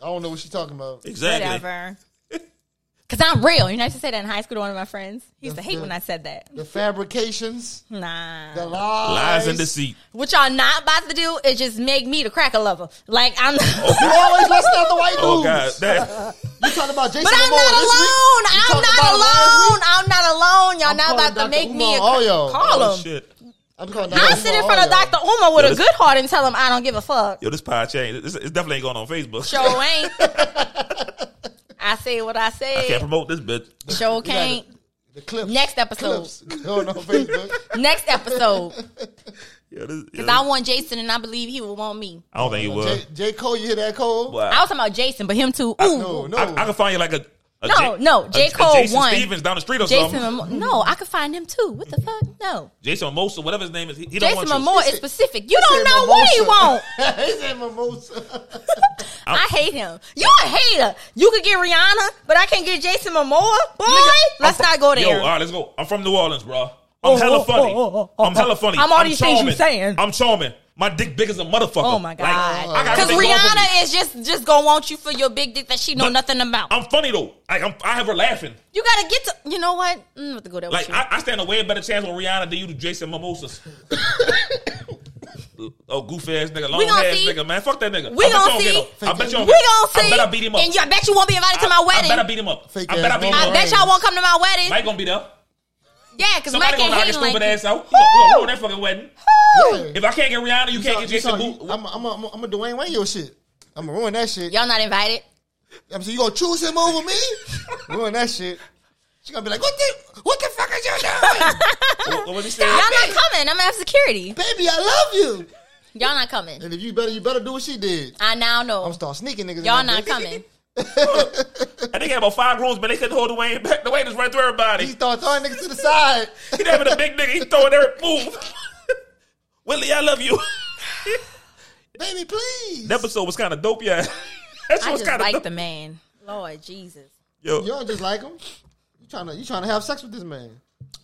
Speaker 8: I don't know what she's talking about.
Speaker 5: whatever. Cause I'm real. You know, I used to say that in high school to one of my friends. He used to hate when I said that.
Speaker 8: The fabrications, the
Speaker 5: Nah.
Speaker 8: lies.
Speaker 1: Lies and deceit.
Speaker 5: What y'all not about to do is just make me the cracker lover. Like I'm.
Speaker 8: You always lusting out the white dudes.
Speaker 1: Oh God, that
Speaker 8: You talking about Jason
Speaker 5: But I'm
Speaker 8: Momoa
Speaker 5: not
Speaker 8: this week?
Speaker 5: alone.
Speaker 8: You
Speaker 5: I'm
Speaker 8: talking
Speaker 5: not
Speaker 8: about last
Speaker 5: alone. I'm not alone. Y'all
Speaker 8: I'm
Speaker 5: not
Speaker 8: calling
Speaker 5: about to
Speaker 8: Dr.
Speaker 5: make me a
Speaker 8: Umar all y'all.
Speaker 5: call
Speaker 1: oh,
Speaker 5: him.
Speaker 1: shit.
Speaker 8: I'm calling
Speaker 5: I'll
Speaker 8: Jason
Speaker 5: sit in
Speaker 8: Momoa
Speaker 5: front of
Speaker 8: all
Speaker 5: Dr. Uma with
Speaker 1: Yo,
Speaker 5: a
Speaker 1: this-
Speaker 5: good heart and tell him I don't give a fuck.
Speaker 1: Yo, this pod chain. This, it definitely ain't going on Facebook.
Speaker 5: Show ain't. I say what I
Speaker 1: I can't
Speaker 5: said.
Speaker 1: promote this bitch.
Speaker 5: Show can't.
Speaker 8: The clips.
Speaker 5: Next episode.
Speaker 8: clips going on Facebook.
Speaker 5: Next episode.
Speaker 1: Yo, this, yo,
Speaker 5: Because I want Jason and I believe he will want me.
Speaker 1: I don't think you
Speaker 8: J,
Speaker 1: would.
Speaker 8: J. Cole, you hear that, Cole?
Speaker 1: Boy,
Speaker 5: I was talking about Jason, but him too. Ooh.
Speaker 8: No, no.
Speaker 1: I, I can find you like a, a
Speaker 5: Oh, No, no, J.
Speaker 1: a- a
Speaker 5: Cole
Speaker 1: Jason
Speaker 5: won.
Speaker 1: Stevens down the street or
Speaker 5: Jason
Speaker 1: something.
Speaker 5: Momoa. No, I could find him too. What the fuck? No.
Speaker 1: Jason Momoa, whatever his name is, he, he don't
Speaker 5: Jason
Speaker 1: want
Speaker 5: Momoa
Speaker 8: He
Speaker 5: is
Speaker 8: said-
Speaker 5: specific. You
Speaker 8: He
Speaker 5: don't
Speaker 8: said
Speaker 5: know what he
Speaker 8: mimosa.
Speaker 5: want.
Speaker 8: he said mimosa.
Speaker 5: I hate him. You a hater. You could get Rihanna, but I can't get Jason Momoa. Boy, let's not go
Speaker 1: you. Yo,
Speaker 5: there. Oh,
Speaker 1: all right, let's go. I'm from New Orleans, bro. I'm hella funny. I'm hella funny.
Speaker 5: I'm all these things you
Speaker 1: charming.
Speaker 5: saying.
Speaker 1: I'm charming. My dick big as a motherfucker.
Speaker 5: oh my
Speaker 1: Like, I
Speaker 5: god.
Speaker 1: got
Speaker 5: Because
Speaker 1: everything going for me.
Speaker 5: Rihanna is just just gonna want you for your big dick that she know
Speaker 1: But
Speaker 5: nothing about.
Speaker 1: I'm funny though. Like I'm, I have her laughing.
Speaker 5: you gotta get to. You know what? Mm, I'm about to go there.
Speaker 1: Like
Speaker 5: with you.
Speaker 1: I, I stand a way better chance with Rihanna than you do Jason Mimosas. oh goofy ass nigga, long
Speaker 5: gonna
Speaker 1: ass
Speaker 5: see.
Speaker 1: nigga, man. Fuck that nigga.
Speaker 5: We
Speaker 1: I bet
Speaker 5: gonna
Speaker 1: you don't
Speaker 5: see.
Speaker 1: get him. I bet you
Speaker 5: we
Speaker 1: don't get him.
Speaker 5: gonna see.
Speaker 1: I bet I beat him up.
Speaker 5: And you, I bet you won't be invited to my wedding.
Speaker 1: I bet I beat him up.
Speaker 8: Fake
Speaker 1: I bet I
Speaker 8: ass
Speaker 1: beat him up.
Speaker 8: mama.
Speaker 5: I bet y'all won't come to my wedding.
Speaker 1: Mike gonna be there.
Speaker 5: yeah, because Mike
Speaker 1: Somebody gonna
Speaker 5: ain't
Speaker 1: knock his
Speaker 5: hating like
Speaker 1: stupid
Speaker 5: you.
Speaker 1: ass out. He gonna- he gonna ruin that fucking wedding.
Speaker 8: Yeah.
Speaker 1: If I can't get Rihanna, you can't get
Speaker 8: You saw-
Speaker 1: Jason
Speaker 8: you-
Speaker 1: Boo.
Speaker 8: I'm I'm I'm I'm a Dwayne Wayne your shit. I'm gonna ruin that shit.
Speaker 5: Y'all not invited.
Speaker 8: I'm saying you gonna choose him over me? ruin that shit. She gonna be like, what the what the fuck is you doing,
Speaker 1: What what he said?
Speaker 5: Y'all not coming. I'm gonna have security.
Speaker 8: baby? I love you.
Speaker 5: Y'all not coming.
Speaker 8: And if you better, you better do what she did.
Speaker 5: I now know.
Speaker 8: I'm start sneaking niggas. in
Speaker 5: Y'all
Speaker 8: my
Speaker 5: not
Speaker 8: dick.
Speaker 5: coming.
Speaker 1: I think he had about five grooms, but they couldn't hold the Wayne back. The Wayne just ran through
Speaker 8: He
Speaker 1: everybody.
Speaker 8: start throwing niggas to the side.
Speaker 1: He having a big nigga. He throwing every move. Willie, I love you.
Speaker 8: baby, please.
Speaker 1: That episode was kind of dope, yeah. That shit
Speaker 5: I
Speaker 1: was
Speaker 5: just
Speaker 1: kind of
Speaker 5: like
Speaker 1: dope.
Speaker 5: the man. Lord Jesus.
Speaker 1: Yo,
Speaker 8: You don't just like him. You trying to you trying to have sex with this man?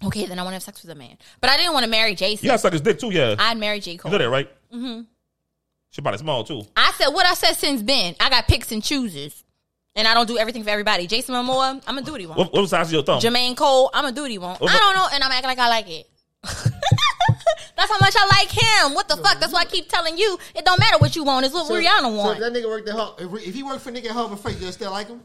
Speaker 5: Okay, then I want to have sex with a man, but I didn't want to marry Jason.
Speaker 1: you gotta suck his dick too, yeah.
Speaker 5: I'd marry J
Speaker 1: you
Speaker 5: Cole.
Speaker 1: know that, right? Mm-hmm. She probably small too.
Speaker 5: I said what I said since then. I got picks and chooses, and I don't do everything for everybody. Jason Momoa, I'm a do what he want.
Speaker 1: What, what size is your thumb?
Speaker 5: Jermaine Cole, I'm a do what he want.
Speaker 1: What
Speaker 5: I
Speaker 1: about-
Speaker 5: don't know, and I'm acting like I like it. That's how much I like him. What the fuck? That's why I keep telling you it don't matter what you want. It's what
Speaker 8: So-
Speaker 5: Rihanna
Speaker 8: So if
Speaker 5: wants.
Speaker 8: that nigga worked at Har- if, if he worked for nigga at Harbor Freight, you still like him?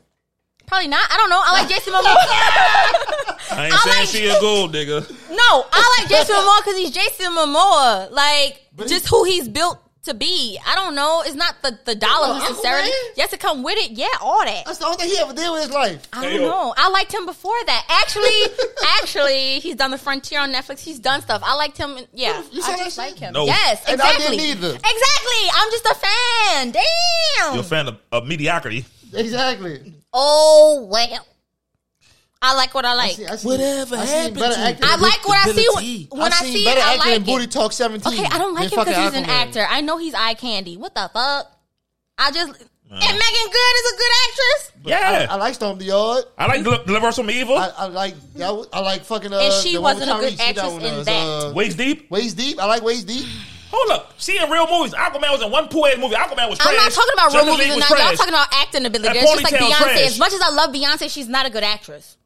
Speaker 5: Probably not. I don't know. I like Jason Momoa.
Speaker 1: I ain't
Speaker 5: I
Speaker 1: saying
Speaker 5: like-
Speaker 1: she a gold nigga.
Speaker 5: No, I like Jason Momoa because he's Jason Momoa. Like
Speaker 8: But
Speaker 5: just
Speaker 8: he-
Speaker 5: who he's built to be. I don't know. It's not the the dollar
Speaker 8: Uncle
Speaker 5: necessarily.
Speaker 8: Man?
Speaker 5: Yes, to come with it. Yeah, all that.
Speaker 8: That's the only thing he ever did with his life.
Speaker 5: I
Speaker 1: Hey,
Speaker 5: don't
Speaker 1: yo.
Speaker 5: know. I liked him before that. Actually, actually, he's done the Frontier on Netflix. He's done stuff. I liked him. Yeah,
Speaker 8: You saw
Speaker 5: I
Speaker 8: that
Speaker 5: just
Speaker 8: shit?
Speaker 5: like him.
Speaker 1: No.
Speaker 5: Yes,
Speaker 8: And I
Speaker 5: exactly.
Speaker 8: didn't either.
Speaker 5: Exactly. I'm just a fan. Damn.
Speaker 1: You're a fan of, of mediocrity.
Speaker 8: Exactly.
Speaker 5: oh well. I like what I like.
Speaker 8: See, I seen, Whatever I seen better acting.
Speaker 5: I like what I see when, when
Speaker 8: I
Speaker 5: I,
Speaker 8: seen
Speaker 5: see it.
Speaker 8: better
Speaker 5: I
Speaker 8: acting
Speaker 5: like
Speaker 8: in
Speaker 5: it.
Speaker 8: Booty Talk 17.
Speaker 5: Okay, I don't like
Speaker 8: than
Speaker 5: him because
Speaker 8: fucking
Speaker 5: he's an
Speaker 8: Aquaman.
Speaker 5: actor. I know he's eye candy. What the fuck? I just and Megan Good is a good actress,
Speaker 1: Yeah,
Speaker 8: I like Storm the Yard.
Speaker 1: I, like Del- Deliver Us from Evil.
Speaker 8: I, I like that. w- I like fucking. Uh,
Speaker 5: And she
Speaker 8: the one with
Speaker 5: wasn't a good
Speaker 8: Tyrese. She
Speaker 5: actress
Speaker 8: one
Speaker 5: in
Speaker 8: was,
Speaker 5: that.
Speaker 8: uh,
Speaker 1: Waist deep.
Speaker 8: Waist deep. I like waist deep.
Speaker 1: Hold up. She in real movies. Aquaman was in one poor ass movie. Aquaman was trash.
Speaker 5: I'm not talking about real
Speaker 1: Justice
Speaker 5: movies
Speaker 1: League
Speaker 5: and
Speaker 1: was
Speaker 5: not. Y'all
Speaker 1: trash.
Speaker 5: talking about acting ability.
Speaker 1: That
Speaker 5: It's just like
Speaker 1: ponytail
Speaker 5: Beyonce.
Speaker 1: trash.
Speaker 5: As much as I love Beyonce, she's not a good actress.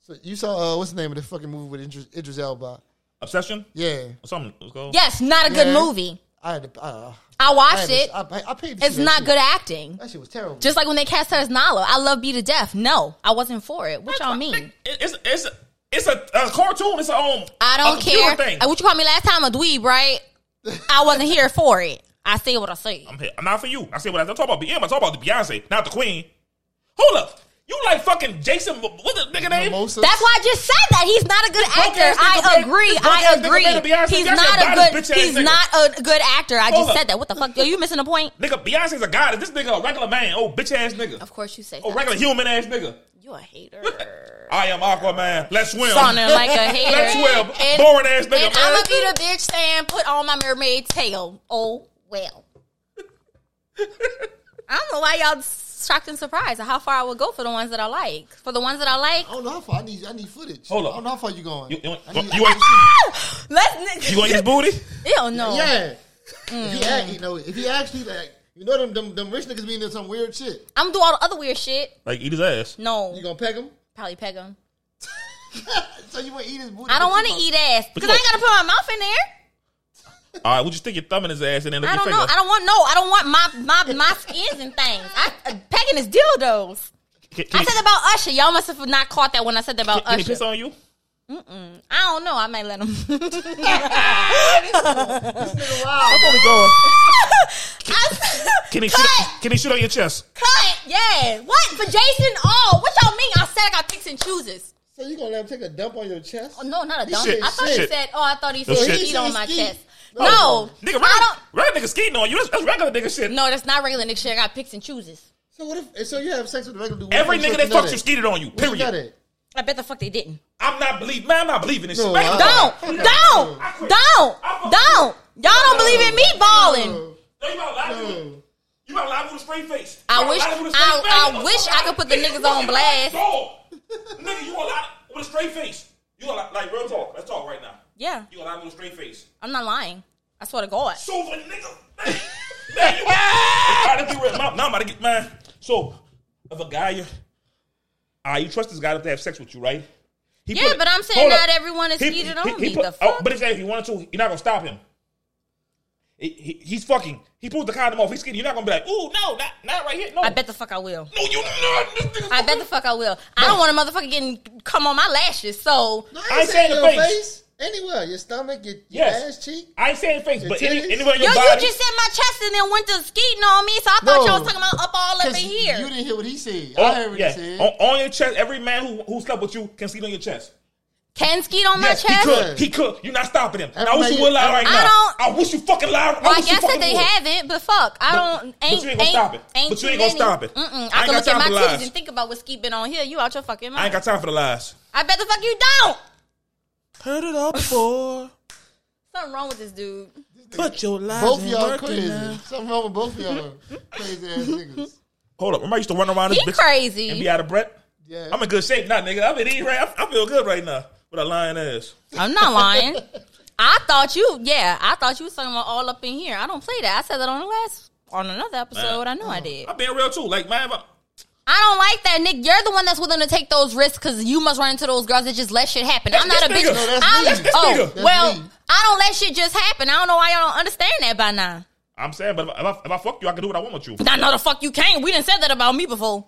Speaker 8: So you saw uh, what's the name of the fucking movie with Idris, Idris Elba?
Speaker 1: Obsession?
Speaker 8: Yeah,
Speaker 1: Or something. Let's go.
Speaker 5: Yes, not a good
Speaker 8: Yeah.
Speaker 5: movie.
Speaker 8: I had to. Uh,
Speaker 5: I
Speaker 8: I,
Speaker 5: watched
Speaker 8: had
Speaker 5: it.
Speaker 8: to, I, I paid. To
Speaker 5: It's
Speaker 8: see that
Speaker 5: not
Speaker 8: shit.
Speaker 5: good acting.
Speaker 8: That shit was terrible.
Speaker 5: Just like when they cast her as Nala. I love Be to Death. No, I wasn't for it. What y'all mean?
Speaker 1: It- It's it's it's a, a cartoon. It's a um.
Speaker 5: I
Speaker 1: a
Speaker 5: don't
Speaker 1: computer
Speaker 5: care.
Speaker 1: Thing.
Speaker 5: And What you called me last time? A dweeb, right? I wasn't here for it. I say what I say.
Speaker 1: I'm, here. I'm not for you. I said what I am talking about. BM. I talk about the Beyonce, not the Queen. Hold up. You like fucking Jason? What the nigga name?
Speaker 8: Mimosas.
Speaker 5: That's why I just said that he's not a good
Speaker 1: broke
Speaker 5: actor.
Speaker 1: ass nigga
Speaker 5: I
Speaker 1: made-
Speaker 5: agree.
Speaker 1: this broke
Speaker 5: I
Speaker 1: ass nigga made a Beyonce
Speaker 5: agree. He's
Speaker 1: Beyonce
Speaker 5: not
Speaker 1: body
Speaker 5: a
Speaker 1: bitch
Speaker 5: good.
Speaker 1: ass
Speaker 5: He's
Speaker 1: nigga.
Speaker 5: not a good actor. I
Speaker 1: Hold
Speaker 5: just
Speaker 1: up.
Speaker 5: said that. What the fuck? Are you missing a point?
Speaker 1: Nigga, Beyonce's a goddess. This nigga a regular man. Oh, bitch ass nigga.
Speaker 5: Of course you say.
Speaker 1: Oh,
Speaker 5: that.
Speaker 1: regular human ass nigga.
Speaker 5: You a hater.
Speaker 1: I am Aquaman. Let's swim.
Speaker 5: Sounding like a hater.
Speaker 1: Let's swim.
Speaker 5: And-
Speaker 1: Boring ass nigga,
Speaker 5: And I'ma
Speaker 1: man.
Speaker 5: be the bitch saying, "Put on my mermaid tail." Oh well. I don't know why y'all shocked and surprised at how far I would go for the ones that I like. For the ones that I like,
Speaker 8: I don't know how far I need. I need footage.
Speaker 1: Hold
Speaker 8: I
Speaker 1: up.
Speaker 8: don't know how far you going.
Speaker 1: You, you, want-
Speaker 8: I
Speaker 1: you,
Speaker 8: need-
Speaker 1: want,
Speaker 5: let's.
Speaker 1: you want his booty?
Speaker 5: Ew, no.
Speaker 8: Yeah.
Speaker 5: Mm.
Speaker 8: If he act, you know, if he actually like, you know, them them, them rich niggas be into some weird shit.
Speaker 5: I'm do all the other weird shit.
Speaker 1: Like eat his ass.
Speaker 5: No,
Speaker 8: You gonna peg him?
Speaker 5: probably peg him.
Speaker 8: so you want to eat his booty?
Speaker 5: I don't
Speaker 8: but
Speaker 5: want
Speaker 8: you
Speaker 5: to
Speaker 8: gonna-
Speaker 5: eat ass because I ain't gotta put my mouth in there.
Speaker 1: All right, would you stick your thumb in his ass and then lick
Speaker 5: I
Speaker 1: your
Speaker 5: don't
Speaker 1: finger?
Speaker 5: know. I don't want no. I don't want my my my skins and things. I uh, pegging is dildos.
Speaker 1: Can, can
Speaker 5: I
Speaker 1: he-
Speaker 5: said about Usher. Y'all must have not caught that when I said that about
Speaker 1: can he
Speaker 5: Usher.
Speaker 1: piss on you?
Speaker 5: I don't know. I might let him.
Speaker 1: Where we going?
Speaker 5: I said-
Speaker 1: Can he shoot?
Speaker 5: cut,
Speaker 1: Can he shoot on your chest?
Speaker 5: cut. Yeah. What for Jason? Oh, what y'all mean? I said I got picks and chooses.
Speaker 8: So you gonna let him take a dump on your chest?
Speaker 5: Oh, no, not a dumb.
Speaker 1: said
Speaker 5: I thought he
Speaker 1: shit.
Speaker 5: said. Oh, I thought he said
Speaker 1: No, shit.
Speaker 5: he eat
Speaker 8: He
Speaker 5: on
Speaker 8: said
Speaker 5: my
Speaker 8: ski.
Speaker 5: chest.
Speaker 8: No.
Speaker 1: Nigga,
Speaker 5: No, I
Speaker 1: regular,
Speaker 5: don't.
Speaker 1: regular nigga skeeting on you. That's, that's regular nigga shit.
Speaker 5: No, that's not regular nigga shit. I got picks and chooses.
Speaker 8: So what if? So you have sex with a regular dude? what
Speaker 1: Every
Speaker 8: if you
Speaker 1: nigga
Speaker 8: know
Speaker 1: that fucks you
Speaker 8: that?
Speaker 1: skeeted on you.
Speaker 8: Where you got
Speaker 1: Period.
Speaker 8: it?
Speaker 5: I bet the fuck they didn't.
Speaker 1: I'm not believing. Man, I'm not believing this
Speaker 8: No,
Speaker 1: shit. Man,
Speaker 8: Oh. I-
Speaker 5: Don't,
Speaker 8: fuck
Speaker 5: don't,
Speaker 8: no.
Speaker 5: don't, don't. Y'all don't believe in me balling.
Speaker 1: No, you about to lie to me.
Speaker 8: No.
Speaker 1: You about to lie with a straight face. You
Speaker 5: I
Speaker 1: about to
Speaker 5: wish,
Speaker 1: lie with a straight face.
Speaker 5: I, I
Speaker 1: Motherfucker,
Speaker 5: wish I could put the
Speaker 1: nigga,
Speaker 5: niggas on
Speaker 1: you
Speaker 5: blast.
Speaker 1: Dog. nigga, you gonna lie with a straight face. You gonna lie, like real talk. Let's talk right now.
Speaker 5: Yeah,
Speaker 1: You gonna lie with a straight face.
Speaker 5: I'm not lying. I swear to God.
Speaker 1: So if a nigga, man, man, you, I didn't get now, now I'm about to get man. So if a guy, you, uh, you trust this guy to have sex with you, right? He
Speaker 5: Yeah,
Speaker 1: put-
Speaker 5: but I'm saying
Speaker 1: hold up.
Speaker 5: not everyone is cheated on me. The
Speaker 1: oh,
Speaker 5: fuck?
Speaker 1: but if if you wanted to, you're not gonna stop him. He, he, he's fucking. He pulls the condom off. He's skinny. You're not gonna be like, ooh, no, not, not right here. No,
Speaker 5: I bet the fuck I will.
Speaker 1: No, you not. This nigga's
Speaker 5: I bet the fuck I will. I don't want a motherfucker getting come on my lashes. So
Speaker 8: No,
Speaker 1: I ain't saying
Speaker 8: your
Speaker 1: the face.
Speaker 8: Anywhere, your stomach, your, your
Speaker 1: Yes.
Speaker 8: ass cheek.
Speaker 1: I ain't saying face, but any,
Speaker 8: titties?
Speaker 1: anywhere in
Speaker 5: yo,
Speaker 1: your
Speaker 5: you
Speaker 1: body.
Speaker 5: just said my chest and then went to skeeting on me. So I thought
Speaker 8: No.
Speaker 5: y'all was talking about up all up in
Speaker 8: 'Cause
Speaker 5: here.
Speaker 8: You didn't hear what he said.
Speaker 1: on,
Speaker 8: I heard what
Speaker 1: yeah,
Speaker 8: he said.
Speaker 1: on, on your chest. Every man who who slept with you can sleep on your chest.
Speaker 5: Can skeet on my
Speaker 1: Yes,
Speaker 5: chest?
Speaker 1: he could. He could. You're not stopping him. And I wish
Speaker 8: Everybody-
Speaker 1: you would lie right
Speaker 5: I
Speaker 1: now. I wish you fucking lied.
Speaker 5: Well, I
Speaker 1: wish you
Speaker 5: guess that
Speaker 1: fucking
Speaker 5: they
Speaker 1: would.
Speaker 5: haven't, but fuck, I don't.
Speaker 1: but
Speaker 5: Ain't,
Speaker 1: you ain't gonna
Speaker 5: ain't-
Speaker 1: stop it. But
Speaker 5: ain't
Speaker 1: you
Speaker 5: too
Speaker 1: ain't gonna
Speaker 5: many.
Speaker 1: stop it.
Speaker 5: Mm-mm.
Speaker 1: I
Speaker 5: I,
Speaker 1: ain't
Speaker 5: can
Speaker 1: got
Speaker 5: look at
Speaker 1: time
Speaker 5: my
Speaker 1: for lies.
Speaker 5: titties and think about what's keeping on here. You out your fucking
Speaker 1: I
Speaker 5: mind. I,
Speaker 1: ain't got time for the lies.
Speaker 5: bet the fuck you don't.
Speaker 1: Heard it all before.
Speaker 5: Something wrong with this dude.
Speaker 1: Put your lies
Speaker 8: both of y'all crazy. Something wrong with both of y'all. crazy ass niggas.
Speaker 1: Hold up. Remember I used to run around this
Speaker 5: He
Speaker 1: bitch
Speaker 5: crazy.
Speaker 1: and be out of breath?
Speaker 8: Yeah.
Speaker 1: I'm in good shape now, nigga. I'm in eating right. I I feel good right now with a lying ass.
Speaker 5: I'm not lying. I thought you, yeah, I thought you was talking about all up in here. I don't play that. I said that on the last, on another episode. I know I did.
Speaker 1: I'm being real too. Like, man, if I-
Speaker 5: I don't like that, Nick. You're the one that's willing to take those risks because you must run into those girls that just let shit happen. I'm
Speaker 1: That's
Speaker 5: not a
Speaker 1: this
Speaker 5: bitch.
Speaker 1: nigga. No,
Speaker 8: that's
Speaker 5: I'm-
Speaker 8: me. That's this
Speaker 5: oh,
Speaker 1: nigga.
Speaker 8: That's
Speaker 5: well,
Speaker 8: me.
Speaker 5: I don't let shit just happen. I don't know why y'all don't understand that by now.
Speaker 1: I'm saying, but if I, if I fuck you, I can do what I want with you.
Speaker 5: I know the fuck you can't. We didn't said that about me before.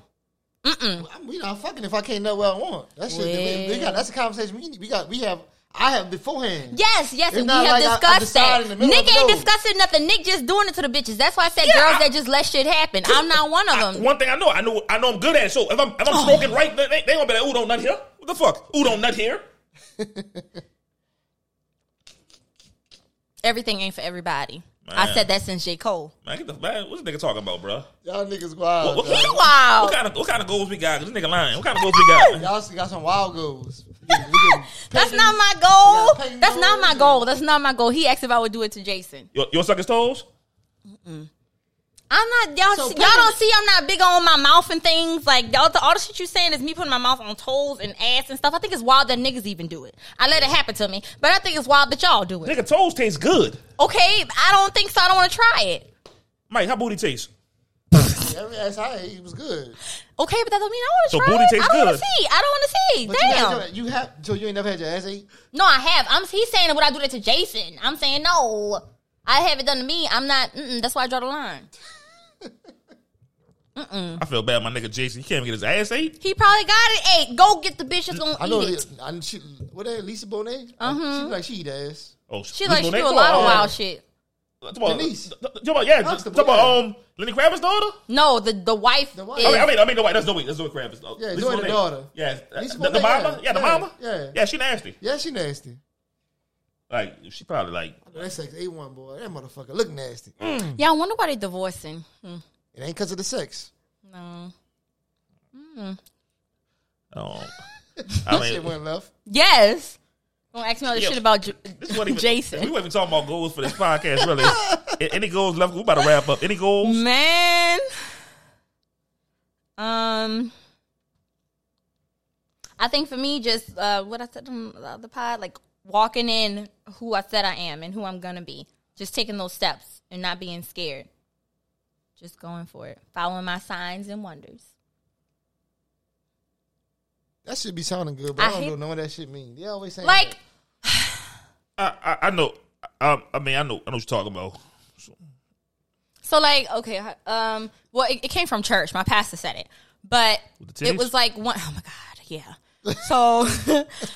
Speaker 5: Hmm.
Speaker 8: I- we not fucking if I can't know what I want. That shit. we- we got- that's a conversation we, we got. We have. I have beforehand.
Speaker 5: Yes, yes,
Speaker 8: It's
Speaker 5: and we
Speaker 8: not
Speaker 5: have
Speaker 8: like I- I
Speaker 5: discussed
Speaker 8: decide in the
Speaker 5: that.
Speaker 8: middle
Speaker 5: Nick
Speaker 8: of the
Speaker 5: ain't
Speaker 8: road.
Speaker 5: discussing nothing. Nick just doing it to the bitches. That's why I said
Speaker 1: Yeah,
Speaker 5: girls
Speaker 1: I-
Speaker 5: that just let shit happen. I'm not one of them.
Speaker 1: One thing I know, I know, I know, I'm good at it. So if I'm if
Speaker 5: Oh.
Speaker 1: I'm smoking right, they, they gonna be like, "Ooh, don't nut here." What the fuck? Ooh, don't nut here.
Speaker 5: Everything ain't for everybody.
Speaker 1: Man.
Speaker 5: I said that since J. Cole.
Speaker 1: Man, get the man. What's this nigga talking about, bro?
Speaker 8: Y'all niggas wild.
Speaker 1: What, what,
Speaker 8: dog.
Speaker 1: kind of,
Speaker 5: Wow.
Speaker 1: what kind of what kind of goals we got? This nigga lying. What kind of goals we got?
Speaker 8: Y'all s- got some wild goals. We getting- we getting
Speaker 5: That's
Speaker 8: paid-
Speaker 5: not my goal.
Speaker 8: pay
Speaker 5: That's not my
Speaker 8: no
Speaker 5: goal. That's not my goal. He asked if I would do it to Jason.
Speaker 1: You'll, you'll suck his toes.
Speaker 5: I'm not y'all.
Speaker 8: So
Speaker 5: see-
Speaker 8: put
Speaker 5: y'all
Speaker 8: it-
Speaker 5: don't see I'm not big on my mouth and things like all the, all the shit you saying is me putting my mouth on toes and ass and stuff. I think it's wild that niggas even do it. I let it happen to me, but I think it's wild that y'all do it.
Speaker 1: Nigga, toes taste good.
Speaker 5: Okay, I don't think so. I don't want to try it.
Speaker 1: Mike, how booty taste?
Speaker 8: Every ass I ate was good.
Speaker 5: Okay, but that don't mean I want to
Speaker 1: So
Speaker 5: try
Speaker 1: booty
Speaker 5: it.
Speaker 1: tastes
Speaker 5: I don't want
Speaker 1: good.
Speaker 5: to see. I don't
Speaker 8: But
Speaker 5: want to see.
Speaker 8: you had
Speaker 5: Damn.
Speaker 8: your- You, have so you ain't never had your ass ate.
Speaker 5: No, I have. I'm. He's saying would I do that to Jason? I'm saying no. I have it done to me. I'm not. Mm-mm, that's why I draw the line. Mm.
Speaker 1: I feel bad, my nigga Jason. He can't even get his ass ate.
Speaker 5: He probably got it. Hey, go get the bitch that's gonna
Speaker 8: I know.
Speaker 5: eat
Speaker 8: It.
Speaker 5: it.
Speaker 8: I know she, what that Lisa Bonet?
Speaker 5: Mhm.
Speaker 8: She be like she eat ass.
Speaker 1: Oh,
Speaker 5: She like she do a
Speaker 1: Talk
Speaker 5: lot of
Speaker 1: about,
Speaker 5: wild shit.
Speaker 1: uh, talk about-
Speaker 8: Denise.
Speaker 1: Talk about yeah.
Speaker 8: Ask the
Speaker 1: Talk about
Speaker 8: boy.
Speaker 1: um Lenny Kravitz's daughter.
Speaker 5: No, the the wife.
Speaker 8: The wife.
Speaker 5: Is,
Speaker 1: I mean, I mean, I mean, no, wait, that's no wait, that's Zoe Kravitz.
Speaker 8: Yeah,
Speaker 1: Lisa
Speaker 8: Zoe the
Speaker 1: Bonet.
Speaker 8: daughter.
Speaker 1: Yeah, uh,
Speaker 8: Lisa
Speaker 1: the, the
Speaker 8: Bonet,
Speaker 1: mama.
Speaker 8: yeah.
Speaker 1: Yeah, the
Speaker 8: Yeah,
Speaker 1: mama.
Speaker 8: yeah.
Speaker 1: yeah, she nasty.
Speaker 8: Yeah, she nasty.
Speaker 1: Like she probably like
Speaker 8: That sex a one boy. That motherfucker look nasty.
Speaker 5: yeah, I wonder why they divorcing. Hmm,
Speaker 8: It ain't because of the sex.
Speaker 5: No.
Speaker 1: Oh, I
Speaker 8: Shit
Speaker 1: mean,
Speaker 8: went left.
Speaker 5: Yes. Don't ask me all this
Speaker 1: Yeah.
Speaker 5: shit about J-
Speaker 1: this wasn't even,
Speaker 5: Jason.
Speaker 1: We weren't even talking about goals for this podcast, really. A- Any goals left? We about to wrap up. Any goals?
Speaker 5: Man. Um I think for me just uh what I said on the other pod, like walking in who I said I am and who I'm gonna be. Just taking those steps and not being scared. Just going for it. Following my signs and wonders.
Speaker 8: That should be sounding good, but
Speaker 5: I
Speaker 8: I, don't
Speaker 5: hate-
Speaker 8: know know what that shit mean. They always saying
Speaker 5: Like
Speaker 1: I, I, I know. I, I mean, I know. I know what you're talking about.
Speaker 5: So like, okay, um, well, it, it came from church. My pastor said it, but
Speaker 1: With the
Speaker 5: it
Speaker 1: titties?
Speaker 5: was like one oh my god, yeah. So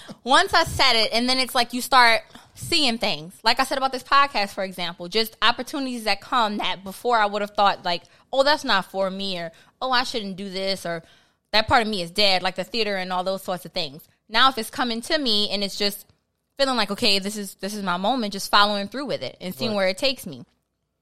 Speaker 5: once I said it, and then it's like you start seeing things. Like I said about this podcast, for example, just opportunities that come that before I would have thought like, oh, that's not for me, or oh, I shouldn't do this, or that part of me is dead, like the theater and all those sorts of things. Now, if it's coming to me and it's just feeling like, okay, this is this is my moment, just following through with it and seeing where it takes me.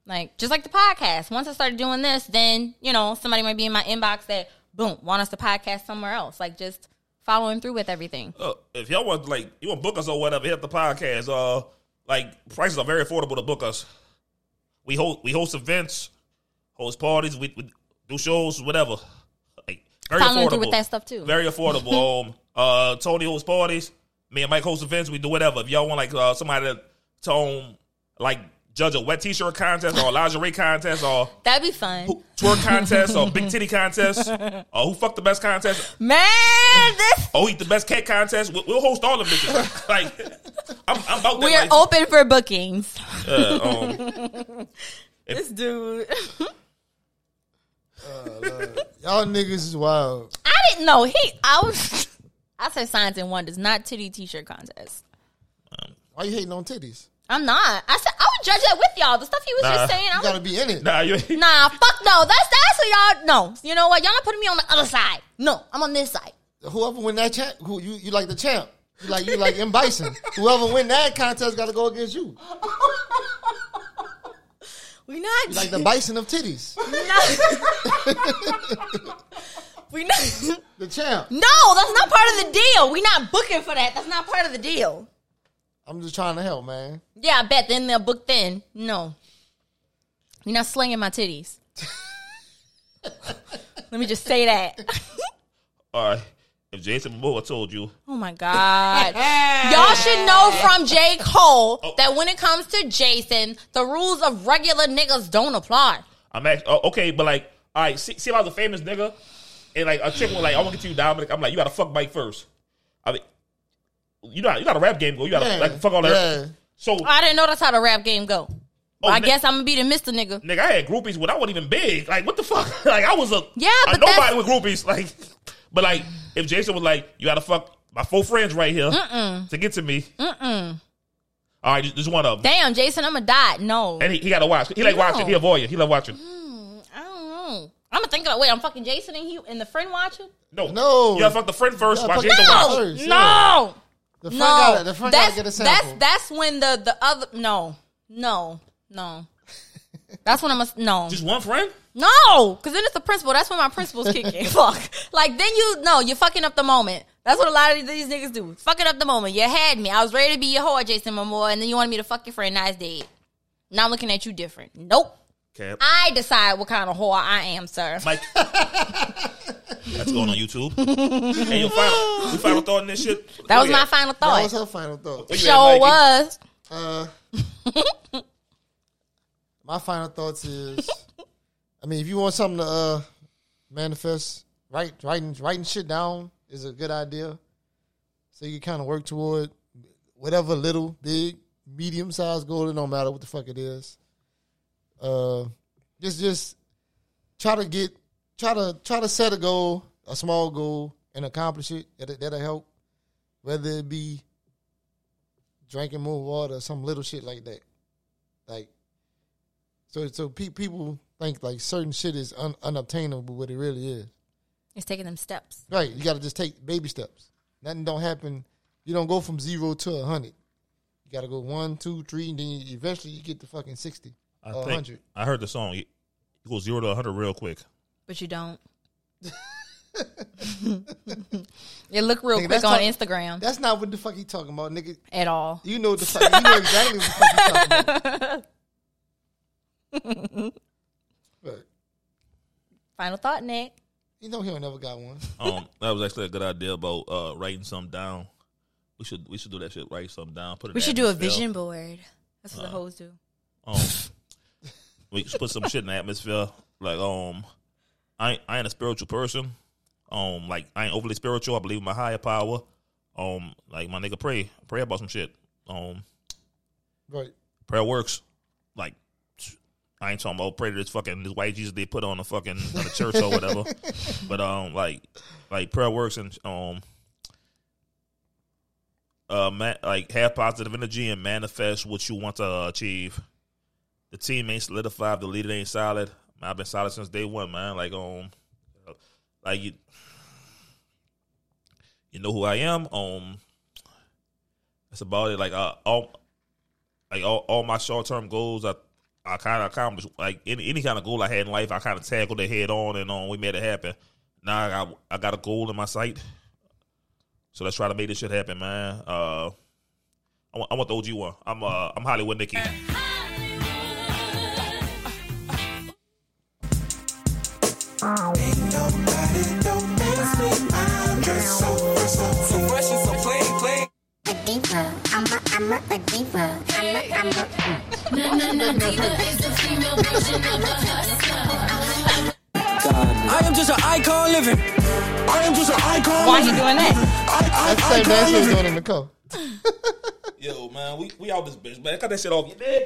Speaker 5: Like just like the podcast. Once I started doing this, then you know somebody might be in my inbox that boom want us to podcast somewhere else. Like just following through with everything.
Speaker 1: Uh, if y'all want like you want to book us or whatever, hit up the podcast. Uh, like prices are very affordable to book us. We host we host events, host parties, we, we do shows, whatever. Like very
Speaker 5: Following
Speaker 1: affordable
Speaker 5: through with that stuff too.
Speaker 1: Very affordable. um, uh, Tony hosts parties. Me and Mike host events. We do whatever. If y'all want like uh, somebody to, to um, like judge a wet t-shirt contest or a lingerie contest or
Speaker 5: That'd be fun,
Speaker 1: twerk contest or big titty contest or who fucked the best contest,
Speaker 5: man. This
Speaker 1: Oh, eat the best cake contest. We'll, we'll host all of this. like, I'm, I'm about that.
Speaker 5: we are
Speaker 1: like,
Speaker 5: open for bookings.
Speaker 1: uh, um,
Speaker 5: This dude,
Speaker 8: y'all niggas is wild.
Speaker 5: I didn't know he. I was. I said signs and wonders, not titty t-shirt contest.
Speaker 8: Why you hating on titties?
Speaker 5: I'm not. I said I would judge that with y'all. The stuff he was
Speaker 1: Nah.
Speaker 5: just saying. I
Speaker 8: You
Speaker 5: was
Speaker 8: gotta be in it.
Speaker 1: nah, you
Speaker 5: Nah, fuck no. That's that's what y'all. No, you know what? Y'all not putting me on the other side. No, I'm on this side.
Speaker 8: Whoever win that champ, who you you like the champ. You like you like M Bison. Whoever win that contest gotta go against you.
Speaker 5: We not
Speaker 8: Like the bison of titties.
Speaker 5: we not.
Speaker 8: The champ.
Speaker 5: No, that's not part of the deal. We not booking for that. That's not part of the deal.
Speaker 8: I'm just trying to help, man.
Speaker 5: Yeah, I bet. Then they'll book. Then no, you're not slinging my titties. Let me just say that.
Speaker 1: All right. If Jason Momoa told you,
Speaker 5: Oh my God. Y'all should know from J. Cole
Speaker 1: Oh.
Speaker 5: that when it comes to Jason, the rules of regular niggas don't apply.
Speaker 1: I'm act- oh, okay, but like, all right, see, see if I was a famous nigga and like a chick was like, I want to get you Dominic. I'm like, you got to fuck Mike first. I mean, you know, how- you got a rap game go. You got to
Speaker 8: Yeah.
Speaker 1: like fuck all that.
Speaker 8: Yeah.
Speaker 1: So,
Speaker 5: I didn't know that's how the rap game go.
Speaker 1: oh,
Speaker 5: I
Speaker 1: ni-
Speaker 5: guess I'm gonna be the Mr. Nigga.
Speaker 1: Nigga, I had groupies when I wasn't even big. Like, what the fuck? like, I was a
Speaker 5: Yeah,
Speaker 1: a
Speaker 5: but
Speaker 1: nobody
Speaker 5: that's-
Speaker 1: with groupies. Like, but like, if Jason was like, you gotta fuck my four friends right here to get to me. Mm-mm. All right, just, just one of them,
Speaker 5: Damn, Jason, I'm gonna die. No,
Speaker 1: and he, he gotta watch. He like
Speaker 5: No.
Speaker 1: watching. He a voyeur. He love watching.
Speaker 5: I don't know. I'm gonna think about wait. I'm fucking Jason and he and the friend watching.
Speaker 1: No,
Speaker 8: No.
Speaker 1: You gotta fuck the friend first.
Speaker 8: Yeah,
Speaker 1: Watch
Speaker 8: fuck-
Speaker 1: Jason
Speaker 8: No!
Speaker 1: watch.
Speaker 8: First,
Speaker 5: no,
Speaker 8: The friend
Speaker 5: no.
Speaker 8: gotta the friend
Speaker 5: that's
Speaker 8: gotta get a
Speaker 5: that's
Speaker 8: sample.
Speaker 5: that's when the the other no no no. That's when I'm a no
Speaker 1: Just one friend.
Speaker 5: no because then it's the principle. That's when my principles kick in. Fuck, like then you no you're fucking up the moment. That's what a lot of these niggas do. Fucking up the moment. You had me. I was ready to be your whore, Jason Momoa, and then you wanted me to fuck your friend. Now it's dead. Now I'm looking at you different. Nope.
Speaker 1: Cap.
Speaker 5: I decide what kind of whore I am, sir.
Speaker 1: Mike. That's going on YouTube. hey, your final, your final thought on this shit. Oh,
Speaker 5: That was
Speaker 1: Yeah.
Speaker 5: my final
Speaker 8: That was
Speaker 5: thought.
Speaker 8: her final thought.
Speaker 1: Where you at, Mikey?
Speaker 5: Sure was.
Speaker 8: Uh, my final thoughts is, I mean, if you want something to uh, manifest, write writing writing shit down is a good idea. So you kind of work toward whatever little, big, medium sized goal. It don't matter what the fuck it is. Uh, just just try to get try to try to set a goal, a small goal, and accomplish it. That'll, that'll help. Whether it be drinking more water, or some little shit like that. Like, so so pe- people think like certain shit is un- unobtainable, but it really is.
Speaker 5: It's taking them steps.
Speaker 8: Right? You got to just take baby steps. Nothing don't happen. You don't go from zero to a hundred. You got to go one, two, three, and then you, eventually you get to fucking sixty
Speaker 1: I
Speaker 8: or
Speaker 1: think-
Speaker 8: Oh, hundred.
Speaker 1: I heard the song. You you go zero to hundred real quick.
Speaker 5: But you don't. it looked real
Speaker 8: Nigga,
Speaker 5: quick
Speaker 8: that's
Speaker 5: on
Speaker 8: talk-
Speaker 5: Instagram
Speaker 8: That's not what the fuck he talking about, nigga.
Speaker 5: at all.
Speaker 8: You know what the fuck. You know exactly what the fuck he talking about. But
Speaker 5: Final thought, Nick.
Speaker 8: you know he don't never got one.
Speaker 1: Um, that was actually a good idea about uh, writing something down. We should we should do that shit. Write something down. Put it.
Speaker 5: We
Speaker 1: in
Speaker 5: should do a
Speaker 1: atmosphere.
Speaker 5: vision board. That's what the hoes do.
Speaker 1: Um, we should put some shit in the atmosphere. Like um, I ain't- I ain't a spiritual person. Um, like I ain't overly spiritual. I believe in my higher power. Um, like my nigga pray pray about some shit. Um,
Speaker 8: Right.
Speaker 1: prayer works. Like I ain't talking about pray to this fucking this white Jesus they put on the fucking on the church or whatever. But um, like like prayer works and um, uh, ma- like have positive energy and manifest what you want to achieve. The team ain't solidified. The leader ain't solid. Man, I've been solid since day one, man. Like um, like you, you know who I am. Um, that's about it. Like uh, all, like all, all my short term goals, I I kind of accomplished. Like any any kind of goal I had in life, I kind of tackled it head on, and um, we made it happen. Now I got I got a goal in my sight, so let's try to make this shit happen, man. Uh, I want, I want the OG one. I'm uh I'm Hollywood Nikki.
Speaker 3: So fresh and so plain, plain.
Speaker 6: a diva. I'm a, I'm a, a diva. I'm a, I'm a,
Speaker 7: Na na na diva is the female version of a hustler.
Speaker 3: I am just an icon living.
Speaker 4: I am just an icon.
Speaker 5: Why he
Speaker 4: living.
Speaker 5: doing that?
Speaker 4: I,
Speaker 8: That's the
Speaker 4: I,
Speaker 8: same
Speaker 4: icon
Speaker 8: dance he was
Speaker 4: living.
Speaker 8: doing in the car.
Speaker 1: Yo, man, we we out this bitch, man. Cut that shit off, you dick.